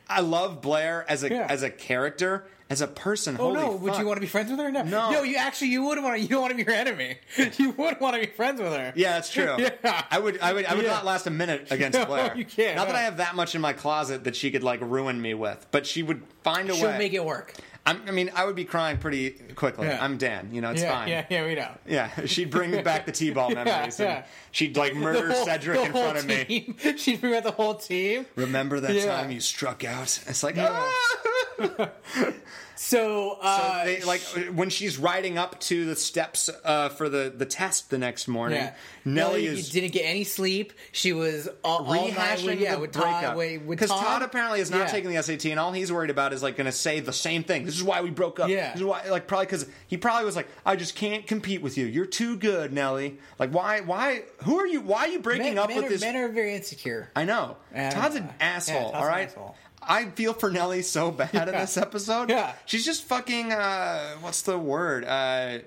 Speaker 1: I love Blair as a
Speaker 2: Yeah.
Speaker 1: as a character, as a person.
Speaker 2: Oh
Speaker 1: Holy
Speaker 2: no! Would
Speaker 1: fuck.
Speaker 2: you want to be friends with her? No,
Speaker 1: No.
Speaker 2: No, you actually you wouldn't want to. You don't want to be her enemy. You wouldn't want to be friends with her.
Speaker 1: Yeah, that's true.
Speaker 2: Yeah.
Speaker 1: I would. I would. I would
Speaker 2: Yeah.
Speaker 1: not last a minute against
Speaker 2: No,
Speaker 1: Blair.
Speaker 2: you can't.
Speaker 1: Not that I have that much in my closet that she could like ruin me with, but she would find a
Speaker 2: she'll
Speaker 1: way.
Speaker 2: make it work.
Speaker 1: I'm, I mean, I would be crying pretty quickly.
Speaker 2: Yeah.
Speaker 1: I'm Dan. You know, it's
Speaker 2: yeah,
Speaker 1: fine.
Speaker 2: yeah, yeah. We know.
Speaker 1: Yeah, she'd bring back the T-ball memories.
Speaker 2: yeah.
Speaker 1: And she'd like murder Cedric in front of me.
Speaker 2: me. She'd bring out the whole team.
Speaker 1: Remember that
Speaker 2: Yeah.
Speaker 1: time you struck out? It's like, ah!
Speaker 2: So, uh,
Speaker 1: they, like when she's riding up to the steps uh, for the, the test the next morning,
Speaker 2: yeah.
Speaker 1: Nellie is
Speaker 2: didn't get any sleep. She was all, all night
Speaker 1: rehashing
Speaker 2: with, yeah,
Speaker 1: the
Speaker 2: with Todd.
Speaker 1: breakup
Speaker 2: Wait, with
Speaker 1: because Todd, apparently is not
Speaker 2: Yeah.
Speaker 1: taking the SAT, and all he's worried about is like going to say the same thing. This is why we broke up.
Speaker 2: Yeah.
Speaker 1: this is why like probably because he probably was like, I just can't compete with you. You're too good, Nellie. Like why why who are you? Why are you breaking
Speaker 2: men,
Speaker 1: up
Speaker 2: men
Speaker 1: with
Speaker 2: are,
Speaker 1: this
Speaker 2: Men are very insecure.
Speaker 1: I know.
Speaker 2: Yeah,
Speaker 1: Todd's
Speaker 2: yeah,
Speaker 1: an
Speaker 2: uh, yeah,
Speaker 1: asshole,
Speaker 2: Todd's
Speaker 1: all
Speaker 2: an
Speaker 1: right?
Speaker 2: asshole.
Speaker 1: I feel for Nelly so bad in
Speaker 2: Yeah.
Speaker 1: this episode.
Speaker 2: Yeah.
Speaker 1: She's just fucking, uh, what's the word? Uh,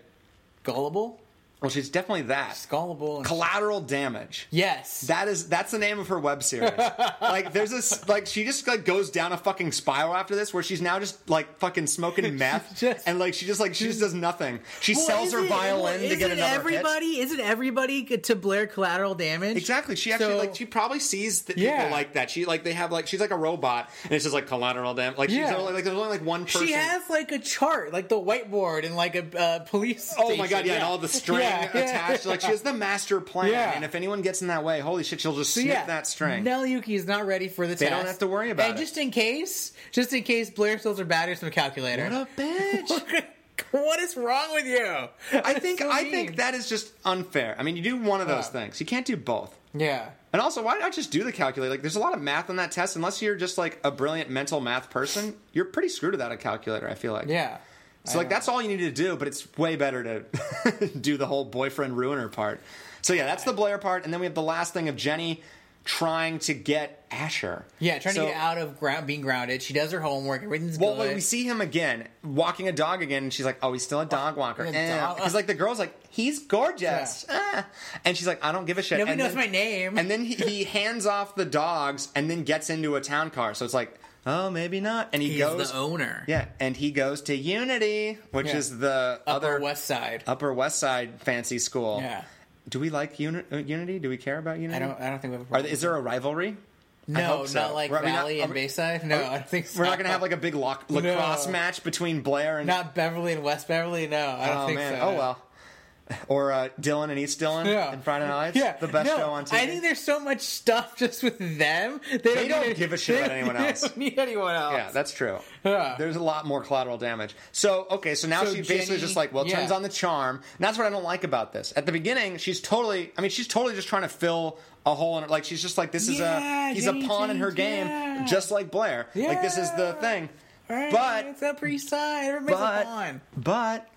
Speaker 2: Gullible,
Speaker 1: well, she's definitely that.
Speaker 2: It's gullible. And
Speaker 1: Collateral damage.
Speaker 2: yes,
Speaker 1: That is that's the name of her web series. like there's this like she just like goes down a fucking spiral after this where she's now just like fucking smoking meth
Speaker 2: just-
Speaker 1: and like she just like she just does nothing. She
Speaker 2: Well,
Speaker 1: sells her
Speaker 2: isn't-
Speaker 1: violin
Speaker 2: well,
Speaker 1: to get
Speaker 2: isn't
Speaker 1: another hit.
Speaker 2: Everybody isn't everybody good to Blair collateral damage.
Speaker 1: Exactly. She actually
Speaker 2: So-
Speaker 1: like she probably sees that
Speaker 2: Yeah.
Speaker 1: people like that. She like they have like she's like a robot and it's just like collateral damage. Like
Speaker 2: Yeah.
Speaker 1: she's only, like there's only like one person.
Speaker 2: She has like a chart, like the whiteboard and like a uh, police.
Speaker 1: Oh my god!
Speaker 2: station.
Speaker 1: Yeah, and all the string
Speaker 2: Yeah, yeah.
Speaker 1: attached. Like she has the master plan,
Speaker 2: Yeah.
Speaker 1: and if anyone gets in that way, holy shit, she'll just snip that string.
Speaker 2: Nell Yuki is not ready for the
Speaker 1: They
Speaker 2: test.
Speaker 1: don't have to worry about
Speaker 2: and
Speaker 1: it.
Speaker 2: just in case, just in case Blair steals her batteries from a calculator.
Speaker 1: What a bitch!
Speaker 2: what is wrong with you?
Speaker 1: I think
Speaker 2: So
Speaker 1: I
Speaker 2: mean.
Speaker 1: think that is just unfair. I mean, you do one of those
Speaker 2: Yeah.
Speaker 1: things. You can't do both.
Speaker 2: Yeah.
Speaker 1: And also, why not just do the calculator? Like, there's a lot of math on that test. Unless you're just like a brilliant mental math person, you're pretty screwed without a calculator. I feel like.
Speaker 2: Yeah.
Speaker 1: So like that's all you need to do, but it's way better to do the whole boyfriend ruiner part. So yeah, that's the Blair part, and then we have the last thing of Jenny trying to get Asher.
Speaker 2: Yeah, trying
Speaker 1: So-
Speaker 2: to get out of ground, being grounded. She does her homework. Everything's
Speaker 1: Well,
Speaker 2: good.
Speaker 1: when we see him again walking a dog again, and she's like, "Oh, he's still a dog walker."
Speaker 2: Yeah, dog-
Speaker 1: Because like the girl's like, "He's gorgeous," Ah. and she's like, "I don't give a shit."
Speaker 2: Nobody
Speaker 1: and
Speaker 2: knows
Speaker 1: then-
Speaker 2: my name.
Speaker 1: And then he, he hands off the dogs, and then gets into a town car. So it's like, "Oh, maybe not." And he
Speaker 2: he's
Speaker 1: goes.
Speaker 2: the owner.
Speaker 1: yeah, and he goes to Unity, which
Speaker 2: Yeah.
Speaker 1: is the
Speaker 2: Upper
Speaker 1: other Oh.
Speaker 2: West Side.
Speaker 1: Upper West Side fancy school.
Speaker 2: Yeah.
Speaker 1: Do we like uni- uh, Unity? Do we care about Unity?
Speaker 2: I don't. I don't think we have. A
Speaker 1: Are
Speaker 2: problem.
Speaker 1: there, is there a rivalry? I
Speaker 2: no,
Speaker 1: hope so.
Speaker 2: not like
Speaker 1: We're- are we not-
Speaker 2: Valley
Speaker 1: are
Speaker 2: and
Speaker 1: we-
Speaker 2: Bayside. No, I don't think so.
Speaker 1: We're not going to have like a big lock, lacrosse
Speaker 2: No.
Speaker 1: match between Blair and.
Speaker 2: not Beverly and West Beverly. No, I don't
Speaker 1: oh
Speaker 2: think
Speaker 1: man!
Speaker 2: so.
Speaker 1: oh well. or uh, Dylan and Eats Dylan
Speaker 2: Yeah.
Speaker 1: and Friday Nights.
Speaker 2: Yeah,
Speaker 1: the best
Speaker 2: no,
Speaker 1: show on TV.
Speaker 2: I think there's so much stuff just with them. They,
Speaker 1: They don't
Speaker 2: need-
Speaker 1: give a shit
Speaker 2: they
Speaker 1: about
Speaker 2: don't-
Speaker 1: anyone
Speaker 2: they
Speaker 1: else.
Speaker 2: don't need anyone else.
Speaker 1: yeah, that's true.
Speaker 2: Yeah.
Speaker 1: There's a lot more collateral damage. So okay, so now
Speaker 2: So
Speaker 1: she basically
Speaker 2: Jenny-
Speaker 1: just like well
Speaker 2: yeah.
Speaker 1: turns on the charm. And that's what I don't like about this. At the beginning, she's totally. I mean, she's totally just trying to fill a hole in it. Like she's just like this is
Speaker 2: Yeah,
Speaker 1: a he's
Speaker 2: Jenny
Speaker 1: a pawn in her
Speaker 2: James,
Speaker 1: game,
Speaker 2: yeah.
Speaker 1: just like Blair. Like this is the
Speaker 2: Yeah.
Speaker 1: thing.
Speaker 2: Right,
Speaker 1: But-
Speaker 2: it's Upper East Side. Everybody's
Speaker 1: But
Speaker 2: on.
Speaker 1: but.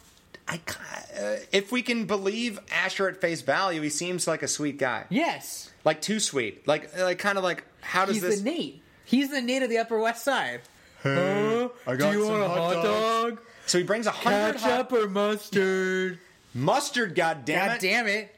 Speaker 1: I, ki- uh, if we can believe Asher at face value, he seems like a sweet guy,
Speaker 2: Yes,
Speaker 1: like too sweet, like like kind of like how does
Speaker 2: he's
Speaker 1: this?
Speaker 2: the Nate. He's the Nate of the Upper West Side. Huh?
Speaker 1: I got
Speaker 2: Do you
Speaker 1: some
Speaker 2: want a
Speaker 1: hot
Speaker 2: hot dog?
Speaker 1: so he brings a hundred hot-
Speaker 2: Ketchup or mustard?
Speaker 1: mustard, goddamn
Speaker 2: God
Speaker 1: it,
Speaker 2: damn it!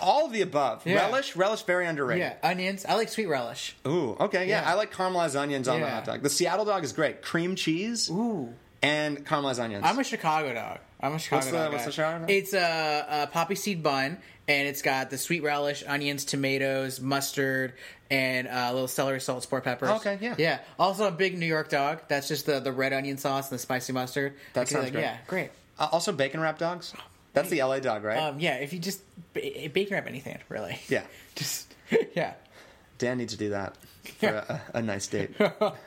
Speaker 1: all of the above.
Speaker 2: Yeah.
Speaker 1: Relish, relish, very underrated.
Speaker 2: Yeah, onions. I like sweet relish.
Speaker 1: Ooh, okay, yeah.
Speaker 2: Yeah.
Speaker 1: I like caramelized onions on the
Speaker 2: Yeah.
Speaker 1: hot dog. The Seattle dog is great. Cream cheese
Speaker 2: Ooh,
Speaker 1: and caramelized onions.
Speaker 2: I'm a Chicago dog. I'm a
Speaker 1: the-
Speaker 2: Chicago dog.
Speaker 1: what's
Speaker 2: guy.
Speaker 1: the Chicago dog?
Speaker 2: It's a, a poppy seed bun, and it's got the sweet relish, onions, tomatoes, mustard, and uh, a little celery salt, sport peppers.
Speaker 1: Okay, yeah.
Speaker 2: yeah. Also, a big New York dog. That's just the, the red onion sauce and the spicy mustard.
Speaker 1: That
Speaker 2: Because,
Speaker 1: sounds
Speaker 2: like,
Speaker 1: great.
Speaker 2: Yeah, great.
Speaker 1: Uh, also, bacon wrap dogs. That's the LA dog, right?
Speaker 2: Oh, Um, yeah, if you just ba- bake wrap anything, really.
Speaker 1: yeah.
Speaker 2: just yeah.
Speaker 1: Dan needs to do that for a, a nice date.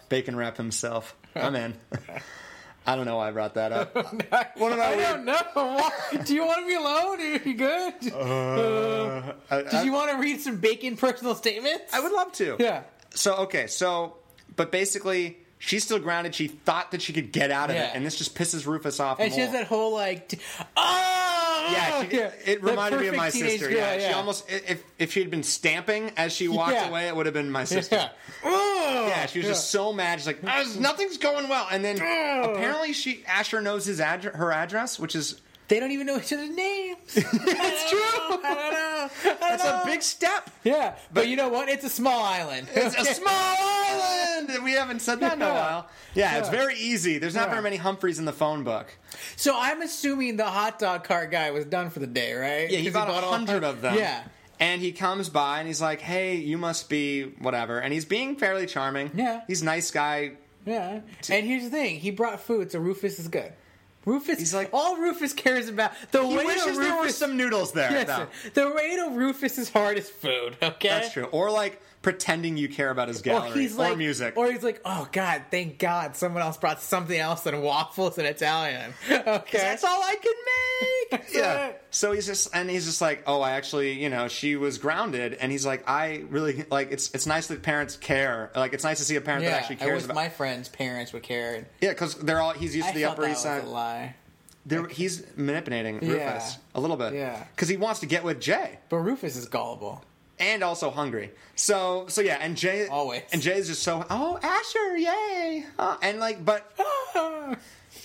Speaker 1: bacon wrap himself. I'm in. I don't know why I brought that up. What about
Speaker 2: I don't know. Why? Do you want to be alone? Are you good?
Speaker 1: Uh-huh. Uh, I,
Speaker 2: Did
Speaker 1: I-
Speaker 2: you want to read some bacon personal statements?
Speaker 1: I would love to.
Speaker 2: Yeah.
Speaker 1: So okay, so but basically, she's still grounded. She thought that she could get out of
Speaker 2: Yeah.
Speaker 1: it, and this just pisses Rufus off.
Speaker 2: And she
Speaker 1: more.
Speaker 2: has that whole like, t- oh
Speaker 1: Yeah, she, it
Speaker 2: That
Speaker 1: reminded me of
Speaker 2: perfect
Speaker 1: my
Speaker 2: teenage
Speaker 1: sister.
Speaker 2: girl,
Speaker 1: yeah. she almost i- if if she had been stamping as she walked
Speaker 2: Yeah.
Speaker 1: away, it would have been my sister.
Speaker 2: yeah.
Speaker 1: Yeah,
Speaker 2: Oh,
Speaker 1: she was just so mad. She's like, "Ah, nothing's going well. And then
Speaker 2: Ugh.
Speaker 1: apparently she Asher knows his address, her address, which is
Speaker 2: They don't even know each other's names. That's
Speaker 1: it's true.
Speaker 2: I don't know. I don't
Speaker 1: That's a
Speaker 2: know.
Speaker 1: big step.
Speaker 2: Yeah, but, you know what? It's a small island.
Speaker 1: It's a small island. We haven't said that in a
Speaker 2: Yeah.
Speaker 1: while. Yeah, it's
Speaker 2: Yeah.
Speaker 1: very easy. There's not
Speaker 2: Yeah.
Speaker 1: very many Humphreys in the phone book.
Speaker 2: so I'm assuming the hot dog cart guy was done for the day, right?
Speaker 1: Yeah, he
Speaker 2: 'Cause
Speaker 1: bought a
Speaker 2: all-
Speaker 1: hundred of them.
Speaker 2: Yeah,
Speaker 1: And he comes by and he's like, "Hey, you must be whatever." And he's being fairly charming.
Speaker 2: Yeah.
Speaker 1: he's a nice guy.
Speaker 2: yeah. And here's the thing: he brought food, so Rufus is good. Rufus,
Speaker 1: He's like-
Speaker 2: all Rufus cares about. The
Speaker 1: He
Speaker 2: way
Speaker 1: wishes
Speaker 2: to
Speaker 1: there were
Speaker 2: Rufus
Speaker 1: some noodles there.
Speaker 2: Yes,
Speaker 1: though.
Speaker 2: sir. the way to Rufus is hard as food. Okay,
Speaker 1: That's true. Or like pretending you care about his
Speaker 2: Or
Speaker 1: gallery or,
Speaker 2: he's like,
Speaker 1: music.
Speaker 2: or he's like, oh god, thank God, someone else brought something else than waffles and Italian. Okay,
Speaker 1: that's all I can make. yeah.
Speaker 2: it.
Speaker 1: So he's just and he's just like, oh, I actually, you know, she was grounded, and he's like, I really like. It's it's nice that parents care. Like it's nice to see a parent
Speaker 2: yeah,
Speaker 1: that actually
Speaker 2: I
Speaker 1: cares
Speaker 2: wish
Speaker 1: about.
Speaker 2: my friends' parents would care. And
Speaker 1: yeah, because they're all he's used
Speaker 2: I
Speaker 1: to the
Speaker 2: felt
Speaker 1: upper
Speaker 2: that
Speaker 1: east
Speaker 2: was
Speaker 1: side.
Speaker 2: a lie.
Speaker 1: There, he's manipulating
Speaker 2: Yeah.
Speaker 1: Rufus a little bit.
Speaker 2: Yeah.
Speaker 1: because he wants to get with Jay
Speaker 2: But Rufus is gullible.
Speaker 1: and also hungry. So so yeah, and Jay
Speaker 2: Always.
Speaker 1: and Jay's just so oh Asher, yay, Huh. and like but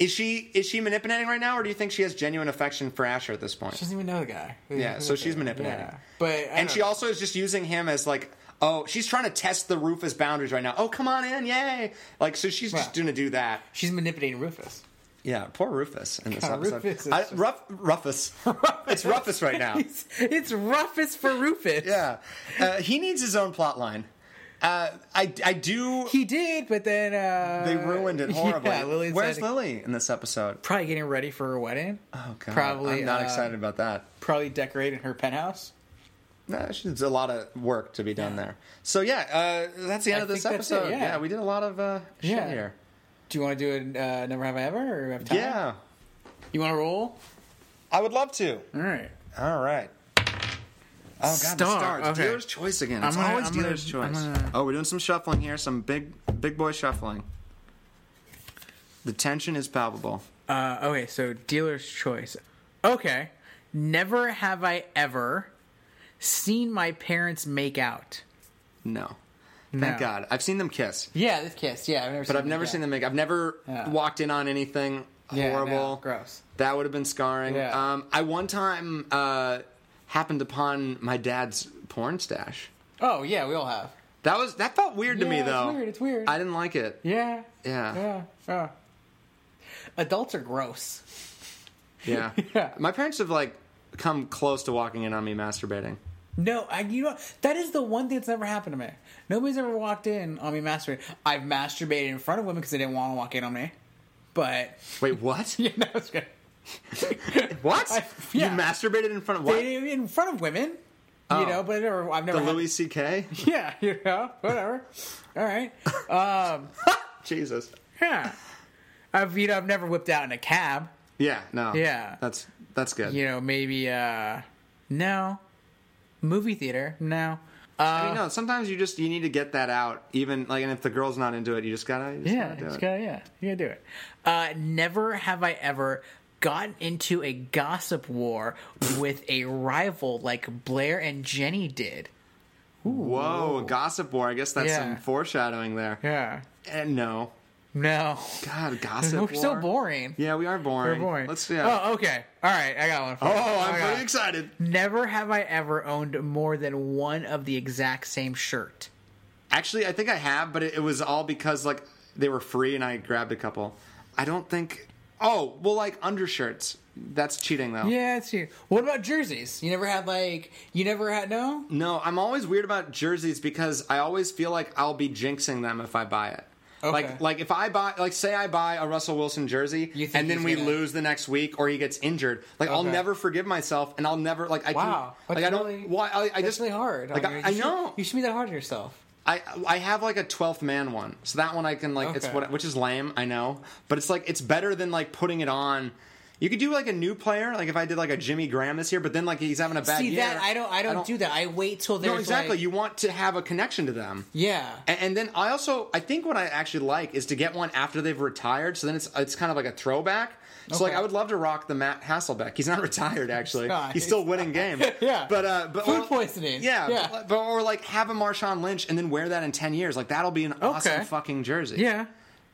Speaker 1: Is she is she manipulating right now, or do you think she has genuine affection for Asher at this point?
Speaker 2: She doesn't even know the guy.
Speaker 1: Yeah, so she's manipulating.
Speaker 2: Yeah. But I
Speaker 1: and
Speaker 2: don't
Speaker 1: she
Speaker 2: know.
Speaker 1: also is just using him as like, oh, she's trying to test the Rufus boundaries right now. Oh, come on in, yay! Like, so she's just
Speaker 2: Yeah.
Speaker 1: going to do that.
Speaker 2: she's manipulating Rufus.
Speaker 1: Yeah, poor Rufus in this
Speaker 2: God,
Speaker 1: episode.
Speaker 2: Rufus is
Speaker 1: I,
Speaker 2: just-
Speaker 1: Ruff, Rufus, it's Rufus right now.
Speaker 2: It's, it's Rufus for Rufus.
Speaker 1: Yeah, uh, he needs his own plot line. Uh, I I do.
Speaker 2: He did, but then uh,
Speaker 1: They ruined it horribly.
Speaker 2: Yeah, Lily
Speaker 1: Where's
Speaker 2: decided-
Speaker 1: Lily in this episode?
Speaker 2: Probably getting ready for her wedding.
Speaker 1: Oh God,
Speaker 2: Probably,
Speaker 1: I'm not
Speaker 2: uh,
Speaker 1: excited about that.
Speaker 2: Probably decorating her penthouse.
Speaker 1: No, there's a lot of work to be done there. So yeah, uh, that's the end
Speaker 2: I
Speaker 1: of this
Speaker 2: think that's it,
Speaker 1: episode. yeah.
Speaker 2: yeah.
Speaker 1: we did a lot of uh, shit
Speaker 2: Yeah.
Speaker 1: here.
Speaker 2: Do you want to do a uh, Never Have I Ever or have time?
Speaker 1: Yeah,
Speaker 2: You want to roll?
Speaker 1: I would love to.
Speaker 2: All right.
Speaker 1: All right. Oh God, the
Speaker 2: Star,
Speaker 1: stars.
Speaker 2: okay.
Speaker 1: Dealer's choice again.
Speaker 2: I'm
Speaker 1: It's
Speaker 2: gonna-
Speaker 1: always
Speaker 2: I'm gonna-
Speaker 1: dealer's
Speaker 2: I'm
Speaker 1: choice.
Speaker 2: gonna-
Speaker 1: Oh, we're doing some shuffling here. Some big, big boy shuffling. The tension is palpable.
Speaker 2: Uh, okay, so dealer's choice. Okay. Never have I ever seen my parents make out.
Speaker 1: No, thank
Speaker 2: No.
Speaker 1: God. I've seen them kiss,
Speaker 2: Yeah, this kiss. Yeah, I've never
Speaker 1: but I've never seen them make. I've never
Speaker 2: Yeah.
Speaker 1: walked in on anything horrible.
Speaker 2: gross.
Speaker 1: That would have been scarring.
Speaker 2: Yeah.
Speaker 1: Um, I one time uh, happened upon my dad's porn stash.
Speaker 2: Oh, yeah, we all have.
Speaker 1: That was that felt weird to me
Speaker 2: Yeah, it's
Speaker 1: though.
Speaker 2: weird, it's weird.
Speaker 1: I didn't like it.
Speaker 2: Yeah.
Speaker 1: Yeah.
Speaker 2: Yeah. yeah. Adults are gross.
Speaker 1: Yeah.
Speaker 2: Yeah.
Speaker 1: My parents have like come close to walking in on me masturbating.
Speaker 2: No, I, you know what? that is the one thing that's never happened to me. Nobody's ever walked in on me masturbating. I've masturbated in front of women because they didn't want to walk in on me. But
Speaker 1: Wait, what?
Speaker 2: yeah, that was good.
Speaker 1: what?
Speaker 2: I- yeah.
Speaker 1: You masturbated in front of what? Oh.
Speaker 2: They- in front of women. You know, but I never, I've never.
Speaker 1: the
Speaker 2: had-
Speaker 1: Louis C.K.
Speaker 2: yeah, you know, whatever. All right. Um,
Speaker 1: Jesus.
Speaker 2: yeah. I've you know I've never whipped out in a cab.
Speaker 1: Yeah. No.
Speaker 2: Yeah.
Speaker 1: That's that's good.
Speaker 2: You know, maybe uh, no, movie theater, no.
Speaker 1: I
Speaker 2: Uh,
Speaker 1: mean, no. Sometimes you just you need to get that out. Even like, and if the girl's not into it, you just gotta. You just
Speaker 2: Yeah,
Speaker 1: gotta do
Speaker 2: it's
Speaker 1: it.
Speaker 2: gotta, yeah, you gotta do it. Uh, never have I ever gotten into a gossip war with a rival like Blair and Jenny did.
Speaker 1: Whoa, gossip war. I guess that's
Speaker 2: Yeah.
Speaker 1: some foreshadowing there.
Speaker 2: Yeah.
Speaker 1: And no,
Speaker 2: No.
Speaker 1: God, gossip.
Speaker 2: We're so
Speaker 1: war.
Speaker 2: boring.
Speaker 1: Yeah, we are boring.
Speaker 2: We're boring.
Speaker 1: Let's yeah.
Speaker 2: Oh, okay. All right, I got one. For
Speaker 1: Oh,
Speaker 2: you. I
Speaker 1: I'm
Speaker 2: got
Speaker 1: pretty
Speaker 2: it.
Speaker 1: excited.
Speaker 2: Never have I ever owned more than one of the exact same shirt.
Speaker 1: Actually, I think I have, but it, it was all because like they were free and I grabbed a couple. I don't think. Oh, well, like undershirts. That's cheating though.
Speaker 2: Yeah, it's you. What about jerseys? You never had like you never had no.
Speaker 1: No, I'm always weird about jerseys because I always feel like I'll be jinxing them if I buy it.
Speaker 2: Okay.
Speaker 1: Like like if I buy like say I buy a Russell Wilson jersey
Speaker 2: You think
Speaker 1: and then
Speaker 2: he's
Speaker 1: we
Speaker 2: gonna-
Speaker 1: lose the next week or he gets injured, like I'll
Speaker 2: Okay.
Speaker 1: never forgive myself and I'll never like I can-
Speaker 2: Wow, that's
Speaker 1: like I don't
Speaker 2: really-
Speaker 1: why I, I
Speaker 2: That's
Speaker 1: just
Speaker 2: really hard. on
Speaker 1: like,
Speaker 2: you.
Speaker 1: I- I
Speaker 2: You should-
Speaker 1: know.
Speaker 2: you should be that hard on yourself.
Speaker 1: I I have like a twelfth man one, so that one I can like it's
Speaker 2: Okay.
Speaker 1: what which is lame I know, but it's like it's better than like putting it on. You could do like a new player, like if I did like a Jimmy Graham this year, but then like he's having a bad
Speaker 2: See
Speaker 1: year.
Speaker 2: that I don't I don't do that. I wait till there's
Speaker 1: No, exactly.
Speaker 2: Like,
Speaker 1: you want to have a connection to them.
Speaker 2: yeah.
Speaker 1: And, and then I also I think what I actually like is to get one after they've retired. So then it's it's kind of like a throwback. So like
Speaker 2: Okay.
Speaker 1: I would love to rock the Matt Hasselbeck. He's not retired actually.
Speaker 2: not.
Speaker 1: He's still winning games.
Speaker 2: Yeah.
Speaker 1: But uh but
Speaker 2: Food
Speaker 1: or-
Speaker 2: poisoning.
Speaker 1: Yeah.
Speaker 2: Yeah.
Speaker 1: But, but- or like have a Marshawn Lynch and then wear that in 10 years. Like that'll be an awesome fucking jersey.
Speaker 2: Yeah.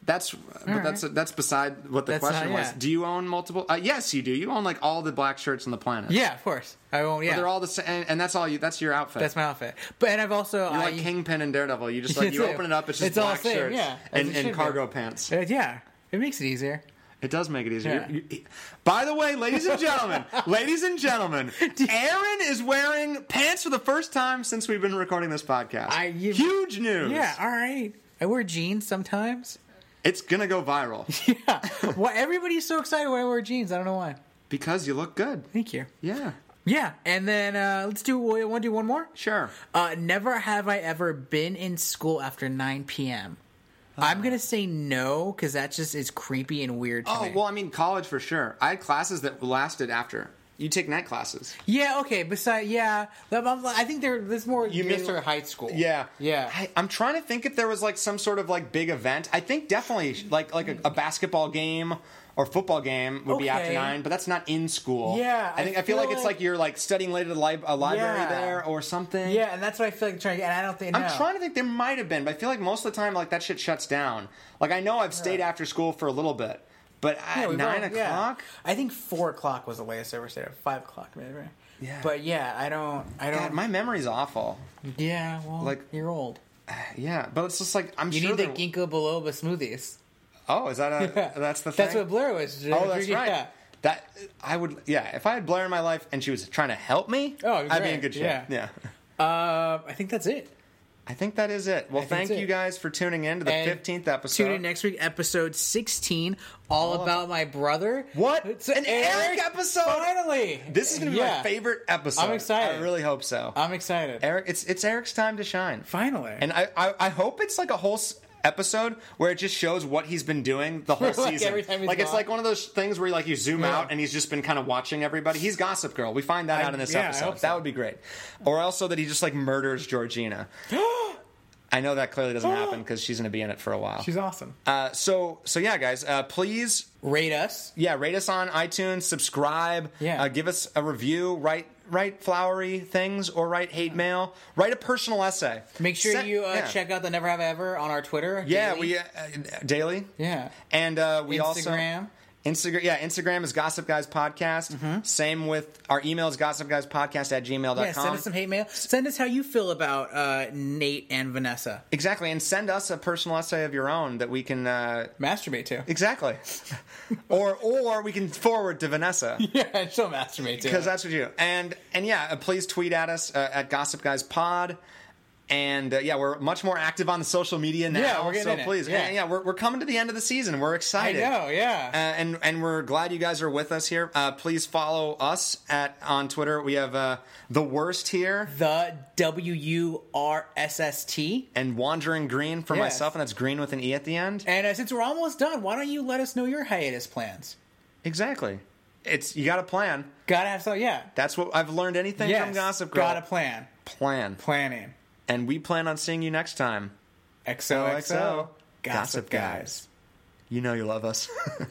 Speaker 1: That's but
Speaker 2: right.
Speaker 1: that's that's beside what the
Speaker 2: That's
Speaker 1: question
Speaker 2: not-
Speaker 1: was.
Speaker 2: yeah.
Speaker 1: Do you own multiple? Uh, yes, you do. You own like all the black shirts on the planet.
Speaker 2: Yeah, of course. I won't yeah.
Speaker 1: They're all the same and, and that's all you that's your outfit.
Speaker 2: that's my outfit. But and I've also
Speaker 1: You're
Speaker 2: I,
Speaker 1: like Kingpin and Daredevil. You just like
Speaker 2: It's
Speaker 1: you
Speaker 2: it.
Speaker 1: open it up. It's just
Speaker 2: It's all
Speaker 1: black
Speaker 2: the same,
Speaker 1: shirts
Speaker 2: yeah, as
Speaker 1: and,
Speaker 2: it should
Speaker 1: and
Speaker 2: be.
Speaker 1: cargo pants.
Speaker 2: uh, yeah. It makes it easier.
Speaker 1: It does make it easier.
Speaker 2: Yeah.
Speaker 1: You- you- by the way, ladies and gentlemen, ladies and gentlemen, Aaron is wearing pants for the first time since we've been recording this podcast.
Speaker 2: I- you-
Speaker 1: Huge news.
Speaker 2: Yeah, all right. I wear jeans sometimes.
Speaker 1: it's gonna go viral
Speaker 2: Yeah. well, everybody's so excited when I wear jeans. I don't know why.
Speaker 1: because you look good.
Speaker 2: Thank you.
Speaker 1: Yeah,
Speaker 2: Yeah, and then uh, let's do. We want to do one more.
Speaker 1: sure.
Speaker 2: Uh, never have I ever been in school after 9 p.m. I'm gonna say no because that just is creepy and weird. To
Speaker 1: Oh
Speaker 2: me.
Speaker 1: well, I mean, college for sure. I had classes that lasted after. You take night classes.
Speaker 2: yeah, okay. Besides, yeah, I'm- I'm- I think there, there's more. You
Speaker 1: mean-
Speaker 2: missed her high school.
Speaker 1: Yeah,
Speaker 2: yeah.
Speaker 1: I, I'm trying to think if there was like some sort of like big event. I think definitely like like a, a basketball game or football game would be after
Speaker 2: Okay.
Speaker 1: nine, but that's not in school.
Speaker 2: Yeah,
Speaker 1: I think I feel, like, it's like you're like studying late at a, lib- a library
Speaker 2: Yeah.
Speaker 1: there or something.
Speaker 2: yeah, and that's what I feel like trying. to get, And I don't think
Speaker 1: I'm
Speaker 2: no.
Speaker 1: trying to think there might have been, but I feel like most of the time like that shit shuts down. Like I know I've stayed after school for a little bit, but
Speaker 2: Yeah,
Speaker 1: at
Speaker 2: we
Speaker 1: nine
Speaker 2: both- yeah.
Speaker 1: o'clock.
Speaker 2: I think four o'clock was the latest I ever stayed. At five o'clock, maybe. right?
Speaker 1: Yeah.
Speaker 2: But yeah, I don't. I don't.
Speaker 1: God, my memory's awful.
Speaker 2: yeah. Well,
Speaker 1: Like-
Speaker 2: like you're old.
Speaker 1: Yeah, but it's just like I'm
Speaker 2: You
Speaker 1: sure.
Speaker 2: need the
Speaker 1: there-
Speaker 2: ginkgo biloba smoothies.
Speaker 1: oh, is that a? That's the thing.
Speaker 2: That's what Blair was.
Speaker 1: Oh, that's
Speaker 2: yeah.
Speaker 1: right. That I would, yeah. If I had Blair in my life and she was trying to help me,
Speaker 2: Oh,
Speaker 1: I'd be in
Speaker 2: great,
Speaker 1: good shape. Yeah.
Speaker 2: yeah. Uh, I think that's it.
Speaker 1: I think that is it. Well,
Speaker 2: I think
Speaker 1: thank
Speaker 2: that's
Speaker 1: you
Speaker 2: it.
Speaker 1: guys for tuning in to the
Speaker 2: And
Speaker 1: fifteenth episode.
Speaker 2: Tune in next week, episode 16, all
Speaker 1: All
Speaker 2: about my brother.
Speaker 1: What?
Speaker 2: It's
Speaker 1: An Eric episode?
Speaker 2: Finally.
Speaker 1: This is going to be my
Speaker 2: Yeah.
Speaker 1: favorite episode.
Speaker 2: I'm excited. Uh,
Speaker 1: I really hope so.
Speaker 2: I'm excited.
Speaker 1: Eric, it's it's Eric's time to shine.
Speaker 2: Finally.
Speaker 1: And I, I I hope it's like a whole s- episode where it just shows what he's been doing the whole
Speaker 2: Like
Speaker 1: season.
Speaker 2: every time he's
Speaker 1: like it's
Speaker 2: gone.
Speaker 1: like one of those things where like you zoom
Speaker 2: Yeah.
Speaker 1: out and he's just been kind of watching everybody. He's Gossip Girl. We find that
Speaker 2: I-
Speaker 1: out in this
Speaker 2: yeah, I
Speaker 1: episode.
Speaker 2: hope so.
Speaker 1: That would be great. Or also that he just like murders Georgina. I know that clearly doesn't happen because she's going to be in it for a while.
Speaker 2: She's awesome.
Speaker 1: Uh, so so yeah, guys, uh, please
Speaker 2: Rate us.
Speaker 1: yeah, rate us on iTunes, subscribe,
Speaker 2: Yeah.
Speaker 1: uh, give us a review, write write flowery things or write hate mail, write a personal essay.
Speaker 2: Make sure
Speaker 1: Send-
Speaker 2: you uh,
Speaker 1: yeah.
Speaker 2: check out the Never Have I Ever on our Twitter.
Speaker 1: Yeah,
Speaker 2: daily.
Speaker 1: we uh, uh, daily.
Speaker 2: Yeah.
Speaker 1: And uh, we also
Speaker 2: Instagram.
Speaker 1: Instagram, yeah, Instagram is Gossip Guys Podcast. Same with our email is Gossip Guys Podcast at gmail.com.
Speaker 2: Mm-hmm. Yeah, send us some hate mail. Send us how you feel about uh, Nate and Vanessa.
Speaker 1: exactly, and send us a personal essay of your own that we can uh,
Speaker 2: Masturbate too.
Speaker 1: exactly, or or we can forward to Vanessa.
Speaker 2: Yeah, she'll masturbate too.
Speaker 1: because that's what you do. And and yeah, uh, please tweet at us uh, at Gossip Guys Pod. and uh, yeah, we're much more active on the social media now.
Speaker 2: Yeah, we're getting
Speaker 1: so
Speaker 2: in it.
Speaker 1: please,
Speaker 2: Yeah.
Speaker 1: yeah, yeah, we're, we're coming to the end of the season. We're
Speaker 2: I
Speaker 1: excited.
Speaker 2: know, yeah.
Speaker 1: Uh, and and we're glad you guys are with us here. Uh, please follow us at on Twitter. We have uh, the worst here
Speaker 2: the W U R S S T.
Speaker 1: and Wandering Green for
Speaker 2: Yes.
Speaker 1: myself, and that's green with an e at the end.
Speaker 2: And uh, since we're almost done, why don't you let us know your hiatus plans?
Speaker 1: Exactly. It's you got to plan.
Speaker 2: Gotta have some, yeah.
Speaker 1: That's what I've learned. Anything
Speaker 2: Yes,
Speaker 1: from Gossip Girl,
Speaker 2: gotta plan.
Speaker 1: plan.
Speaker 2: Planning.
Speaker 1: And we plan on seeing you next time.
Speaker 2: XOXO.
Speaker 1: XOXO.
Speaker 2: Gossip,
Speaker 1: Gossip
Speaker 2: guys.
Speaker 1: Guys. You know you love us.